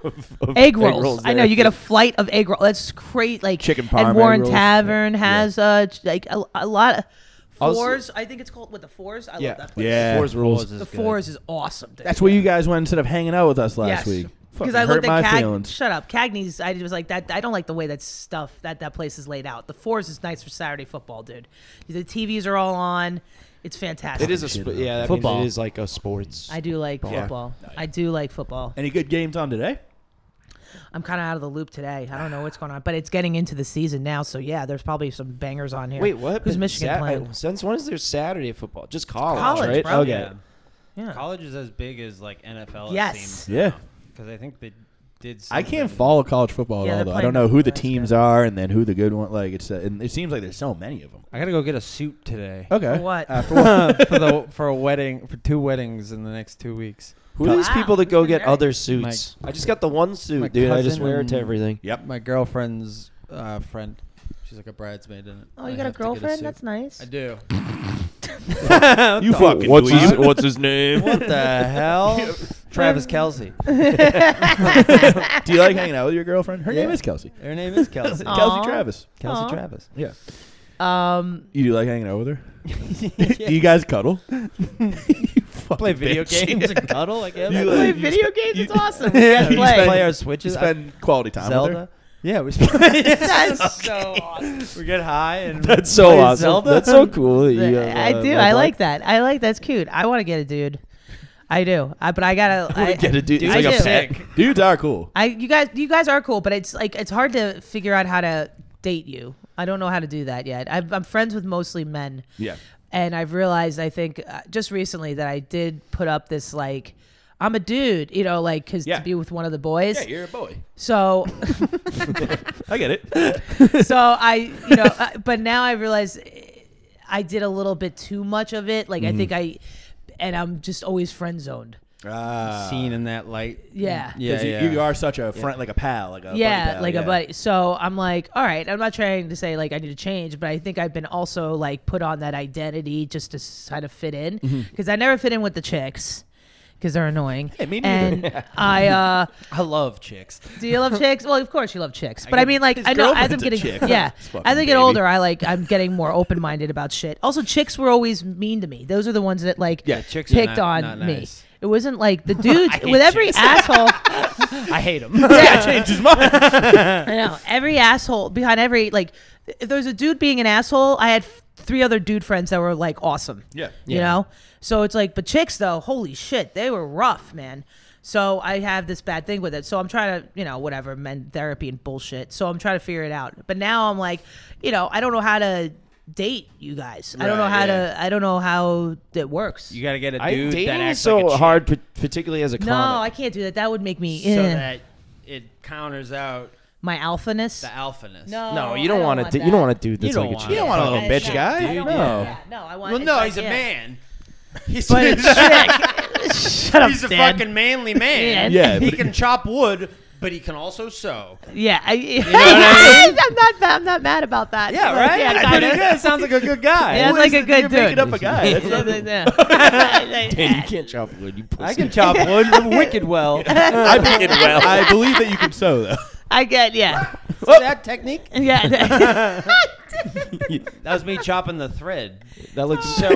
Speaker 3: of
Speaker 1: Egg rolls. I know
Speaker 3: there.
Speaker 1: you get a flight of egg rolls. That's great. Like
Speaker 4: Chicken parm
Speaker 1: And
Speaker 4: egg
Speaker 1: Warren
Speaker 4: rolls.
Speaker 1: Tavern has uh ch- like a, a lot of
Speaker 3: Also-
Speaker 1: fours. I think it's called with the fours. I
Speaker 3: Yeah.
Speaker 1: love that place.
Speaker 4: Yeah,
Speaker 3: Fours rules.
Speaker 1: The fours is awesome. Dude.
Speaker 4: That's where you guys went instead of hanging out with us
Speaker 1: yes.
Speaker 4: last week.
Speaker 1: Because
Speaker 4: Fucking
Speaker 1: I
Speaker 4: hurt
Speaker 1: looked
Speaker 4: my
Speaker 1: at Cag-
Speaker 4: feelings.
Speaker 1: shut up Cagney's. I was like that. I don't like the way that stuff that that place is laid out. The fours is nice for Saturday football, dude. The TVs are all on. It's fantastic.
Speaker 3: It is a sp- yeah. That
Speaker 5: Football.
Speaker 3: means it is like a sports.
Speaker 1: I do like football. I do like football.
Speaker 4: Any good games on today?
Speaker 1: I'm kind of out of the loop today. I don't know what's going on, but it's getting into the season now. So yeah, there's probably some bangers on here.
Speaker 3: Wait, what?
Speaker 1: Who's
Speaker 3: But
Speaker 1: Michigan
Speaker 3: Sat-
Speaker 1: playing?
Speaker 3: I- since when is there Saturday football? Just college,
Speaker 1: College,
Speaker 3: right?
Speaker 1: bro.
Speaker 3: Okay.
Speaker 1: Yeah. Yeah.
Speaker 7: College is as big as like NFL.
Speaker 1: Yes.
Speaker 7: It seems.
Speaker 4: Yeah,
Speaker 7: Because I think they did.
Speaker 4: I can't
Speaker 7: something.
Speaker 4: follow college football
Speaker 1: Yeah,
Speaker 4: at all.
Speaker 1: they're
Speaker 4: Though I
Speaker 1: playing
Speaker 4: don't know who the
Speaker 1: Nebraska.
Speaker 4: teams are and then who the good one. Like it's uh, and it seems like there's so many of them.
Speaker 5: I gotta go get a suit today
Speaker 4: Okay,
Speaker 1: For what?
Speaker 4: Uh, for what?
Speaker 5: for the for a wedding for two weddings in the next two weeks.
Speaker 3: Who are these
Speaker 1: Wow,
Speaker 3: people that go
Speaker 1: who's
Speaker 3: get
Speaker 1: married?
Speaker 3: other suits? I just got the one
Speaker 5: my
Speaker 3: suit, dude. I just
Speaker 5: cousin
Speaker 3: wear it to
Speaker 5: and-
Speaker 3: everything.
Speaker 4: yep.
Speaker 5: My girlfriend's uh, friend, she's like a bridesmaid in it.
Speaker 1: oh, you
Speaker 5: I
Speaker 1: got a
Speaker 5: have to get
Speaker 1: girlfriend?
Speaker 5: suit.
Speaker 1: That's nice.
Speaker 5: I do.
Speaker 4: You fucking dweeb.
Speaker 3: what's his name?
Speaker 5: What the hell? Travis Kelsey.
Speaker 4: Do you like hanging out with your girlfriend? Her
Speaker 5: Yeah.
Speaker 4: name is Kelsey.
Speaker 5: Her name is Kelsey.
Speaker 1: Aw.
Speaker 4: Kelsey Travis.
Speaker 5: Kelsey
Speaker 1: Aw.
Speaker 5: Travis.
Speaker 4: Yeah.
Speaker 1: Um,
Speaker 4: You do like hanging out with her? Do you guys cuddle?
Speaker 5: Play video games and cuddle, I guess.
Speaker 4: You
Speaker 1: play
Speaker 4: like-
Speaker 1: video games. it's awesome.
Speaker 5: yeah,
Speaker 1: Yeah,
Speaker 5: we
Speaker 1: play.
Speaker 5: play. play our
Speaker 4: You
Speaker 5: switches. I-
Speaker 4: spend quality time with her.
Speaker 5: Zelda. Yeah, we spend.
Speaker 1: That's so awesome.
Speaker 5: we get high and
Speaker 3: That's so
Speaker 5: play
Speaker 3: awesome.
Speaker 5: Zelda.
Speaker 3: That's so cool. that you, uh,
Speaker 1: I do. I like that. I like that's cute. I want to get a dude. I do. I, but I gotta. I,
Speaker 3: Get a dude. It's
Speaker 1: I
Speaker 3: like
Speaker 1: do.
Speaker 3: a pet.
Speaker 4: Dudes are cool.
Speaker 1: I you guys you guys are cool, but it's like it's hard to figure out how to date you. I don't know how to do that yet. I've, I'm friends with mostly men.
Speaker 4: Yeah.
Speaker 1: and I've realized I think uh, just recently that I did put up this like I'm a dude, you know, like because
Speaker 4: Yeah.
Speaker 1: to be with one of the boys.
Speaker 4: Yeah, you're a boy.
Speaker 1: so
Speaker 4: I get it.
Speaker 1: so I you know, uh, but now I realize uh, I did a little bit too much of it. Like I
Speaker 4: Mm-hmm.
Speaker 1: think I and I'm just always friend zoned.
Speaker 4: Ah.
Speaker 5: Seen in that light.
Speaker 1: Yeah.
Speaker 5: Yeah,
Speaker 4: you,
Speaker 5: yeah.
Speaker 4: you are such a friend, like a pal, like a buddy
Speaker 1: yeah,
Speaker 4: pal,
Speaker 1: like
Speaker 4: yeah.
Speaker 1: a buddy. So I'm like, all right, I'm not trying to say like I need to change, but I think I've been also like put on that identity just to kind of fit in because
Speaker 4: Mm-hmm.
Speaker 1: I never fit in with the chicks because they're annoying.
Speaker 4: me neither.
Speaker 1: and I, uh,
Speaker 5: I love chicks.
Speaker 1: do you love chicks? Well, of course you love chicks, but I, mean, like, I know as I'm
Speaker 4: girlfriend's a
Speaker 1: getting,
Speaker 4: chick.
Speaker 1: yeah,
Speaker 4: This
Speaker 1: as
Speaker 4: fucking
Speaker 1: I get
Speaker 4: baby.
Speaker 1: older, I like, I'm getting more open minded about shit. Also, chicks were always mean to me. Those are the ones that like
Speaker 5: Yeah, chicks are
Speaker 1: picked
Speaker 5: not-
Speaker 1: on
Speaker 5: not
Speaker 1: me.
Speaker 5: nice.
Speaker 1: It wasn't like the dudes
Speaker 5: hate
Speaker 1: with every asshole.
Speaker 5: I hate them.
Speaker 1: Yeah.
Speaker 4: Changed his mind.
Speaker 1: I know every asshole behind every like. If there's a dude being an asshole, I had f- three other dude friends that were like awesome.
Speaker 4: Yeah.
Speaker 1: You know, so it's like, but chicks though, holy shit, they were rough, man. So I have this bad thing with it. So I'm trying to, you know, whatever, men therapy and bullshit. So I'm trying to figure it out. But now I'm like, you know, I don't know how to date you guys. I don't know
Speaker 5: Right,
Speaker 1: how
Speaker 5: yeah.
Speaker 1: to. I don't know how it works.
Speaker 5: You gotta get a
Speaker 3: I,
Speaker 5: dude that
Speaker 3: dating is
Speaker 5: acts
Speaker 3: so
Speaker 5: like a chick
Speaker 3: hard, pa- particularly as a
Speaker 1: no, I
Speaker 3: comic.
Speaker 1: can't do that. That would make me
Speaker 5: so
Speaker 1: eh,
Speaker 5: that it counters out
Speaker 1: my alphaness.
Speaker 5: the alphaness.
Speaker 1: No.
Speaker 3: no,
Speaker 1: Oh,
Speaker 3: you
Speaker 1: I
Speaker 3: don't
Speaker 1: don't
Speaker 3: want
Speaker 1: want
Speaker 3: to. You don't
Speaker 1: that.
Speaker 3: want to do this
Speaker 5: don't
Speaker 3: like a
Speaker 5: want
Speaker 3: chick.
Speaker 5: it. You don't
Speaker 4: want a little
Speaker 1: I-
Speaker 4: bitch guy,
Speaker 1: I don't
Speaker 4: dude.
Speaker 1: want
Speaker 4: No.
Speaker 1: that. No, I want.
Speaker 5: Well,
Speaker 1: it's
Speaker 5: no,
Speaker 1: like,
Speaker 5: he's a
Speaker 1: yeah.
Speaker 5: man. He's,
Speaker 1: But it's chick. Shut up,
Speaker 5: he's a
Speaker 1: Dan.
Speaker 5: fucking manly man.
Speaker 1: Dan.
Speaker 4: Yeah,
Speaker 5: he
Speaker 4: but-
Speaker 5: can chop wood, but he can also sew.
Speaker 1: Yeah, I,
Speaker 5: I
Speaker 1: am not. I'm not mad about that. Like, Yeah,
Speaker 5: That's
Speaker 1: kinda.
Speaker 5: pretty good. Sounds like a good guy.
Speaker 1: Yeah, it's like a good
Speaker 4: You're making
Speaker 1: dude.
Speaker 4: up a guy. That's
Speaker 1: Yeah,
Speaker 4: not-
Speaker 1: yeah,
Speaker 3: And
Speaker 1: yeah.
Speaker 3: you can't chop wood. You pussy.
Speaker 5: I can chop wood wicked well.
Speaker 4: I think it well. I believe that you can sew though.
Speaker 1: I get yeah,
Speaker 5: that technique?
Speaker 1: yeah.
Speaker 5: That was me chopping the thread.
Speaker 3: That looks
Speaker 5: So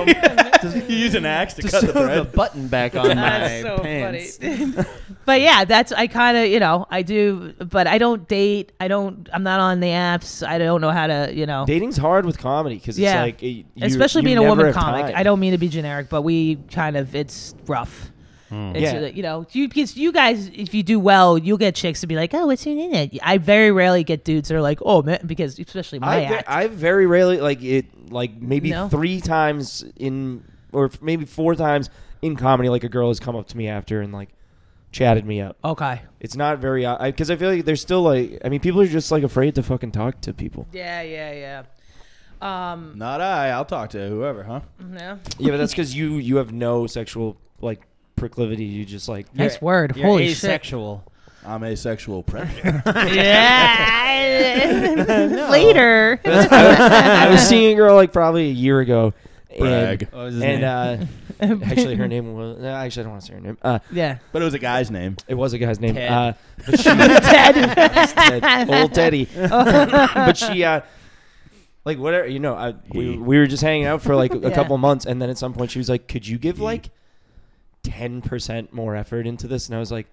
Speaker 4: You use an axe to,
Speaker 5: to
Speaker 4: cut
Speaker 5: sew
Speaker 4: the
Speaker 5: the
Speaker 4: thread.
Speaker 5: button back on my
Speaker 1: That's so
Speaker 5: pants.
Speaker 1: funny. but yeah, that's I kind of you know I do, but I don't date. I don't. I'm not on the apps. I don't know how to you know.
Speaker 3: dating's hard with comedy because it's
Speaker 1: Yeah.
Speaker 3: like, it- you-
Speaker 1: Especially
Speaker 3: you
Speaker 1: being a
Speaker 3: never
Speaker 1: woman
Speaker 3: have
Speaker 1: comic.
Speaker 3: time.
Speaker 1: I don't mean to be generic, but we kind of it's rough. It's,
Speaker 3: Yeah.
Speaker 1: uh, you know, you because you guys, if you do well, you'll get chicks to be like, "Oh, what's your name?" I very rarely get dudes that are like, "Oh man," because especially my
Speaker 3: I, ve-
Speaker 1: act.
Speaker 3: I very rarely like it like maybe
Speaker 1: No?
Speaker 3: three times in or f- maybe four times in comedy like a girl has come up to me after and like chatted me up.
Speaker 1: okay.
Speaker 3: It's not very because I, feel like there's still like I mean people are just like afraid to fucking talk to people.
Speaker 1: Yeah, yeah, yeah. Um,
Speaker 4: Not I. I'll talk to whoever, huh?
Speaker 1: no.
Speaker 3: Yeah, but that's because you you have no sexual like proclivity. You just like
Speaker 1: Nice word.
Speaker 7: You're
Speaker 1: Holy
Speaker 7: asexual.
Speaker 4: I'm asexual predator.
Speaker 1: shit. Yeah. Later.
Speaker 3: I was seeing a girl like probably a year ago.
Speaker 4: Brag.
Speaker 7: What was his
Speaker 3: And, and
Speaker 7: name?
Speaker 3: uh, actually, her name was. No, actually, I don't want to say her name. Uh,
Speaker 1: yeah.
Speaker 4: But it was a guy's name.
Speaker 3: It was a guy's name.
Speaker 7: Ted.
Speaker 3: Uh, but she, Ted. Old Teddy. but she, uh, like, whatever, you know, I, we, we were just hanging out for like a
Speaker 1: Yeah.
Speaker 3: couple months. And then at some point she was like, could you give like 10% more effort into this? And I was like,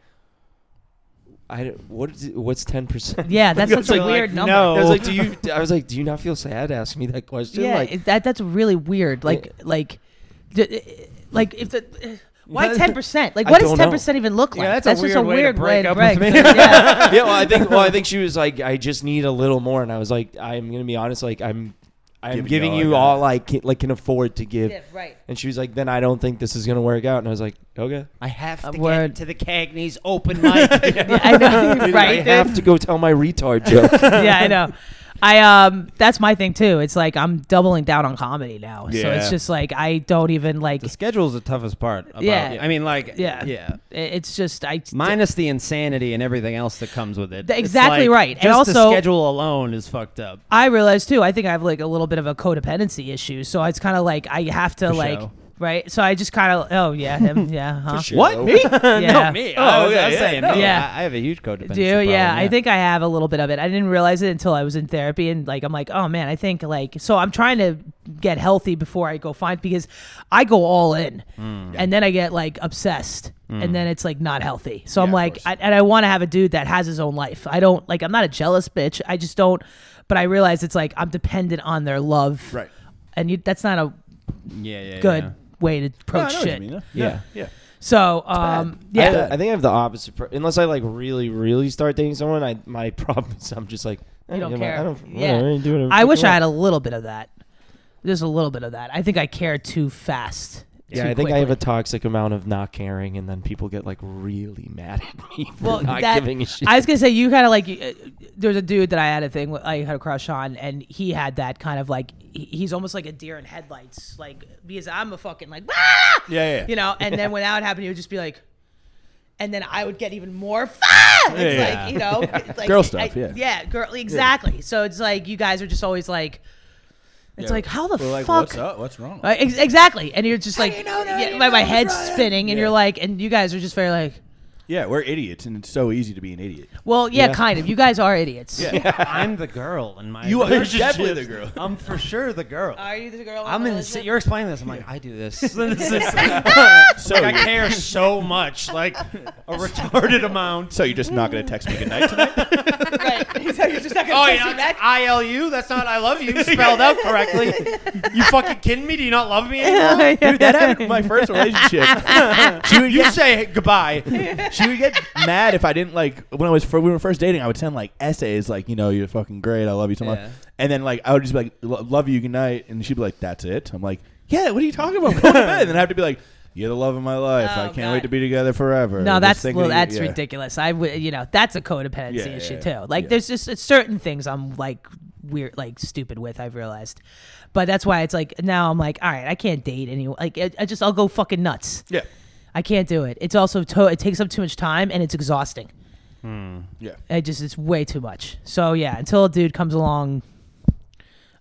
Speaker 3: I, don't- what is, it- what's 10%?
Speaker 1: Yeah, that's such a weird number.
Speaker 3: I was like, do you, I was like, do you not feel sad asking me that question?
Speaker 1: Yeah,
Speaker 3: like,
Speaker 1: it- that that's really weird. Like like, d- uh, like if the uh, why ten percent? Like
Speaker 3: I
Speaker 1: what does
Speaker 3: don't know.
Speaker 1: ten percent even look like?
Speaker 7: Yeah, that's a
Speaker 1: just a
Speaker 7: weird way to break
Speaker 1: weird way
Speaker 7: up
Speaker 1: break.
Speaker 7: with me.
Speaker 1: yeah.
Speaker 3: yeah, well, I think well, I think she was like, I just need a little more, and I was like, I'm gonna be honest, like I'm, I'm
Speaker 4: Giving
Speaker 3: giving
Speaker 4: you all I
Speaker 3: you all
Speaker 4: got.
Speaker 3: I can, like can afford to give.
Speaker 1: yeah, right.
Speaker 3: And she was like, then I don't think this is gonna work out, and I was like, okay,
Speaker 5: I have to
Speaker 1: word.
Speaker 5: get to the Cagney's open mic.
Speaker 1: Yeah, I know,
Speaker 3: I
Speaker 1: right?
Speaker 3: have to go tell my retard joke.
Speaker 1: yeah, I know. I um that's my thing too. It's like I'm doubling down on comedy now. So it's
Speaker 4: Yeah.
Speaker 1: just like I don't even like
Speaker 7: The schedule's the toughest part. About,
Speaker 1: Yeah.
Speaker 7: I mean, like,
Speaker 1: Yeah.
Speaker 7: yeah.
Speaker 1: it- it's just I
Speaker 5: Minus the insanity and everything else that comes with it.
Speaker 1: Th-
Speaker 5: It's
Speaker 1: exactly
Speaker 5: like,
Speaker 1: right. And
Speaker 5: Just
Speaker 1: also-
Speaker 5: the schedule alone is fucked up.
Speaker 1: I realize too. I think I have like a little bit of a codependency issue, so it's kind of like I have to like
Speaker 5: show.
Speaker 1: right. So I just kind of oh yeah him yeah huh.
Speaker 5: Oh,
Speaker 3: what me?
Speaker 1: yeah.
Speaker 5: No, me. I was, I was saying me.
Speaker 1: Yeah.
Speaker 5: I, I have a huge codependency.
Speaker 1: Do you?
Speaker 5: problem,
Speaker 1: yeah, I think I have a little bit of it. I didn't realize it until I was in therapy, and like I'm like, oh man, I think like so I'm trying to get healthy before I go find because I go all in,
Speaker 4: Mm.
Speaker 1: and then I get like obsessed, and then it's like not healthy. So I'm like, I, and I want to have a dude that has his own life. I don't like I'm not a jealous bitch. I just don't. But I realize it's like I'm dependent on their love,
Speaker 4: Right.
Speaker 1: And you, that's not a
Speaker 7: Yeah, yeah.
Speaker 1: good
Speaker 7: yeah.
Speaker 1: way to
Speaker 4: No, I
Speaker 1: approach
Speaker 4: know what
Speaker 1: Oh,
Speaker 4: you
Speaker 1: shit.
Speaker 4: mean, yeah.
Speaker 3: Yeah.
Speaker 4: Yeah.
Speaker 1: So um,
Speaker 3: I,
Speaker 1: yeah,
Speaker 3: I think I have the opposite. Pro- unless I like really, really start dating someone, I my problem is I'm just like, I
Speaker 1: You don't
Speaker 3: give a- I
Speaker 1: care.
Speaker 3: don't.
Speaker 1: Yeah.
Speaker 3: whatever, I do whatever
Speaker 1: I
Speaker 3: fuck
Speaker 1: wish I
Speaker 3: want.
Speaker 1: had a little bit of that. There's a little bit of that. I think I care too fast.
Speaker 3: Yeah, I
Speaker 1: too
Speaker 3: think I have a
Speaker 1: quickly.
Speaker 3: toxic amount of not caring, and then people get like really mad at me for
Speaker 1: Well,
Speaker 3: not
Speaker 1: that-
Speaker 3: giving a shit.
Speaker 1: I was gonna say you kind of like. uh, There's a dude that I had a thing with, I had a crush on, and he had that kind of like. he- He's almost like a deer in headlights, like because I'm a fucking like, "Ah!"
Speaker 4: Yeah, yeah.
Speaker 1: you know. And then when that would happen, he would just be like, and then I would get even more. "Ah!" It's
Speaker 4: Yeah.
Speaker 1: like you know, it's like,
Speaker 4: Girl stuff,
Speaker 1: I-
Speaker 4: yeah.
Speaker 1: yeah, girl, exactly. So it's like you guys are just always like, it's like how the
Speaker 4: We're like,
Speaker 1: fuck?
Speaker 4: what's up? What's wrong?
Speaker 1: Right, ex- exactly. And you're just like, yeah, my, my head's spinning, and
Speaker 4: Yeah.
Speaker 1: you're like, and you guys are just very like,
Speaker 4: Yeah, we're idiots, and it's so easy to be an idiot.
Speaker 1: well, yeah, kind of. You guys are idiots.
Speaker 7: I'm the girl in my.
Speaker 4: You are
Speaker 7: relationships.
Speaker 4: definitely the girl.
Speaker 7: I'm for sure the girl.
Speaker 1: Are you the girl?
Speaker 7: I'm in. The, si- you're explaining this. I'm like, I do this. This is-
Speaker 4: So,
Speaker 7: like, I
Speaker 4: you-
Speaker 7: care so much, like a retarded amount.
Speaker 4: so you're just not going to text me goodnight tonight?
Speaker 1: right. So you're just not gonna
Speaker 7: Oh,
Speaker 1: text
Speaker 7: yeah,
Speaker 1: me
Speaker 7: that's
Speaker 1: back.
Speaker 7: I L U. That's not I love you spelled out correctly. You fucking kidding me? Do you not love me anymore?
Speaker 4: Dude, that happened with my first relationship. She would
Speaker 7: You
Speaker 4: get,
Speaker 7: say goodbye.
Speaker 4: she would get mad if I didn't like when I was fir- we were first dating. I would send like essays like you know you're fucking great. I love you so
Speaker 7: Yeah.
Speaker 4: much. And then like I would just be like "Lo- love you good night, and she'd be like that's it. I'm like yeah, what are you talking about? Go to bed. And then I have to be like you're the love of my life.
Speaker 1: Oh,
Speaker 4: I can't
Speaker 1: God.
Speaker 4: wait to be together forever.
Speaker 1: No,
Speaker 4: This
Speaker 1: that's
Speaker 4: thing
Speaker 1: well,
Speaker 4: that you-
Speaker 1: that's
Speaker 4: yeah.
Speaker 1: ridiculous. I would, you know, that's a codependency
Speaker 4: Yeah, yeah,
Speaker 1: issue
Speaker 4: yeah.
Speaker 1: too. Like,
Speaker 4: Yeah.
Speaker 1: there's just uh, certain things I'm like weird, like stupid with. I've realized, but that's why it's like now I'm like, all right, I can't date anyone. Like, I, I just I'll go fucking nuts.
Speaker 4: Yeah,
Speaker 1: I can't do it. It's also to- it takes up too much time and it's exhausting.
Speaker 4: Hmm. yeah.
Speaker 1: I just it's way too much. So yeah, until a dude comes along,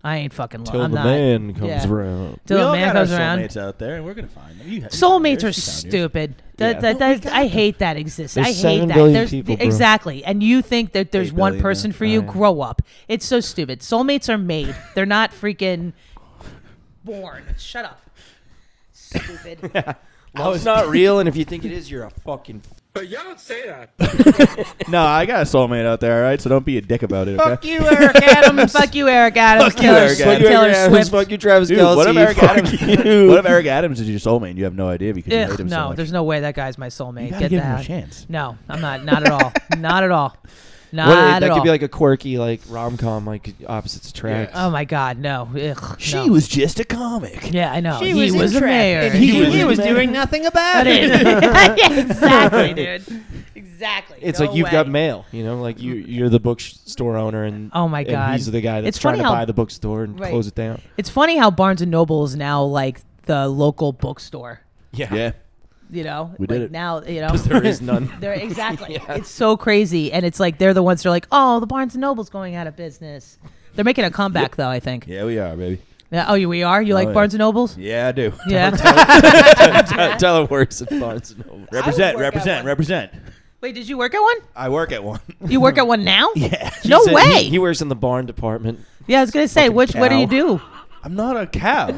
Speaker 1: I ain't fucking. Till I'm not. yeah.
Speaker 3: around.
Speaker 1: Till
Speaker 4: we
Speaker 1: the
Speaker 4: all
Speaker 1: man
Speaker 4: got our
Speaker 1: comes around.
Speaker 4: soulmates out there, and we're gonna find them. You- you found
Speaker 1: Soulmates are
Speaker 4: yours, you found yours.
Speaker 1: stupid.
Speaker 4: Yeah.
Speaker 1: That, that, that, I hate that exists. I hate
Speaker 3: There's seven
Speaker 1: that.
Speaker 3: billion
Speaker 1: There's
Speaker 3: people, bro.
Speaker 1: exactly, and you think that there's
Speaker 4: Eight
Speaker 1: one
Speaker 4: billion,
Speaker 1: person
Speaker 4: yeah.
Speaker 1: for you.
Speaker 3: Aye.
Speaker 1: Grow up. It's so stupid. Soulmates are made. They're not freaking born. Shut up. Stupid.
Speaker 3: Love's not real, and if you think it is, you're a fucking
Speaker 8: But y'all don't say that.
Speaker 4: No, I got a soulmate out there, all right? So don't be a dick about it, okay?
Speaker 1: Fuck you, Eric Adams. Fuck you, Eric Adams.
Speaker 4: Fuck you,
Speaker 1: Taylor,
Speaker 4: Eric
Speaker 1: Swift.
Speaker 4: Adams.
Speaker 1: Taylor Swift.
Speaker 3: Fuck you, Travis
Speaker 4: Dude,
Speaker 3: Kelsey.
Speaker 4: what if Eric
Speaker 3: fuck
Speaker 4: Adams?
Speaker 3: you.
Speaker 4: What if Eric Adams is your soulmate and you have no idea because you
Speaker 1: Ugh,
Speaker 4: hate him so
Speaker 1: no,
Speaker 4: much?
Speaker 1: there's no way that guy's my soulmate.
Speaker 4: You gotta
Speaker 1: Get
Speaker 4: give him a
Speaker 1: that.
Speaker 4: chance.
Speaker 1: No, I'm not. Not at all. not at all. Not
Speaker 3: What if-
Speaker 1: at
Speaker 3: that
Speaker 1: all.
Speaker 3: could be like a quirky like rom com like opposites attract.
Speaker 1: oh my God, no. Ugh,
Speaker 4: She
Speaker 1: no.
Speaker 4: was just a comic.
Speaker 1: Yeah, I know.
Speaker 5: She
Speaker 1: he
Speaker 5: was in
Speaker 1: a mayor.
Speaker 5: And he,
Speaker 4: He was
Speaker 5: he
Speaker 4: in
Speaker 5: was
Speaker 4: there.
Speaker 5: doing nothing about it.
Speaker 1: yeah, exactly, dude. Exactly.
Speaker 3: It's
Speaker 1: No
Speaker 3: like you've got
Speaker 1: way.
Speaker 3: mail, you know, like you you're the bookstore owner and
Speaker 1: Oh my
Speaker 3: and
Speaker 1: God.
Speaker 3: he's the guy that's
Speaker 1: It's
Speaker 3: trying
Speaker 1: funny
Speaker 3: to
Speaker 1: how-
Speaker 3: buy the bookstore and
Speaker 1: Right.
Speaker 3: close it down.
Speaker 1: It's funny how Barnes and Noble is now like the local bookstore.
Speaker 4: Yeah.
Speaker 1: You know,
Speaker 4: We did
Speaker 1: Like,
Speaker 4: it.
Speaker 1: now. You know,
Speaker 3: There is none.
Speaker 1: They're exactly. It's so crazy, and it's like they're the ones that are like, oh, the Barnes and Noble's going out of business. They're making a comeback though, I think.
Speaker 4: Yeah, we are, baby.
Speaker 1: Yeah, Oh, you we are. You like
Speaker 4: yeah.
Speaker 1: Barnes and Nobles?
Speaker 4: Yeah, I do.
Speaker 1: Yeah.
Speaker 3: Tell it works at Barnes and Noble.
Speaker 1: I would
Speaker 4: Represent,
Speaker 1: work at
Speaker 4: represent,
Speaker 1: one.
Speaker 4: represent.
Speaker 1: Wait, did you work at one?
Speaker 4: I work at one.
Speaker 1: You work at one now?
Speaker 4: Yeah.
Speaker 1: No
Speaker 3: He said
Speaker 1: way.
Speaker 3: He, he works in the barn department.
Speaker 1: yeah, I was gonna say, which? What do you
Speaker 4: cow.
Speaker 1: do?
Speaker 4: I'm not a cow.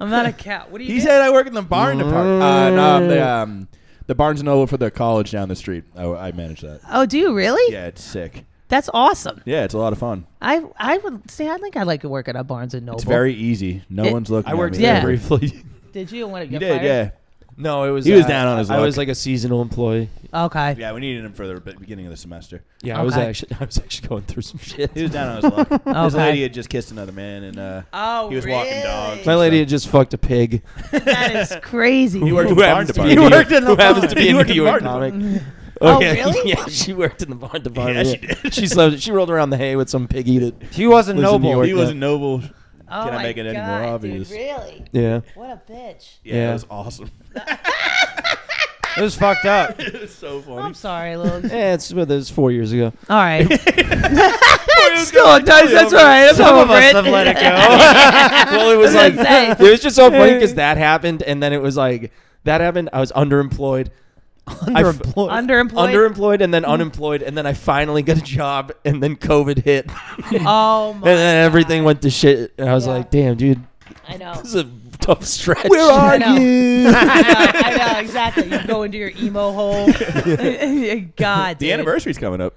Speaker 1: I'm not a cat. What do you?
Speaker 4: he
Speaker 1: do?
Speaker 4: said I work in the barn
Speaker 1: Mm.
Speaker 4: department. Uh, no, I'm the, um, the Barnes and Noble for the college down the street. I, I manage that.
Speaker 1: oh, do you really?
Speaker 4: Yeah, it's sick.
Speaker 1: That's awesome.
Speaker 4: Yeah, it's a lot of fun.
Speaker 1: I I would say I think I'd like to work at a Barnes and Noble.
Speaker 4: It's very easy. No
Speaker 1: It-
Speaker 4: one's looking.
Speaker 3: I worked
Speaker 4: at
Speaker 1: mean,
Speaker 4: me.
Speaker 1: there yeah.
Speaker 3: briefly.
Speaker 1: Did you want to
Speaker 4: You
Speaker 1: get
Speaker 4: did, yeah.
Speaker 1: fired?
Speaker 3: No, it was uh,
Speaker 4: He was down on his
Speaker 3: I
Speaker 4: luck.
Speaker 3: was like a seasonal employee.
Speaker 1: Yeah. Okay.
Speaker 4: Yeah, we needed him for the be- beginning of the semester.
Speaker 3: Yeah, I was
Speaker 1: Okay.
Speaker 3: actually I was actually going through some shit.
Speaker 4: He was down on his luck. This
Speaker 1: Okay.
Speaker 4: lady had just kissed another man, and uh,
Speaker 1: Oh,
Speaker 4: he was walking dogs.
Speaker 3: My lady had just fucked a pig.
Speaker 1: That is crazy.
Speaker 4: He worked in
Speaker 3: Who
Speaker 4: the barn
Speaker 3: happens to be
Speaker 4: department.
Speaker 3: a New York-
Speaker 4: worked in the
Speaker 3: who happens to be
Speaker 4: He
Speaker 3: a
Speaker 4: worked in
Speaker 3: New
Speaker 4: the
Speaker 3: York
Speaker 4: barn
Speaker 3: comic.
Speaker 1: Oh,
Speaker 3: yeah,
Speaker 1: really?
Speaker 3: Yeah, she worked in the barn department.
Speaker 4: Yeah, she
Speaker 3: she did. she slept. She rolled around the hay with some piggy that.
Speaker 5: She wasn't
Speaker 3: Lives in New
Speaker 5: noble.
Speaker 3: York.
Speaker 4: He wasn't noble.
Speaker 1: oh
Speaker 4: Can I
Speaker 1: my
Speaker 4: make it any
Speaker 1: God,
Speaker 4: more obvious?
Speaker 1: Dude, really?
Speaker 3: Yeah,
Speaker 1: What a bitch.
Speaker 4: Yeah,
Speaker 3: Yeah.
Speaker 4: it was awesome.
Speaker 5: It was fucked up.
Speaker 4: it was so funny.
Speaker 1: I'm sorry, little.
Speaker 3: yeah. Eh, It's well, that was four years ago.
Speaker 1: All right. it's still on dice. That's all right. I'm
Speaker 5: Some of
Speaker 1: over
Speaker 5: us
Speaker 1: it.
Speaker 5: have let it go.
Speaker 3: well, it was
Speaker 1: I
Speaker 3: like
Speaker 1: was gonna
Speaker 3: it was just so funny because that happened, and then it was like that happened. I was underemployed. Underemployed.
Speaker 1: Underemployed. Mm-hmm.
Speaker 3: underemployed and then unemployed and then I finally got a job and then COVID hit and
Speaker 1: oh my.
Speaker 3: then everything went to shit and I was
Speaker 1: Yeah.
Speaker 3: like damn dude
Speaker 1: I know.
Speaker 3: this is a tough stretch
Speaker 1: I know. I know. I know exactly. You go into your emo hole. God.
Speaker 4: The
Speaker 1: dude.
Speaker 4: anniversary's coming up.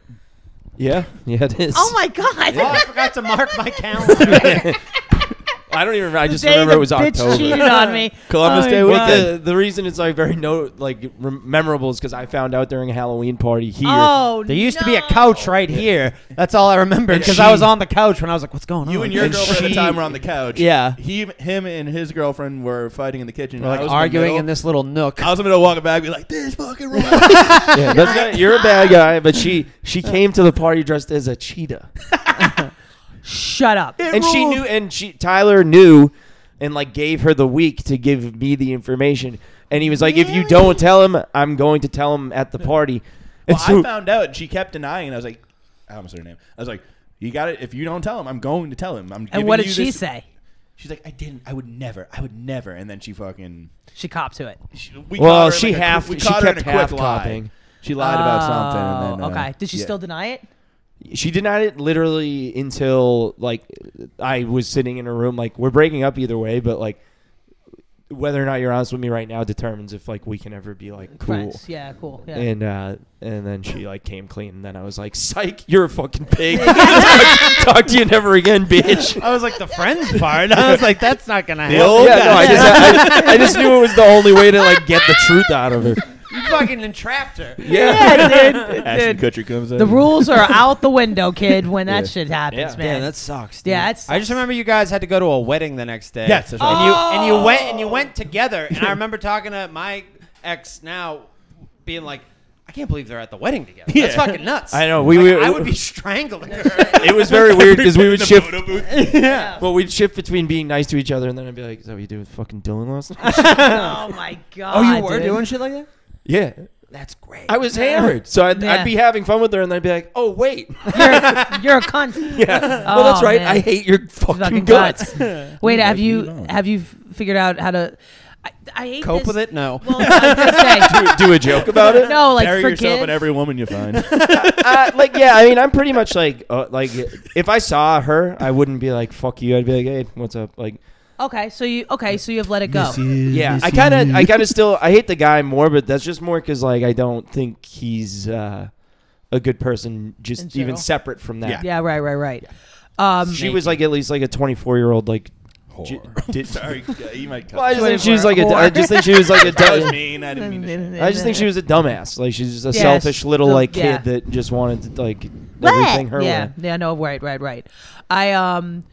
Speaker 3: yeah yeah it is
Speaker 1: Oh my God.
Speaker 5: Oh, I forgot to mark my calendar.
Speaker 3: I don't even I
Speaker 1: The
Speaker 3: just
Speaker 1: day
Speaker 3: remember
Speaker 1: the
Speaker 3: it was
Speaker 1: bitch
Speaker 3: October
Speaker 1: cheated on me.
Speaker 4: Columbus
Speaker 1: Oh
Speaker 4: Day
Speaker 1: my
Speaker 3: Well,
Speaker 1: God.
Speaker 4: weekend.
Speaker 3: the, the reason it's like very no like rem- memorable is because I found out during a Halloween party here
Speaker 1: Oh,
Speaker 5: There used to be a
Speaker 1: no.
Speaker 5: couch right here. That's all I remember because I was on the couch when I was like, "What's going on?"
Speaker 4: You and your
Speaker 3: And
Speaker 4: girlfriend at
Speaker 3: she-
Speaker 4: the time were on the couch.
Speaker 5: Yeah.
Speaker 4: He, him, and his girlfriend were fighting in the kitchen.
Speaker 5: We're
Speaker 4: I
Speaker 5: like
Speaker 4: was
Speaker 5: arguing
Speaker 4: in,
Speaker 5: in
Speaker 4: the middle.
Speaker 5: this little nook.
Speaker 4: I was in the middle walking back, be like, "This fucking wrong."
Speaker 3: yeah, that's not, you're a bad guy but she she came to the party dressed as a cheetah
Speaker 1: Shut up.
Speaker 3: and she knew and she Tyler knew and like gave her the week to give me the information and he was like if you don't tell him I'm going to tell him at the party and
Speaker 4: Well,
Speaker 3: so
Speaker 4: I found out. She kept denying. and I was like, "How was her name?" I was like, "You got it. If you don't tell him, I'm going to tell him." I'm
Speaker 1: And
Speaker 4: giving
Speaker 1: what did
Speaker 4: you
Speaker 1: she
Speaker 4: this-
Speaker 1: say?
Speaker 4: She's like, "I didn't. I would never. I would never." And then she fucking.
Speaker 1: She copped to it.
Speaker 4: She, we
Speaker 3: Well,
Speaker 4: caught her in,
Speaker 3: she
Speaker 4: like, a
Speaker 3: half-
Speaker 4: quick- we
Speaker 3: she
Speaker 4: caught her in
Speaker 3: kept
Speaker 4: a quick lie.
Speaker 3: half-copying.
Speaker 4: She lied about
Speaker 1: Oh,
Speaker 4: something. And then, uh,
Speaker 1: okay. Did she
Speaker 4: yeah.
Speaker 1: still deny it?
Speaker 3: she denied it literally until like I was sitting in her room like we're breaking up either way but like whether or not you're honest with me right now determines if like we can ever be like cool
Speaker 1: Friends. Yeah. Cool. Yeah.
Speaker 3: and uh and then she like came clean and then I was like psych you're a fucking pig talk to you never again bitch
Speaker 5: I was like the friends part. I was like, "That's not gonna happen."
Speaker 4: old
Speaker 3: yeah,
Speaker 4: guy.
Speaker 3: no, I just, I, I just knew it was the only way to like get the truth out of her.
Speaker 5: You fucking entrapped her.
Speaker 3: Yeah,
Speaker 1: yeah, dude.
Speaker 4: Ashton Kutcher comes in.
Speaker 1: The rules are out the window, kid. When that
Speaker 4: Yeah.
Speaker 1: shit happens, man.
Speaker 5: sucks.
Speaker 1: dude. Yeah, that
Speaker 5: I just remember you guys had to go to a wedding the next day.
Speaker 4: Yes, that's right.
Speaker 5: and you and
Speaker 1: Oh!
Speaker 5: you went and you went together. And I remember talking to my ex now, being like, "I can't believe they're at the wedding together. That's
Speaker 4: Yeah.
Speaker 5: fucking nuts."
Speaker 3: I know, we-
Speaker 5: Like,
Speaker 3: we-
Speaker 5: I would be strangling her.
Speaker 3: it was very weird because we would shift.
Speaker 5: yeah.
Speaker 3: Well, we'd shift between being nice to each other, and then I'd be like, "Is that what you do with fucking Dylan last night?"
Speaker 1: oh my god. Oh, dude.
Speaker 5: shit like that.
Speaker 3: yeah,
Speaker 5: That's great.
Speaker 3: I was hammered, so I'd,
Speaker 1: Yeah.
Speaker 3: I'd be having fun with her, and then I'd be like, "Oh wait,
Speaker 1: You're, you're a cunt.
Speaker 3: yeah, well that's
Speaker 1: Oh,
Speaker 3: right.
Speaker 1: man.
Speaker 3: I hate your fucking,
Speaker 1: Fucking
Speaker 3: guts."
Speaker 1: guts. Wait, have
Speaker 4: you
Speaker 1: you
Speaker 4: don't.
Speaker 1: have you figured out how to? I, I hate
Speaker 5: cope
Speaker 1: this-
Speaker 5: with it. No.
Speaker 1: Well, I was gonna say,
Speaker 3: do, do a joke about it.
Speaker 1: no, like
Speaker 4: Bury
Speaker 1: for
Speaker 4: yourself
Speaker 1: kids.
Speaker 4: in every woman you find.
Speaker 3: Uh, like yeah, I mean, I'm pretty much like uh, like if I saw her, I wouldn't be like "fuck you." I'd be like, "Hey, what's up?" Like.
Speaker 1: Okay, so you okay, so you have let it go.
Speaker 3: Yeah, I kind of, I kind of still, I hate the guy more, but that's just more because like I don't think he's uh, a good person,
Speaker 1: In
Speaker 3: just
Speaker 1: general.
Speaker 3: even separate from that.
Speaker 1: Yeah, right, right, right. Um,
Speaker 3: She was like at least like a 24 year old like. j- did-
Speaker 4: Sorry, you might cut.
Speaker 3: Well, I just think she
Speaker 1: Whore.
Speaker 3: was like a. I just think she was like a.
Speaker 4: that was
Speaker 3: dumb-
Speaker 4: mean. I didn't mean to. say
Speaker 3: I just think she was a dumbass. Like she's just a
Speaker 1: Yes,
Speaker 3: selfish little
Speaker 1: the-
Speaker 3: like
Speaker 1: yeah.
Speaker 3: kid that just wanted to like
Speaker 6: What?
Speaker 3: everything her
Speaker 1: yeah,
Speaker 3: way.
Speaker 1: yeah, no, right, right, right. I um,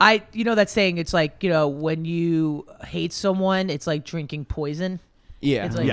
Speaker 1: I you know that saying. It's like you know when you hate someone, it's like drinking poison.
Speaker 3: Yeah.
Speaker 1: It's like,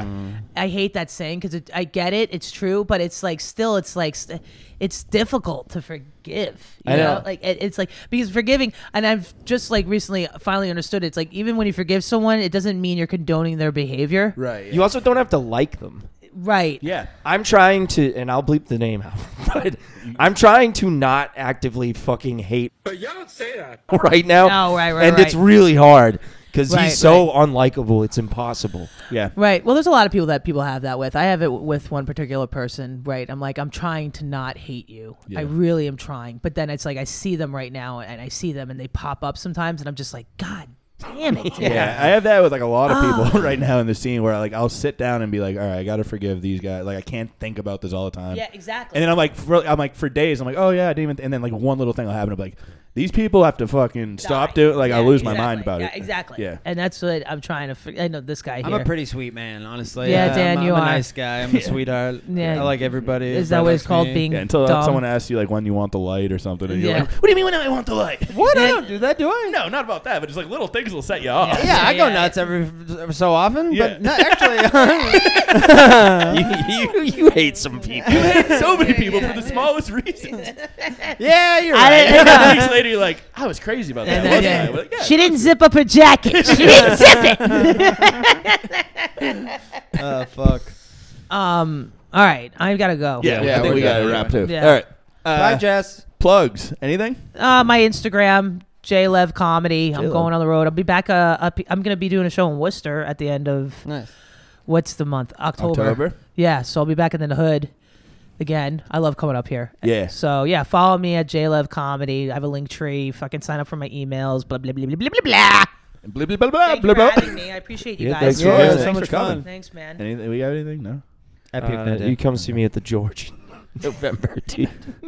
Speaker 1: I hate that saying because I get it, it's true, but it's like still, it's like st- it's difficult to forgive. You
Speaker 3: I
Speaker 1: know?
Speaker 3: know.
Speaker 1: like it, it's like because forgiving, and I've just like recently finally understood. It's like even when you forgive someone, it doesn't mean you're condoning their behavior.
Speaker 4: Right.
Speaker 3: You also don't have to like them.
Speaker 1: Right.
Speaker 4: yeah.
Speaker 3: I'm trying to, and I'll bleep the name out, but I'm trying to not actively fucking hate. But y'all don't say that right now.
Speaker 1: No, right, right,
Speaker 3: And it's
Speaker 1: right.
Speaker 3: really hard because
Speaker 1: Right,
Speaker 3: he's so unlikable. It's impossible.
Speaker 4: Yeah.
Speaker 1: Right. Well, there's a lot of people that people have that with. I have it with one particular person. Right. I'm like, I'm trying to not hate you. I really am trying. But then it's like I see them right now, and I see them, and they pop up sometimes, and I'm just like, God damn it. dude.
Speaker 4: Yeah, I have that with like a lot of
Speaker 1: Oh.
Speaker 4: people right now in the scene where like I'll sit down and be like, all right, I gotta forgive these guys. Like I can't think about this all the time.
Speaker 1: Yeah, exactly.
Speaker 4: And then I'm like, for, I'm like for days, I'm like, oh yeah, I didn't even. And then like one little thing will happen. I'm like, these people have to fucking stop doing. Like I
Speaker 1: Yeah,
Speaker 4: lose my
Speaker 1: exactly.
Speaker 4: mind about
Speaker 1: yeah,
Speaker 4: it.
Speaker 1: Exactly.
Speaker 4: Yeah.
Speaker 1: And that's what I'm trying to. Fig- I know this guy
Speaker 5: I'm
Speaker 1: here.
Speaker 5: a pretty sweet man, honestly.
Speaker 1: Yeah,
Speaker 5: I'm-
Speaker 1: Dan,
Speaker 5: I'm,
Speaker 1: you
Speaker 5: a
Speaker 1: are.
Speaker 5: nice guy. I'm a sweetheart.
Speaker 1: Yeah.
Speaker 5: I like everybody.
Speaker 1: Is that
Speaker 5: Everybody
Speaker 1: what it's
Speaker 5: likes
Speaker 1: called?
Speaker 5: me.
Speaker 1: Being
Speaker 4: Yeah, until uh,
Speaker 1: dumb?
Speaker 4: someone asks you like when you want the light or something, and you're
Speaker 1: Yeah.
Speaker 4: like, "What do you mean when I want the light?"
Speaker 5: What? I
Speaker 1: Yeah.
Speaker 5: don't do that, do I?
Speaker 4: No, not about that, but just like little things will set you off.
Speaker 5: Yeah, I go
Speaker 1: Yeah.
Speaker 5: nuts every every so often,
Speaker 4: Yeah.
Speaker 5: but not actually.
Speaker 3: you, you, you hate some people.
Speaker 4: so many people for the smallest reasons.
Speaker 5: yeah, you're
Speaker 1: I
Speaker 5: right.
Speaker 1: didn't think
Speaker 4: Weeks later, you're like, "Ah." "I was crazy about that."
Speaker 1: And then,
Speaker 4: wasn't
Speaker 1: yeah.
Speaker 4: I?" We're like, yeah.
Speaker 1: She didn't zip up her jacket. She didn't zip it.
Speaker 5: Oh, fuck.
Speaker 1: Um. All right, I've got to go.
Speaker 4: Yeah,
Speaker 5: Yeah,
Speaker 4: I think
Speaker 5: we
Speaker 4: we
Speaker 5: got
Speaker 4: got
Speaker 5: it
Speaker 4: to wrap too.
Speaker 1: Yeah.
Speaker 4: All right,
Speaker 5: Bye, Jess.
Speaker 4: plugs. Anything?
Speaker 1: Uh, my Instagram, JLev Comedy. I'm going on the road. I'll be back. Uh, up, I'm going to be doing a show in Worcester at the end of
Speaker 5: Nice.
Speaker 1: what's the month? October.
Speaker 4: October.
Speaker 1: Yeah. So I'll be back in the hood again. I love coming up here.
Speaker 4: Yeah.
Speaker 1: So yeah, follow me at JLev Comedy. I have a link tree. Fucking sign up for my emails. Blah blah blah blah blah blah blah.
Speaker 4: Blah blah blah blah
Speaker 1: Thank you
Speaker 4: blah.
Speaker 1: for
Speaker 4: blah.
Speaker 1: having me. I appreciate you
Speaker 3: Yeah,
Speaker 1: guys.
Speaker 3: thanks for- Yeah,
Speaker 5: so
Speaker 4: thanks
Speaker 5: much
Speaker 4: for coming.
Speaker 5: fun.
Speaker 1: Thanks, man.
Speaker 4: Anything? We got anything? No.
Speaker 5: Epic
Speaker 3: Uh,
Speaker 5: that
Speaker 3: you come see me at the George in November, dude.